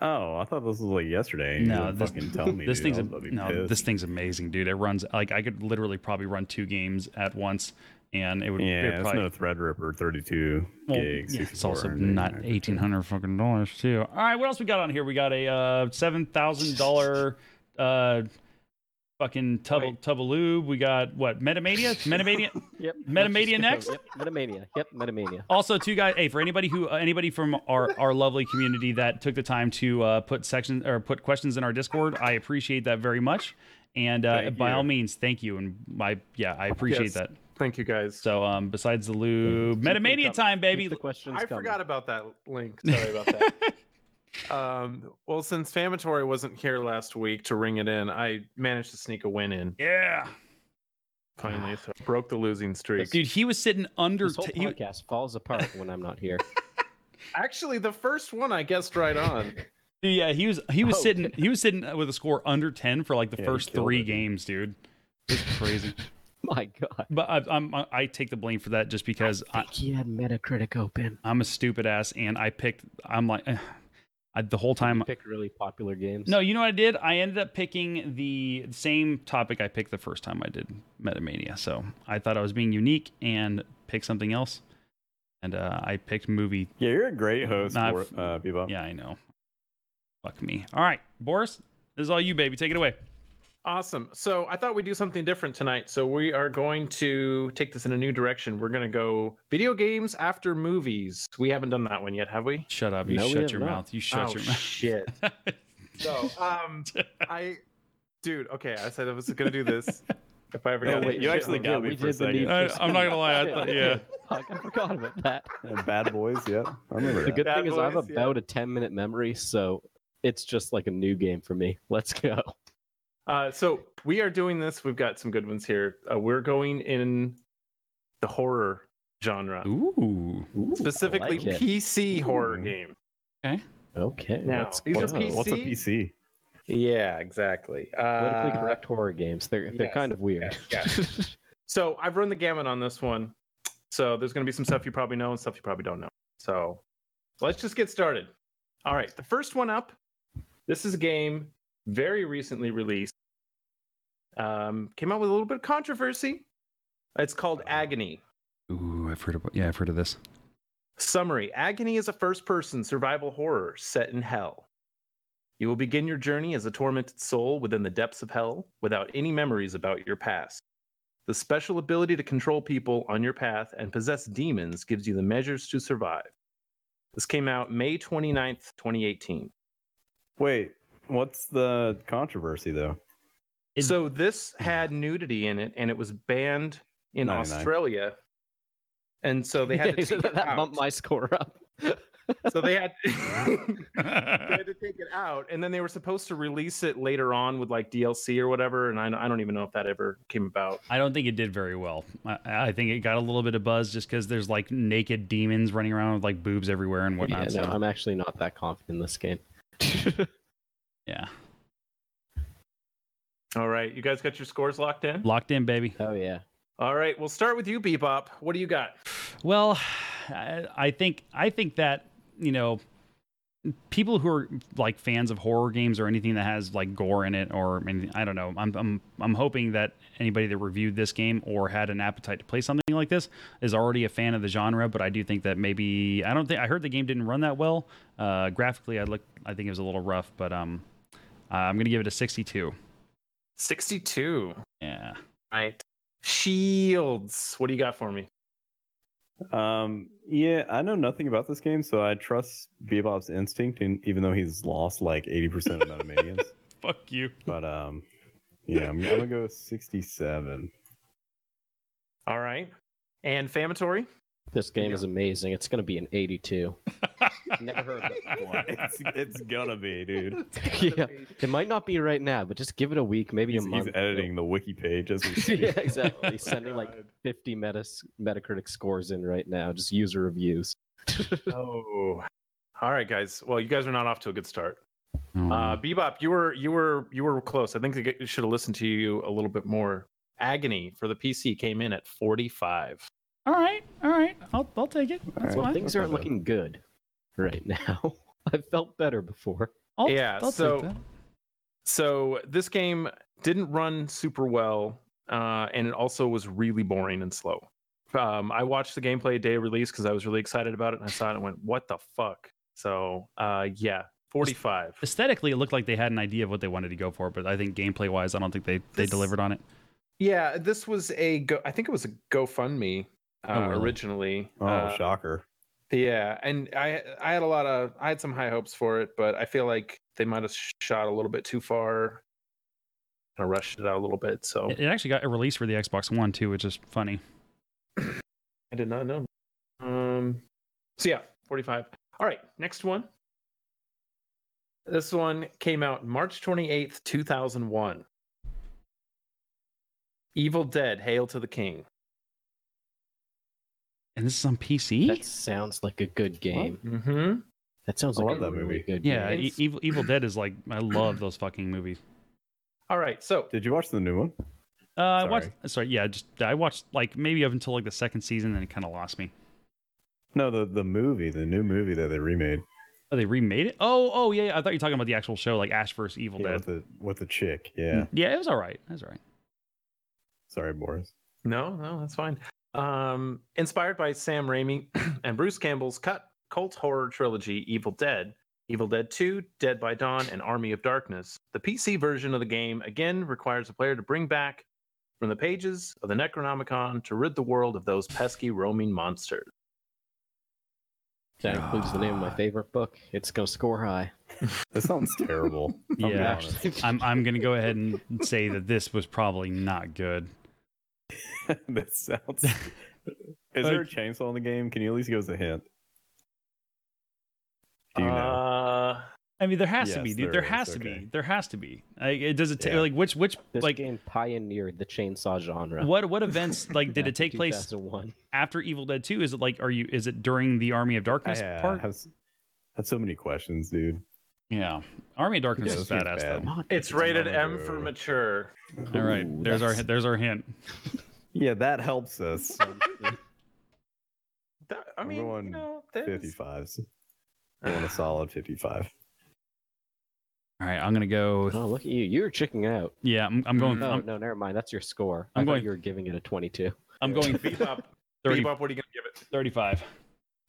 [SPEAKER 2] Oh, I thought this was like yesterday. You
[SPEAKER 3] No,
[SPEAKER 2] didn't
[SPEAKER 3] this-
[SPEAKER 2] fucking tell me.
[SPEAKER 3] this
[SPEAKER 2] dude.
[SPEAKER 3] thing's
[SPEAKER 2] I
[SPEAKER 3] a,
[SPEAKER 2] was about to be
[SPEAKER 3] no,
[SPEAKER 2] pissed.
[SPEAKER 3] this thing's amazing, dude. It runs like I could literally probably run two games at once, and it would
[SPEAKER 2] Yeah,
[SPEAKER 3] it'd
[SPEAKER 2] it's
[SPEAKER 3] probably,
[SPEAKER 2] no Threadripper 32
[SPEAKER 3] well,
[SPEAKER 2] gigs.
[SPEAKER 3] yeah, it's also not eighteen hundred fucking dollars too. All right, what else we got on here? We got a uh, seven thousand dollar uh fucking tub
[SPEAKER 1] Wait.
[SPEAKER 3] tub of lube. We got what metamania metamania.
[SPEAKER 4] Yep.
[SPEAKER 3] Metamania next?
[SPEAKER 4] Yep. Metamania. Yep. Metamania.
[SPEAKER 3] Also, two guys. Hey, for anybody who uh, anybody from our our lovely community that took the time to uh, put sections or put questions in our Discord, I appreciate that very much. And uh,
[SPEAKER 2] Thank
[SPEAKER 3] by
[SPEAKER 2] you.
[SPEAKER 3] all means, thank you. And my yeah, I appreciate
[SPEAKER 1] Yes.
[SPEAKER 3] that.
[SPEAKER 1] Thank you guys.
[SPEAKER 3] So, um, besides the
[SPEAKER 4] Keep
[SPEAKER 3] lube,
[SPEAKER 4] them
[SPEAKER 3] metamania
[SPEAKER 4] coming.
[SPEAKER 3] time, baby.
[SPEAKER 4] Keep the questions.
[SPEAKER 1] I
[SPEAKER 4] coming.
[SPEAKER 1] forgot about that link. Sorry about that. um, well, since Famatory wasn't here last week to ring it in, I managed to sneak a win in
[SPEAKER 3] yeah,
[SPEAKER 1] finally. So I broke the losing streak.
[SPEAKER 3] dude, he was sitting under.
[SPEAKER 4] This whole
[SPEAKER 3] t- he-
[SPEAKER 4] podcast falls apart when I'm not here.
[SPEAKER 1] Actually, the first one I guessed right on.
[SPEAKER 3] yeah, he was he was
[SPEAKER 4] Oh.
[SPEAKER 3] sitting he was sitting with a score under ten for like the
[SPEAKER 2] Yeah, he
[SPEAKER 3] first
[SPEAKER 2] killed
[SPEAKER 3] three
[SPEAKER 2] it.
[SPEAKER 3] games, dude. It's crazy.
[SPEAKER 4] My God.
[SPEAKER 3] but I, I'm I take the blame for that just because I,
[SPEAKER 4] he had Metacritic open.
[SPEAKER 3] I'm a stupid ass, and I picked. I'm like, eh. I, the whole time.
[SPEAKER 4] Pick really popular games.
[SPEAKER 3] No, you know what I did? I ended up picking the same topic I picked the first time I did Metamania. So I thought I was being unique and pick something else, and uh, I picked movie.
[SPEAKER 2] Yeah, you're a great host,
[SPEAKER 3] Nah,
[SPEAKER 2] for,
[SPEAKER 3] f-
[SPEAKER 2] uh, Bebop.
[SPEAKER 3] Yeah, I know. Fuck me. All right, Boris, this is all you, baby. Take it away.
[SPEAKER 1] Awesome. So I thought we'd do something different tonight. So we are going to take this in a new direction. We're going to go video games after movies. We haven't done that one yet, have we?
[SPEAKER 3] Shut up. You
[SPEAKER 4] No, we
[SPEAKER 3] shut
[SPEAKER 4] have
[SPEAKER 3] your
[SPEAKER 4] not.
[SPEAKER 3] mouth. You shut
[SPEAKER 1] oh,
[SPEAKER 3] your mouth.
[SPEAKER 1] shit. So, um, I, dude, okay, I said I was going to do this. If I ever
[SPEAKER 2] Yeah,
[SPEAKER 1] got
[SPEAKER 2] wait,
[SPEAKER 1] it.
[SPEAKER 2] you actually got me
[SPEAKER 4] we
[SPEAKER 2] for a
[SPEAKER 4] did the
[SPEAKER 2] second.
[SPEAKER 4] Need
[SPEAKER 3] I,
[SPEAKER 4] for
[SPEAKER 3] I'm not gonna lie. I
[SPEAKER 4] Speed.
[SPEAKER 3] thought, yeah.
[SPEAKER 4] Fuck, I forgot about that.
[SPEAKER 2] Uh, Bad Boys, yep. I remember
[SPEAKER 4] The
[SPEAKER 2] that.
[SPEAKER 4] good
[SPEAKER 1] Bad
[SPEAKER 4] thing is I have
[SPEAKER 1] Boys, yeah.
[SPEAKER 4] about a 10 minute memory, so it's just like a new game for me. Let's go.
[SPEAKER 1] Uh, so we are doing this. We've got some good ones here. Uh, we're going in the horror genre,
[SPEAKER 3] Ooh.
[SPEAKER 1] specifically
[SPEAKER 4] I like it.
[SPEAKER 1] PC horror
[SPEAKER 2] Ooh.
[SPEAKER 1] game.
[SPEAKER 4] Okay.
[SPEAKER 1] Now,
[SPEAKER 4] let's
[SPEAKER 1] these are
[SPEAKER 2] What's,
[SPEAKER 4] go.
[SPEAKER 1] PC.
[SPEAKER 2] what's a PC?
[SPEAKER 1] Yeah, exactly.
[SPEAKER 4] Politically correct horror games. They're
[SPEAKER 1] uh,
[SPEAKER 4] they're
[SPEAKER 1] yes,
[SPEAKER 4] kind of weird.
[SPEAKER 1] So I've run the gamut on this one. So there's going to be some stuff you probably know and stuff you probably don't know. So let's just get started. All right. The first one up this is a game very recently released. Um, came out with a little bit of controversy. It's called Agony.
[SPEAKER 3] Ooh. I've heard of. Yeah, I've heard of this.
[SPEAKER 1] Summary Agony is a first person survival horror set in hell. You will begin your journey as a tormented soul within the depths of hell without any memories about your past. The special ability to control people on your path and possess demons gives you the measures to survive. This came out May 29th, 2018.
[SPEAKER 2] Wait, what's the controversy, though?
[SPEAKER 3] It-
[SPEAKER 1] so this had nudity in it and it was banned in
[SPEAKER 2] 99.
[SPEAKER 1] Australia. And so they had to
[SPEAKER 4] So
[SPEAKER 1] take
[SPEAKER 4] that
[SPEAKER 1] it out.
[SPEAKER 4] bumped my score up.
[SPEAKER 1] So they had they had to take it out, and then they were supposed to release it later on with like DLC or whatever. And I, I don't even know if that ever came about.
[SPEAKER 3] I don't think it did very well. I, I think it got a little bit of buzz just because there's like naked demons running around with like boobs everywhere and
[SPEAKER 4] Yeah,
[SPEAKER 3] whatnot.
[SPEAKER 4] no,
[SPEAKER 3] so,
[SPEAKER 4] I'm actually not that confident in this game.
[SPEAKER 3] yeah.
[SPEAKER 1] All right, you guys got your scores locked in.
[SPEAKER 3] Locked in, baby.
[SPEAKER 4] Oh yeah.
[SPEAKER 1] All right, we'll start with you, Bebop. What do you got?
[SPEAKER 3] Well, I, I think I think that you know people who are like fans of horror games or anything that has like gore in it or I mean I don't know. I'm I'm I'm hoping that anybody that reviewed this game or had an appetite to play something like this is already a fan of the genre, but I do think that maybe I don't think I heard the game didn't run that well. Uh graphically I look I think it was a little rough, but um uh, I'm going to give it a 62.
[SPEAKER 1] 62.
[SPEAKER 3] Yeah.
[SPEAKER 1] Right. Shields. What do you got for me?
[SPEAKER 2] Um, yeah, I know nothing about this game, so I trust Bebop's instinct, and even though he's lost like eighty percent of Metamanians,
[SPEAKER 3] Fuck you.
[SPEAKER 2] but um, yeah, I'm gonna go sixty-seven.
[SPEAKER 1] All right. And Famatory?
[SPEAKER 4] This game is amazing. It's going to be an 82. Never heard of that before.
[SPEAKER 2] It's, it's gonna be, dude.
[SPEAKER 4] yeah, it might not be right now, but just give it a week, maybe
[SPEAKER 2] He's,
[SPEAKER 4] a
[SPEAKER 2] he's
[SPEAKER 4] month.
[SPEAKER 2] editing the wiki page as we speak.
[SPEAKER 4] yeah, exactly. Sending like 50 metas, Metacritic scores in right now, just user reviews.
[SPEAKER 1] oh. All right, guys. Well, you guys are not off to a good start. Uh, Bebop, you were you were you were close. I think they get- should have listened to you a little bit more. Agony for the PC came in at 45.
[SPEAKER 3] all right. All right. I'll I'll take it. That's
[SPEAKER 4] Well,
[SPEAKER 3] fine.
[SPEAKER 4] things
[SPEAKER 2] Okay,
[SPEAKER 4] aren't
[SPEAKER 2] then.
[SPEAKER 4] looking good right now. I felt better before.
[SPEAKER 3] I'll,
[SPEAKER 1] Yeah,
[SPEAKER 3] I'll
[SPEAKER 1] so-
[SPEAKER 3] take that.
[SPEAKER 1] So this game didn't run super well, uh, and it also was really boring and slow. Um, I watched the gameplay day of release because I was really excited about it, and I saw it and went, "What the fuck?" So uh, yeah, forty-five.
[SPEAKER 3] aesthetically it looked like they had an idea of what they wanted to go for but i think gameplay wise i don't think they they
[SPEAKER 1] This-
[SPEAKER 3] delivered on it
[SPEAKER 1] Yeah, this was a go. I think it was a GoFundMe uh,
[SPEAKER 3] Oh, really?
[SPEAKER 1] originally.
[SPEAKER 2] Oh,
[SPEAKER 1] uh,
[SPEAKER 2] shocker!
[SPEAKER 1] Yeah, and I I had a lot of I had some high hopes for it, but I feel like they might have shot a little bit too far. I rushed it out a little bit, so
[SPEAKER 3] it, it actually got a release for the xbox one too which is funny
[SPEAKER 1] I did not know. Um, so yeah, 45. All right, next one. This one came out March 28th, 2001. Evil Dead, Hail to the King.
[SPEAKER 3] and this is on pc
[SPEAKER 4] That sounds like a good game.
[SPEAKER 1] Mm-hmm.
[SPEAKER 4] That sounds
[SPEAKER 2] I
[SPEAKER 4] like
[SPEAKER 2] love
[SPEAKER 4] a
[SPEAKER 2] that
[SPEAKER 4] really
[SPEAKER 2] movie.
[SPEAKER 4] good
[SPEAKER 3] yeah
[SPEAKER 4] game.
[SPEAKER 3] e-
[SPEAKER 1] It's-
[SPEAKER 3] evil, evil dead is like i love those fucking movies
[SPEAKER 1] All right, so
[SPEAKER 2] Did you watch the new one?
[SPEAKER 3] uh i watched sorry yeah just i watched like maybe up until like the second season then it kind of lost me
[SPEAKER 2] No, the the movie, the new movie that they remade
[SPEAKER 3] oh they remade it oh oh yeah, yeah. i thought you were talking about the actual show like ash versus evil
[SPEAKER 2] yeah,
[SPEAKER 3] dead
[SPEAKER 2] with the with the chick. Yeah,
[SPEAKER 4] Hmm.
[SPEAKER 3] yeah it was all right it was all right
[SPEAKER 2] sorry, Boris.
[SPEAKER 1] no, no, that's fine. Um, inspired by Sam Raimi and Bruce Campbell's cut cult horror trilogy Evil Dead, Evil Dead 2, Dead by Dawn, and Army of Darkness. The PC version of the game again requires the player to bring back from the pages of the Necronomicon to rid the world of those pesky roaming monsters.
[SPEAKER 4] That includes the name of my favorite book. It's going to score high.
[SPEAKER 2] That sounds terrible. I'll be
[SPEAKER 3] Yeah.
[SPEAKER 2] honest.
[SPEAKER 3] i'm i'm gonna go ahead and say that this was probably not good
[SPEAKER 2] that sounds. Is there a chainsaw in the game? Can you at least give us a hint? Do you know?
[SPEAKER 1] Uh,
[SPEAKER 3] I mean, there has to
[SPEAKER 2] Yes,
[SPEAKER 3] be, dude.
[SPEAKER 2] there
[SPEAKER 3] There
[SPEAKER 2] is,
[SPEAKER 3] has to
[SPEAKER 2] okay.
[SPEAKER 3] be. There has to be. Like, it does it take
[SPEAKER 2] Yeah.
[SPEAKER 3] like which which
[SPEAKER 4] This
[SPEAKER 3] like
[SPEAKER 4] game pioneered the chainsaw genre.
[SPEAKER 3] what what events like did
[SPEAKER 4] Back
[SPEAKER 3] it take
[SPEAKER 4] in
[SPEAKER 3] place
[SPEAKER 4] 2001.
[SPEAKER 3] after Evil Dead Two? Is it like are you is it during the Army
[SPEAKER 2] I
[SPEAKER 3] of Darkness
[SPEAKER 2] uh,
[SPEAKER 3] part?
[SPEAKER 2] have, s- had so many questions, dude.
[SPEAKER 3] Yeah, Army of Darkness
[SPEAKER 2] Yeah,
[SPEAKER 3] is
[SPEAKER 2] this game's
[SPEAKER 3] badass
[SPEAKER 2] bad.
[SPEAKER 3] though.
[SPEAKER 1] it's rated M
[SPEAKER 2] Malibu.
[SPEAKER 1] for mature.
[SPEAKER 3] All right,
[SPEAKER 4] Ooh,
[SPEAKER 3] there's our
[SPEAKER 4] that's-
[SPEAKER 3] there's our hint.
[SPEAKER 2] Yeah, that helps us.
[SPEAKER 1] That- I
[SPEAKER 2] We're
[SPEAKER 1] mean, you
[SPEAKER 2] going
[SPEAKER 1] know, there's-
[SPEAKER 2] 55s. I want a solid 55.
[SPEAKER 3] All right, I'm gonna go.
[SPEAKER 4] Oh, look at you. You're chicking out.
[SPEAKER 3] Yeah, I'm, I'm going.
[SPEAKER 4] No,
[SPEAKER 3] I'm,
[SPEAKER 4] no, never mind. That's your score.
[SPEAKER 3] I'm
[SPEAKER 4] I thought
[SPEAKER 3] going-
[SPEAKER 4] you were giving it a 22.
[SPEAKER 3] I'm going
[SPEAKER 1] Bebop,
[SPEAKER 3] 30,
[SPEAKER 1] Bebop, what are you going to give it?
[SPEAKER 3] 35.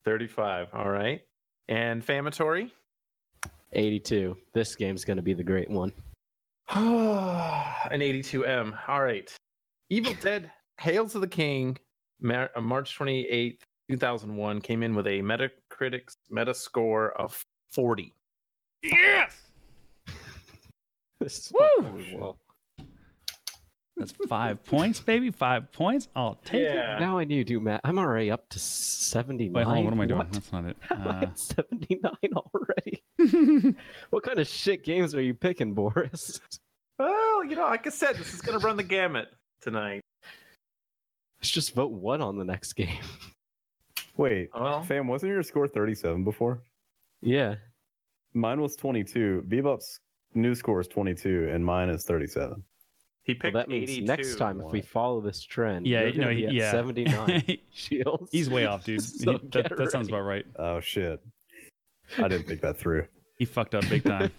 [SPEAKER 1] 35. All right. And Famatory?
[SPEAKER 4] 82. This game's going to be the great one.
[SPEAKER 1] An 82M. All right. Evil Dead Hail to the King, Ma- uh, March 28th, 2001, came in with a Metacritic's meta score of 40.
[SPEAKER 3] Yes,
[SPEAKER 4] This is
[SPEAKER 3] Woo!
[SPEAKER 4] fucking wall.
[SPEAKER 3] that's five points, baby. Five points. I'll take it.
[SPEAKER 4] Now I need you, Matt. I'm already up to 79.
[SPEAKER 3] Wait, hold on. What am I doing? Uh,
[SPEAKER 4] What?
[SPEAKER 3] That's not it.
[SPEAKER 4] Am I at 79 already.
[SPEAKER 3] Uh,
[SPEAKER 4] What kind of shit games are you picking, Boris?
[SPEAKER 1] Well, you know, like I said, this is going to run the gamut tonight.
[SPEAKER 4] Let's just vote one on the next game.
[SPEAKER 2] Wait,
[SPEAKER 1] Well,
[SPEAKER 2] fam, wasn't your score 37 before?
[SPEAKER 4] Yeah.
[SPEAKER 2] Mine was 22. Bebop's new score is 22, and mine is 37.
[SPEAKER 1] he
[SPEAKER 4] Well,
[SPEAKER 1] picked
[SPEAKER 4] that means
[SPEAKER 1] 82.
[SPEAKER 4] next time, if we
[SPEAKER 2] What?
[SPEAKER 4] follow this trend,
[SPEAKER 3] Yeah,
[SPEAKER 4] you're
[SPEAKER 3] no,
[SPEAKER 4] gonna be
[SPEAKER 3] he-
[SPEAKER 4] at
[SPEAKER 3] yeah.
[SPEAKER 4] 79 shields.
[SPEAKER 3] Uh, He's way off, dude.
[SPEAKER 4] So
[SPEAKER 3] He- that,
[SPEAKER 4] get
[SPEAKER 3] that sounds
[SPEAKER 4] ready.
[SPEAKER 3] about right.
[SPEAKER 2] Oh, shit. I didn't think that through.
[SPEAKER 3] He fucked up big time.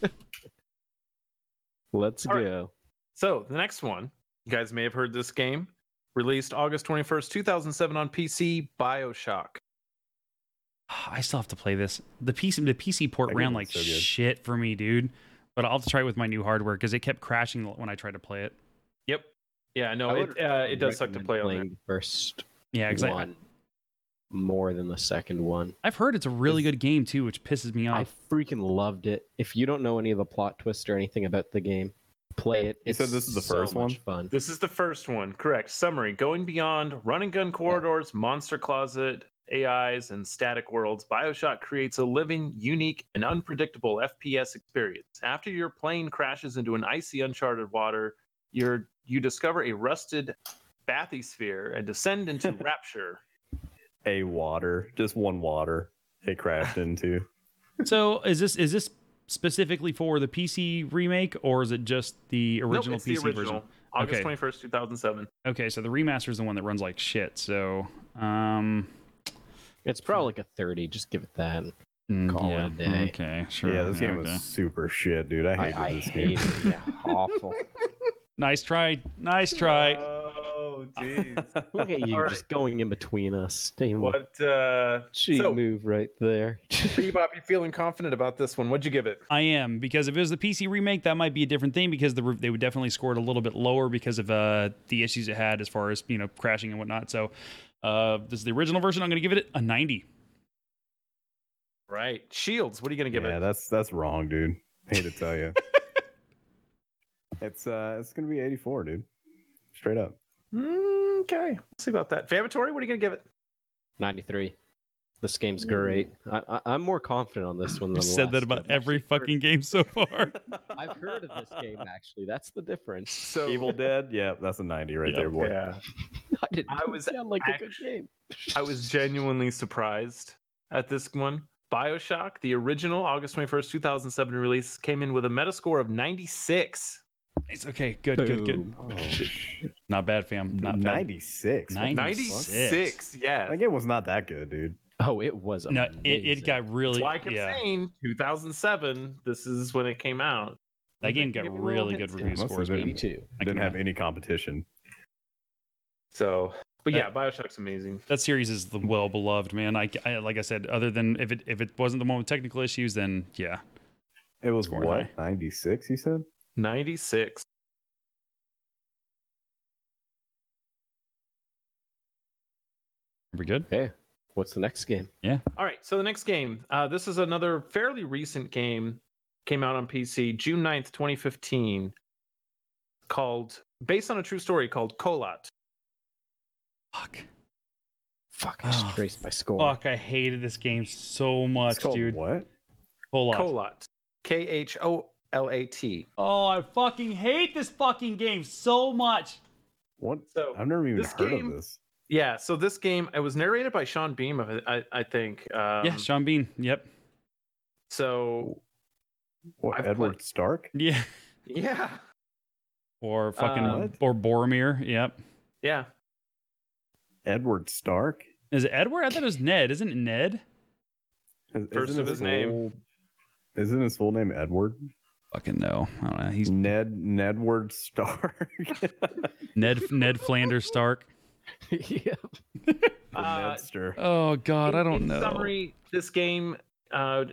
[SPEAKER 4] Let's
[SPEAKER 1] All right.
[SPEAKER 4] go.
[SPEAKER 1] So the next one, you guys may have heard this game, released August 21st, 2007 on PC, Bioshock.
[SPEAKER 3] I still have to play this. The PC the PC port
[SPEAKER 2] That
[SPEAKER 3] ran
[SPEAKER 2] game
[SPEAKER 3] like
[SPEAKER 2] was so good.
[SPEAKER 3] shit for me, dude. But I'll have to try it with my new hardware because it kept crashing when I tried to play it.
[SPEAKER 1] Yep. Yeah, no,
[SPEAKER 4] I
[SPEAKER 1] it,
[SPEAKER 4] would
[SPEAKER 1] uh, it does suck to
[SPEAKER 4] recommend
[SPEAKER 1] play on
[SPEAKER 4] playing
[SPEAKER 1] there.
[SPEAKER 4] the first
[SPEAKER 3] Yeah, because I,
[SPEAKER 4] one more than the second one.
[SPEAKER 3] I've heard it's a really good game too, which pisses me
[SPEAKER 4] I
[SPEAKER 3] off.
[SPEAKER 4] freaking loved it. If you don't know any of the plot twists or anything about the game, play it.
[SPEAKER 2] You
[SPEAKER 4] It's
[SPEAKER 2] said this is the
[SPEAKER 4] so
[SPEAKER 2] first
[SPEAKER 4] much
[SPEAKER 2] one?
[SPEAKER 4] Fun.
[SPEAKER 1] This is the first one, correct. Summary Going beyond run and gun corridors, monster closet, AIs, and static worlds, Bioshock creates a living, unique, and unpredictable FPS experience. After your plane crashes into an icy, uncharted water, you're, you discover a rusted bathysphere and descend into rapture.
[SPEAKER 2] A water, just one water. It crashed into.
[SPEAKER 3] so is this is this specifically for the PC remake or is it just the
[SPEAKER 1] Nope,
[SPEAKER 3] original
[SPEAKER 1] it's
[SPEAKER 3] PC
[SPEAKER 1] the original.
[SPEAKER 3] version?
[SPEAKER 1] August
[SPEAKER 3] Okay.
[SPEAKER 1] 21st, 2007.
[SPEAKER 3] Okay, so the remaster is the one that runs like shit. So um
[SPEAKER 4] It's probably like a thirty. Just give it that.
[SPEAKER 3] mm,
[SPEAKER 4] Call it
[SPEAKER 3] yeah,
[SPEAKER 4] a day.
[SPEAKER 3] Okay, sure.
[SPEAKER 2] yeah, this game
[SPEAKER 3] okay.
[SPEAKER 2] was super shit, dude. I hated
[SPEAKER 4] I, I
[SPEAKER 2] this
[SPEAKER 4] hate
[SPEAKER 2] game.
[SPEAKER 4] it. Yeah, awful.
[SPEAKER 3] nice try. Nice try.
[SPEAKER 1] Oh, jeez.
[SPEAKER 4] Look at you
[SPEAKER 1] All right.
[SPEAKER 4] just going in between us. Stay what?
[SPEAKER 1] what, uh,
[SPEAKER 4] Cheat
[SPEAKER 1] So-
[SPEAKER 4] move right there.
[SPEAKER 1] Bebop, you feeling confident about this one? What'd you give it?
[SPEAKER 3] I am because if it was the PC remake, that might be a different thing because the, re- they would definitely score it a little bit lower because of uh, the issues it had as far as you know crashing and whatnot. So uh, this is the original version. I'm going to give it a 90.
[SPEAKER 1] Right. Shields, what are you going to give
[SPEAKER 2] yeah,
[SPEAKER 1] it?
[SPEAKER 2] that's that's wrong, dude. Hate to tell you. it's uh, it's gonna be 84, dude. Straight up.
[SPEAKER 1] Mm, okay. Let's see about that. Vamatory, what are you going to give it?
[SPEAKER 4] Ninety-three. This game's great. I, I, I'm more confident on this one than
[SPEAKER 3] You
[SPEAKER 4] the
[SPEAKER 3] said that
[SPEAKER 4] last
[SPEAKER 3] about
[SPEAKER 4] two. I've
[SPEAKER 3] every
[SPEAKER 4] actually heard-
[SPEAKER 3] fucking game so far.
[SPEAKER 4] I've heard of this game actually. That's the difference.
[SPEAKER 1] So
[SPEAKER 2] Evil Dead. Yeah, that's a 90 right
[SPEAKER 3] Yeah,
[SPEAKER 2] there, boy.
[SPEAKER 1] Yeah.
[SPEAKER 4] I didn't
[SPEAKER 1] I was
[SPEAKER 4] sound like a good
[SPEAKER 1] actu-
[SPEAKER 4] game.
[SPEAKER 1] I was genuinely surprised at this one. Bioshock, the original August 21st, 2007 release, came in with a Metascore of 96.
[SPEAKER 3] It's okay. Good, good, good.
[SPEAKER 4] Boom.
[SPEAKER 2] Oh, shit.
[SPEAKER 3] Not bad, fam. Not bad.
[SPEAKER 2] 96. What the
[SPEAKER 3] 96.
[SPEAKER 2] 96.
[SPEAKER 1] 96,
[SPEAKER 2] fuck?
[SPEAKER 1] yes.
[SPEAKER 2] That game was not that good, dude.
[SPEAKER 4] Oh, it was.
[SPEAKER 3] No,
[SPEAKER 4] amazing.
[SPEAKER 3] it, it got really
[SPEAKER 1] Like I'm
[SPEAKER 3] yeah.
[SPEAKER 1] saying, 2007, this is when it came out.
[SPEAKER 3] That game got
[SPEAKER 4] Give it a
[SPEAKER 3] really
[SPEAKER 4] little
[SPEAKER 3] good
[SPEAKER 4] hint.
[SPEAKER 3] review
[SPEAKER 2] Must have
[SPEAKER 3] scores.
[SPEAKER 2] been.
[SPEAKER 3] man.
[SPEAKER 4] eighty-two.
[SPEAKER 3] I
[SPEAKER 2] Didn't
[SPEAKER 3] can-
[SPEAKER 2] have any competition.
[SPEAKER 1] So, but yeah,
[SPEAKER 3] That-
[SPEAKER 1] Bioshock's amazing.
[SPEAKER 3] that series is the well beloved man. I, I like I said, other than if it if it wasn't the one with technical issues, then yeah,
[SPEAKER 2] It was
[SPEAKER 3] Scored
[SPEAKER 2] what?
[SPEAKER 3] high.
[SPEAKER 2] 96, you said?
[SPEAKER 1] 96.
[SPEAKER 3] we're good.
[SPEAKER 4] Okay. What's the next game?
[SPEAKER 1] All right, so the next game. Uh, this is another fairly recent game. Came out on PC June 9th, 2015. Called, based on a true story called Kolot.
[SPEAKER 3] Fuck.
[SPEAKER 4] Fuck,
[SPEAKER 3] Oh,
[SPEAKER 4] I just traced my score.
[SPEAKER 3] Fuck, I hated this game so much,
[SPEAKER 2] It's called
[SPEAKER 3] dude.
[SPEAKER 2] what?
[SPEAKER 3] Kolot.
[SPEAKER 1] Kolot. K H O L A T.
[SPEAKER 3] Oh, I fucking hate this fucking game so much.
[SPEAKER 2] What?
[SPEAKER 1] So,
[SPEAKER 2] I've never even
[SPEAKER 1] This
[SPEAKER 2] heard
[SPEAKER 1] game-
[SPEAKER 2] of this.
[SPEAKER 1] yeah, so this game, it was narrated by Sean Beam, I, I- I think. Um,
[SPEAKER 3] yeah, Sean Bean. Yep.
[SPEAKER 1] So,
[SPEAKER 2] What,
[SPEAKER 1] I've
[SPEAKER 2] Edward
[SPEAKER 1] played-
[SPEAKER 2] Stark?
[SPEAKER 3] Yeah.
[SPEAKER 1] yeah.
[SPEAKER 3] Or fucking
[SPEAKER 1] Uh,
[SPEAKER 2] What?
[SPEAKER 3] or Boromir. Yep.
[SPEAKER 1] Yeah.
[SPEAKER 2] Edward Stark?
[SPEAKER 3] Is it Edward? I thought it was Ned. Isn't it Ned?
[SPEAKER 2] Is-
[SPEAKER 1] First
[SPEAKER 2] isn't
[SPEAKER 1] of his name.
[SPEAKER 2] full- Isn't his full name Edward?
[SPEAKER 3] Fucking no. I don't know. He's
[SPEAKER 2] Ned Nedward Stark.
[SPEAKER 3] Ned Ned Flanders Stark.
[SPEAKER 4] yeah.
[SPEAKER 2] The
[SPEAKER 1] Uh,
[SPEAKER 2] Nedster.
[SPEAKER 3] Oh God, I don't
[SPEAKER 1] in
[SPEAKER 3] know.
[SPEAKER 1] summary, this game uh,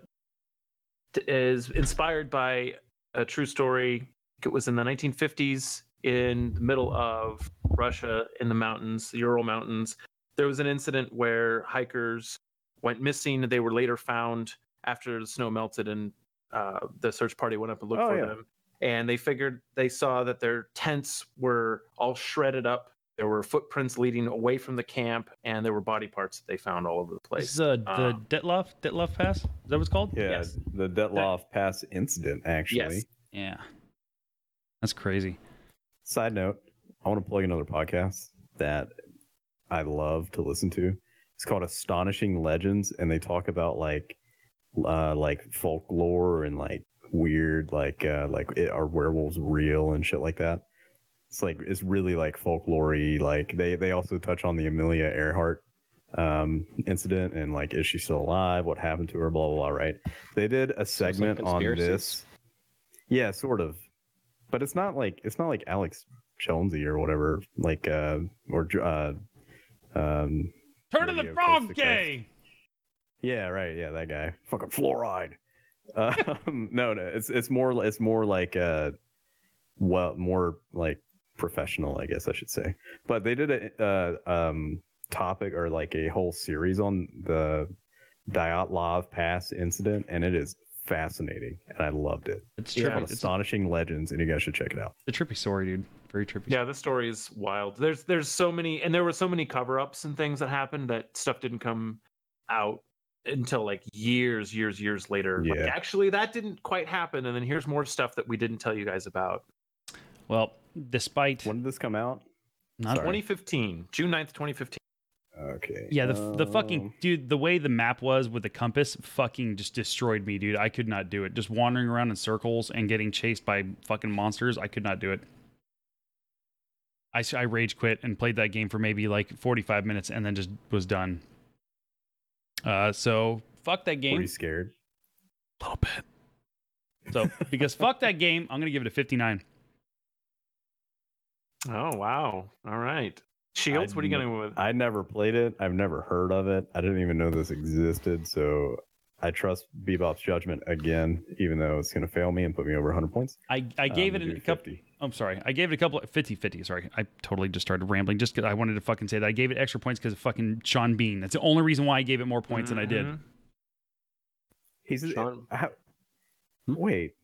[SPEAKER 1] t- is inspired by a true story. It was in the 1950s in the middle of Russia in the mountains, the Ural Mountains. There was an incident where hikers went missing. They were later found after the snow melted, and uh, the search party went up and looked
[SPEAKER 2] Oh,
[SPEAKER 1] for
[SPEAKER 2] yeah.
[SPEAKER 1] them. And they figured they saw that their tents were all shredded up. There were footprints leading away from the camp, and there were body parts that they found all over the place.
[SPEAKER 3] This is uh, the
[SPEAKER 1] Um,
[SPEAKER 3] Detloff Detloff Pass. Is that what it's called?
[SPEAKER 2] yeah,
[SPEAKER 1] yes.
[SPEAKER 2] the Detloff Pass incident, actually.
[SPEAKER 1] Yes.
[SPEAKER 3] Yeah. That's crazy.
[SPEAKER 2] Side note, I want to plug another podcast that I love to listen to. It's called Astonishing Legends, and they talk about like uh, like folklore and like weird like uh, like it, are werewolves real and shit like that. It's like it's really like folklory. Like they they also touch on the Amelia Earhart um, incident and like is she still alive? What happened to her? Blah blah blah. Right? They did a segment on
[SPEAKER 4] conspiracy.
[SPEAKER 2] this. Yeah, sort of, but it's not like it's not like Alex Jonesy or whatever, like uh, or uh, um,
[SPEAKER 3] Turn to the
[SPEAKER 2] Radio
[SPEAKER 3] frog
[SPEAKER 2] Coast to Coast.
[SPEAKER 3] gay.
[SPEAKER 2] yeah, right. Yeah, that guy. Fucking fluoride. Um, no, no. It's it's more it's more like uh well more like professional, I guess I should say. But they did a uh, um topic or like a whole series on the Dyatlov Pass incident and it is fascinating and I loved it.
[SPEAKER 3] It's
[SPEAKER 1] Yeah,
[SPEAKER 3] trippy.
[SPEAKER 2] Called
[SPEAKER 3] it's
[SPEAKER 2] Astonishing Legends and you guys should check it out.
[SPEAKER 3] a trippy story, dude. Very trippy.
[SPEAKER 1] Yeah, this story is wild. There's there's so many, and there were so many cover-ups and things that happened that stuff didn't come out until like years, years, years later. Like,
[SPEAKER 2] Yeah.
[SPEAKER 1] actually, that didn't quite happen, and then here's more stuff that we didn't tell you guys about.
[SPEAKER 3] Well, despite
[SPEAKER 2] When did this come out?
[SPEAKER 3] not
[SPEAKER 2] Sorry.
[SPEAKER 1] 2015, June 9th, 2015.
[SPEAKER 2] Okay.
[SPEAKER 3] Yeah, the, the
[SPEAKER 2] um,
[SPEAKER 3] fucking dude, the way the map was with the compass fucking just destroyed me, dude. I could not do it. Just wandering around in circles and getting chased by fucking monsters, I could not do it. I, s- I rage quit and played that game for maybe like 45 minutes and then just was done. Uh, so fuck that
[SPEAKER 2] were
[SPEAKER 3] game.
[SPEAKER 2] you scared?
[SPEAKER 3] A little bit. So because fuck that game, I'm gonna give it a 59.
[SPEAKER 1] Oh wow! All right, Shields, what are you going to with?
[SPEAKER 2] I never played it. I've never heard of it. I didn't even know this existed. So I trust Bebop's judgment again, even though it's going to fail me and put me over 100 points.
[SPEAKER 3] I, I gave
[SPEAKER 2] Um,
[SPEAKER 3] it an,
[SPEAKER 2] do
[SPEAKER 3] a couple.
[SPEAKER 2] 50.
[SPEAKER 3] I'm sorry. I gave it a couple 50 50. Sorry. I totally just started rambling just 'cause I wanted to fucking say that. I gave it extra points because of fucking Sean Bean. That's the only reason why I gave it more points than I did.
[SPEAKER 1] Mhm.
[SPEAKER 2] He's
[SPEAKER 4] Sean-
[SPEAKER 2] how-
[SPEAKER 3] Hmm?
[SPEAKER 2] wait.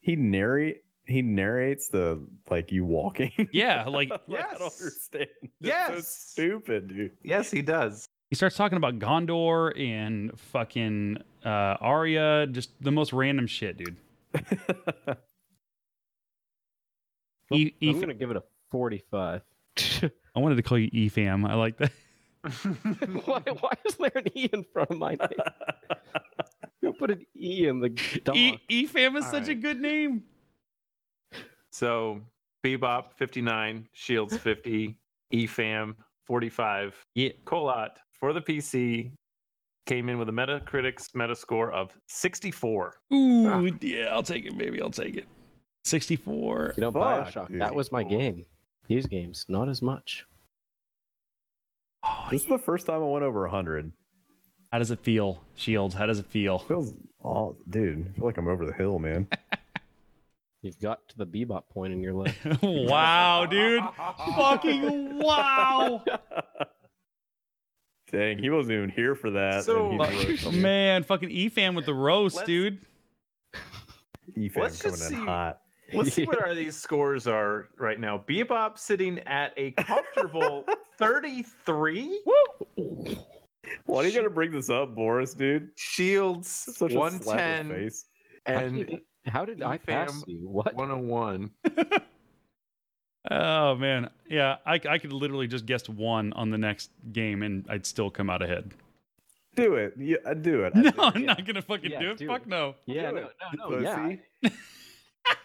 [SPEAKER 2] He narrate he narrates the like you walking.
[SPEAKER 3] Yeah. Like
[SPEAKER 2] I don't
[SPEAKER 1] Yes.
[SPEAKER 2] understand. It's so
[SPEAKER 1] Yes.
[SPEAKER 2] stupid, dude.
[SPEAKER 1] Yes, he does.
[SPEAKER 3] he starts talking about Gondor and fucking uh, Arya. Just the most random shit, dude. E-
[SPEAKER 4] I'm
[SPEAKER 3] Ethan-
[SPEAKER 4] gonna give it a 45.
[SPEAKER 3] I wanted to call you E EFAM. I like that.
[SPEAKER 4] why, why is there an E in front of my name? Who put an E in the dog?
[SPEAKER 3] E- EFAM is
[SPEAKER 1] All
[SPEAKER 3] such a
[SPEAKER 1] right.
[SPEAKER 3] good name.
[SPEAKER 1] So Bebop 59, Shields E 50, EFAM 45.
[SPEAKER 3] Yeah.
[SPEAKER 1] Colot for the PC came in with a Metacritic's metascore of 64.
[SPEAKER 3] Ooh, yeah. I'll take it, baby. I'll take it. 64.
[SPEAKER 4] You know,
[SPEAKER 2] Fuck,
[SPEAKER 4] Bioshock.
[SPEAKER 2] dude.
[SPEAKER 4] That was my game. These games, not as much.
[SPEAKER 3] Oh,
[SPEAKER 2] This is the first time I went over 100.
[SPEAKER 3] how does it feel, Shields? How does it feel?
[SPEAKER 2] Feels all dude. I feel like I'm over the hill, man.
[SPEAKER 4] You've got to the bebop point in your life.
[SPEAKER 3] wow, dude. Fucking wow.
[SPEAKER 2] Dang, he wasn't even here for that. and
[SPEAKER 1] So-
[SPEAKER 2] he wrote something.
[SPEAKER 3] Man, fucking E fan with the roast,
[SPEAKER 1] Let's-
[SPEAKER 3] dude.
[SPEAKER 2] E-Fan
[SPEAKER 1] Let's
[SPEAKER 2] coming
[SPEAKER 1] just
[SPEAKER 2] in
[SPEAKER 1] see.
[SPEAKER 2] hot.
[SPEAKER 1] Let's see what are these scores are right now. Bebop sitting at a comfortable 33.
[SPEAKER 2] Why are you gonna bring this up, Boris, dude?
[SPEAKER 1] Shields
[SPEAKER 2] Such a slap in the
[SPEAKER 1] 110
[SPEAKER 2] face.
[SPEAKER 4] how
[SPEAKER 1] and
[SPEAKER 4] did, how did I pass
[SPEAKER 1] fam-
[SPEAKER 4] you? What?
[SPEAKER 1] 101.
[SPEAKER 3] Oh man, yeah. I, I could literally just guess one on the next game and I'd still come out ahead.
[SPEAKER 2] Do it. Yeah, I do it. I
[SPEAKER 3] No,
[SPEAKER 2] do it.
[SPEAKER 3] I'm not gonna fucking
[SPEAKER 4] Yeah,
[SPEAKER 3] do it.
[SPEAKER 4] do
[SPEAKER 3] Fuck
[SPEAKER 4] it.
[SPEAKER 3] no.
[SPEAKER 4] Yeah,
[SPEAKER 2] Do
[SPEAKER 4] no,
[SPEAKER 2] it,
[SPEAKER 4] no, no,
[SPEAKER 2] pussy.
[SPEAKER 4] yeah.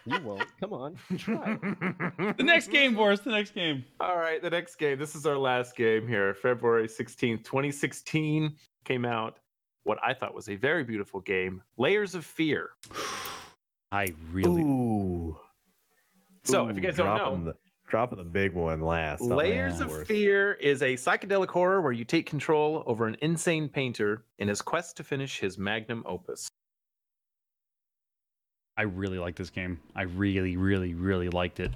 [SPEAKER 4] You won't. Come on, try.
[SPEAKER 3] The next game, Boris. The next game.
[SPEAKER 1] All right, the next game. This is our last game here. February 16th, 2016 came out what I thought was a very beautiful game, Layers of Fear.
[SPEAKER 3] I really.
[SPEAKER 2] Ooh.
[SPEAKER 1] So, if you
[SPEAKER 2] Ooh,
[SPEAKER 1] guys don't
[SPEAKER 2] dropping
[SPEAKER 1] know-
[SPEAKER 2] the, dropping the big one last. I like
[SPEAKER 1] Layers
[SPEAKER 2] that
[SPEAKER 1] of
[SPEAKER 2] word.
[SPEAKER 1] Fear is a psychedelic horror where you take control over an insane painter in his quest to finish his magnum opus.
[SPEAKER 3] I really liked this game. I really, really, really liked it.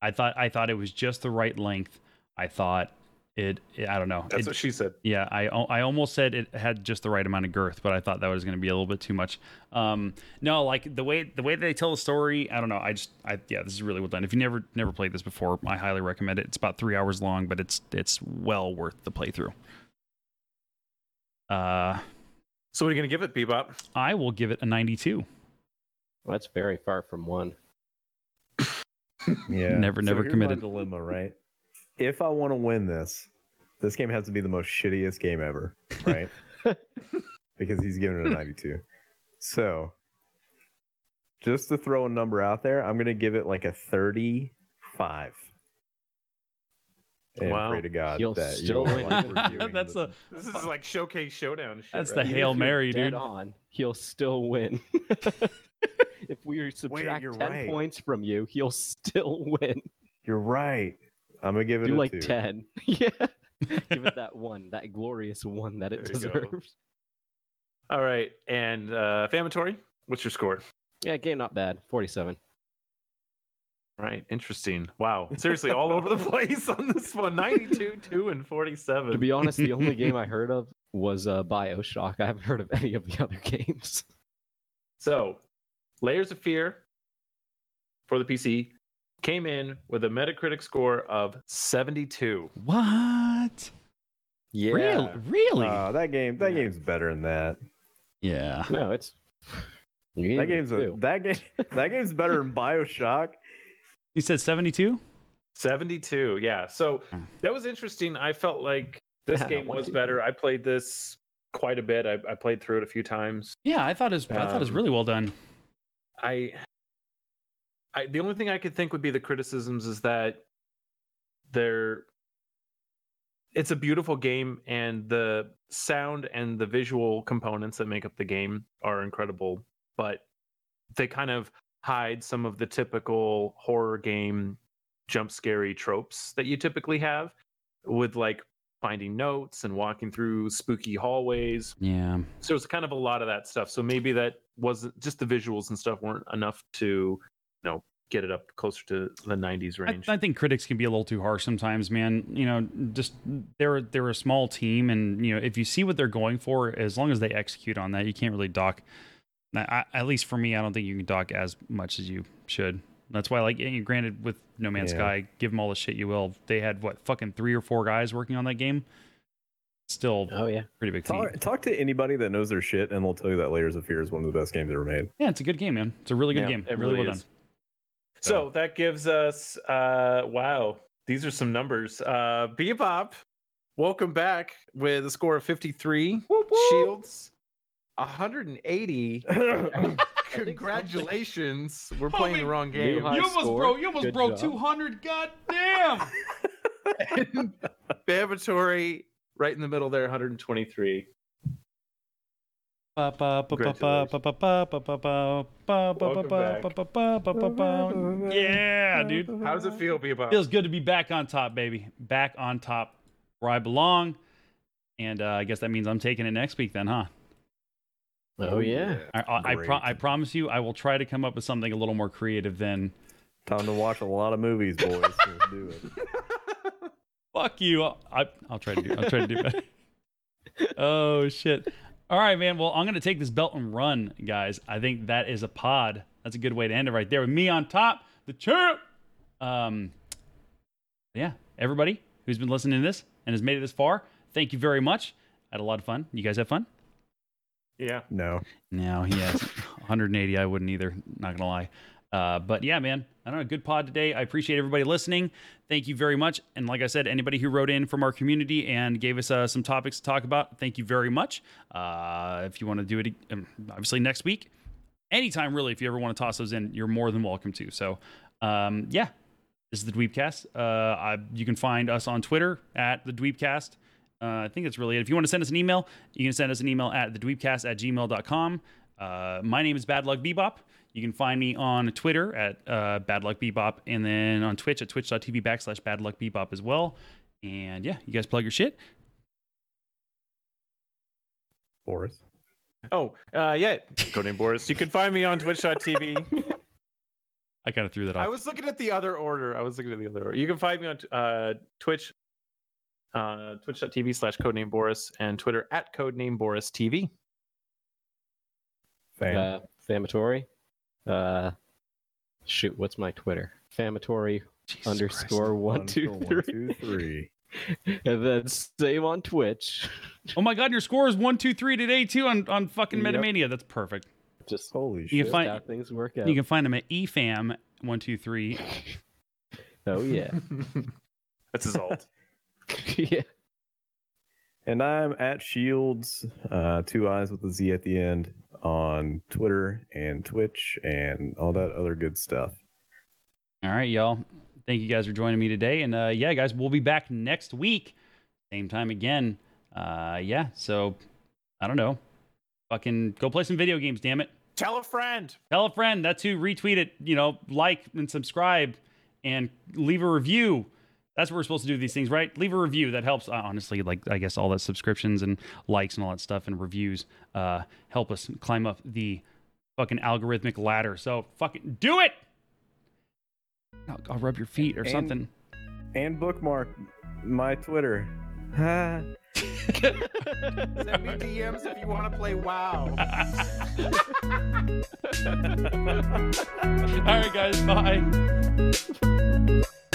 [SPEAKER 3] I thought I thought it was just the right length. I thought it. I don't know.
[SPEAKER 1] That's
[SPEAKER 3] It-
[SPEAKER 1] what she said.
[SPEAKER 3] Yeah, I, al- I almost said it had just the right amount of girth, but I thought that was going to be a little bit too much. Um, no, like the way the way they tell the story, I don't know. I just I yeah, this is really well done. If you never never played this before, I highly recommend it. It's about three hours long, but it's it's well worth the playthrough. Uh,
[SPEAKER 1] So, what are you going to give it, Bebop?
[SPEAKER 3] I will give it a ninety-two.
[SPEAKER 4] Well, that's very far from one.
[SPEAKER 2] Yeah.
[SPEAKER 3] Never, never
[SPEAKER 2] here's
[SPEAKER 3] committed.
[SPEAKER 2] My dilemma, right? If I want to win this, this game has to be the most shittiest game ever, right? because he's giving it a 92. So, just to throw a number out there, I'm going to give it like a 35.
[SPEAKER 5] And
[SPEAKER 1] Wow.
[SPEAKER 5] pray to God
[SPEAKER 4] You'll
[SPEAKER 5] that
[SPEAKER 4] still
[SPEAKER 5] you'll
[SPEAKER 4] win.
[SPEAKER 5] like what you're doing.
[SPEAKER 3] that's the
[SPEAKER 1] This is like showcase showdown. Shit,
[SPEAKER 3] that's the
[SPEAKER 1] right?
[SPEAKER 3] hail mary,
[SPEAKER 4] Dead
[SPEAKER 3] dude.
[SPEAKER 4] on. He'll still win. if we subtract
[SPEAKER 5] you're
[SPEAKER 4] ten
[SPEAKER 5] right.
[SPEAKER 4] points from you, he'll still win.
[SPEAKER 5] You're right. I'm gonna give it
[SPEAKER 4] Do
[SPEAKER 5] a
[SPEAKER 4] like
[SPEAKER 5] two.
[SPEAKER 4] ten. yeah. Give it that one, that glorious one that it
[SPEAKER 1] There you go.
[SPEAKER 4] deserves.
[SPEAKER 1] All right, and uh, Famatory, what's your score?
[SPEAKER 4] Yeah, game not bad. Forty-seven.
[SPEAKER 1] Right, interesting. Wow, seriously, all over the place on this one. Ninety-two, two, and forty-seven.
[SPEAKER 4] To be honest, the only game I heard of was uh, Bioshock. I haven't heard of any of the other games.
[SPEAKER 1] So, Layers of Fear for the PC came in with a Metacritic score of 72.
[SPEAKER 3] What?
[SPEAKER 5] Yeah.
[SPEAKER 3] Real- Really?
[SPEAKER 5] Uh, that game. That
[SPEAKER 4] Yeah.
[SPEAKER 5] game's better than that.
[SPEAKER 3] yeah.
[SPEAKER 4] No, it's
[SPEAKER 5] That game's a,
[SPEAKER 4] Two.
[SPEAKER 5] that game. That game's better than Bioshock.
[SPEAKER 3] You said 72?
[SPEAKER 1] 72. Yeah. So,
[SPEAKER 3] Hmm.
[SPEAKER 1] that was interesting. I felt like this
[SPEAKER 4] Yeah,
[SPEAKER 1] game was
[SPEAKER 4] why?
[SPEAKER 1] better. I played this quite a bit. I, I played through it a few times.
[SPEAKER 3] Yeah, I thought it was, I thought it was
[SPEAKER 1] Um,
[SPEAKER 3] really well done.
[SPEAKER 1] I, I the only thing I could think would be the criticisms is that they're it's a beautiful game and the sound and the visual components that make up the game are incredible, but they kind of hide some of the typical horror game jump scary tropes that you typically have with like finding notes and walking through spooky hallways
[SPEAKER 3] Yeah.
[SPEAKER 1] so it's kind of a lot of that stuff so maybe that wasn't just the visuals and stuff weren't enough to you know get it up closer to the 90s
[SPEAKER 3] I,
[SPEAKER 1] range
[SPEAKER 3] I think critics can be a little too harsh sometimes, man. You know, just they're they're a small team, and you know if you see what they're going for, as long as they execute on that, you can't really dock. I, I- at least for me, I don't think you can dock as much as you should. That's why, like, and granted, with No Man's
[SPEAKER 5] Yeah.
[SPEAKER 3] Sky, give them all the shit you will. They had what fucking three or four guys working on that game. Still,
[SPEAKER 4] Oh yeah.
[SPEAKER 3] pretty big team.
[SPEAKER 2] Talk, talk to anybody that knows their shit, and they'll tell you that Layers of Fear is one of the best games ever made.
[SPEAKER 3] Yeah, it's a good game, man. It's a really good
[SPEAKER 1] Yeah,
[SPEAKER 3] game.
[SPEAKER 1] it
[SPEAKER 3] really,
[SPEAKER 1] really
[SPEAKER 3] well
[SPEAKER 1] is.
[SPEAKER 3] done.
[SPEAKER 1] so that gives us uh wow these are some numbers uh bebop welcome back with a score of 53 shields 180 congratulations we're playing the
[SPEAKER 3] Holy-
[SPEAKER 1] wrong game
[SPEAKER 4] High score. Good job.
[SPEAKER 3] hundred. God damn.
[SPEAKER 1] Bavatory right in the middle there 123
[SPEAKER 3] Ba- ba- ba- ba- ba- ba- ba- ba- ba- ba- ba- ba- ba-
[SPEAKER 1] Welcome
[SPEAKER 3] ba- ba-
[SPEAKER 1] back.
[SPEAKER 3] ba- ba- ba- ba- ba- Yeah, dude.
[SPEAKER 1] how does it feel bebop
[SPEAKER 3] Feels good to be back on top, baby. Back on top where I belong. And uh, I guess that means I'm taking it next week, then, huh?
[SPEAKER 4] Oh yeah.
[SPEAKER 3] I, I, I, pro-
[SPEAKER 2] Great.
[SPEAKER 3] I promise you, I will try to come up with something a little more creative than
[SPEAKER 2] Time to watch a lot of movies, boys. Let's do it.
[SPEAKER 3] fuck you. I, I'll try to do. I'll try to do better. oh shit! All right, man. Well, I'm gonna take this belt and run, guys. I think that is a pod. That's a good way to end it right there with me on top, the champ. Um, yeah, everybody who's been listening to this and has made it this far, thank you very much. I had a lot of fun. You guys have fun?
[SPEAKER 1] yeah
[SPEAKER 2] No.
[SPEAKER 3] No, he has 180. I wouldn't either. Not gonna lie. Uh, but yeah, man, I don't know. Good pod today. I appreciate everybody listening. Thank you very much. And like I said, anybody who wrote in from our community and gave us uh, some topics to talk about, thank you very much. Uh, if you want to do it, um, obviously next week, anytime really. If you ever want to toss those in, you're more than welcome to. So um, yeah, this is the Dweebcast. Uh, I, you can find us on Twitter at the Dweebcast. Uh, I think that's really it. If you want to send us an email, you can send us an email at thedweebcast at gmail.com. Uh, my name is Bad Luck Bebop. You can find me on Twitter at uh, Bad Luck Bebop and then on Twitch at twitch.tv backslash Bad Luck Bebop as well. And yeah, you guys plug your shit.
[SPEAKER 2] Boris.
[SPEAKER 1] Oh, uh, yeah. Code name Boris. You can find me on twitch.tv.
[SPEAKER 3] I kind of threw that
[SPEAKER 1] I
[SPEAKER 3] off.
[SPEAKER 1] was looking at the other order. I was looking at the other order. You can find me on uh, Twitch, uh, twitch.tv slash codename Boris and Twitter at codename Boris TV.
[SPEAKER 2] Fan.
[SPEAKER 4] Uh, Famatory. Uh, shoot, what's my Twitter? Famatory
[SPEAKER 3] Jesus
[SPEAKER 4] underscore one two
[SPEAKER 2] Until
[SPEAKER 4] three,
[SPEAKER 2] One, two, three.
[SPEAKER 4] and then same on Twitch.
[SPEAKER 3] Christ. Oh my God, your score is one, two, three today too on, on fucking
[SPEAKER 2] Yep.
[SPEAKER 3] Metamania. That's perfect.
[SPEAKER 4] Just
[SPEAKER 2] Holy
[SPEAKER 3] You
[SPEAKER 2] shit.
[SPEAKER 3] can
[SPEAKER 4] just how
[SPEAKER 3] find,
[SPEAKER 4] things work out.
[SPEAKER 3] you can find them at E efam123
[SPEAKER 4] Oh yeah,
[SPEAKER 1] That's his alt.
[SPEAKER 4] yeah.
[SPEAKER 2] And I'm at Shields, uh, two eyes with a Z at the end on Twitter and Twitch and all that other good stuff.
[SPEAKER 3] All right, y'all. thank you guys for joining me today. And uh, yeah, guys, we'll be back next week, same time again. Uh, yeah, so I don't know. Fucking go play some video games, damn it.
[SPEAKER 1] Tell a friend.
[SPEAKER 3] Tell a friend. That's who retweet it. You know, like and subscribe and leave a review. That's what we're supposed to do these things, right? Leave a review. That helps. Uh, honestly, like I guess all that subscriptions and likes and all that stuff and reviews uh, help us climb up the fucking algorithmic ladder. So fucking do it. I'll, I'll rub your feet or
[SPEAKER 5] And-
[SPEAKER 3] something.
[SPEAKER 5] And bookmark my Twitter. Ha.
[SPEAKER 1] Send me DMs if you want to play WoW.
[SPEAKER 3] All right, guys. Bye.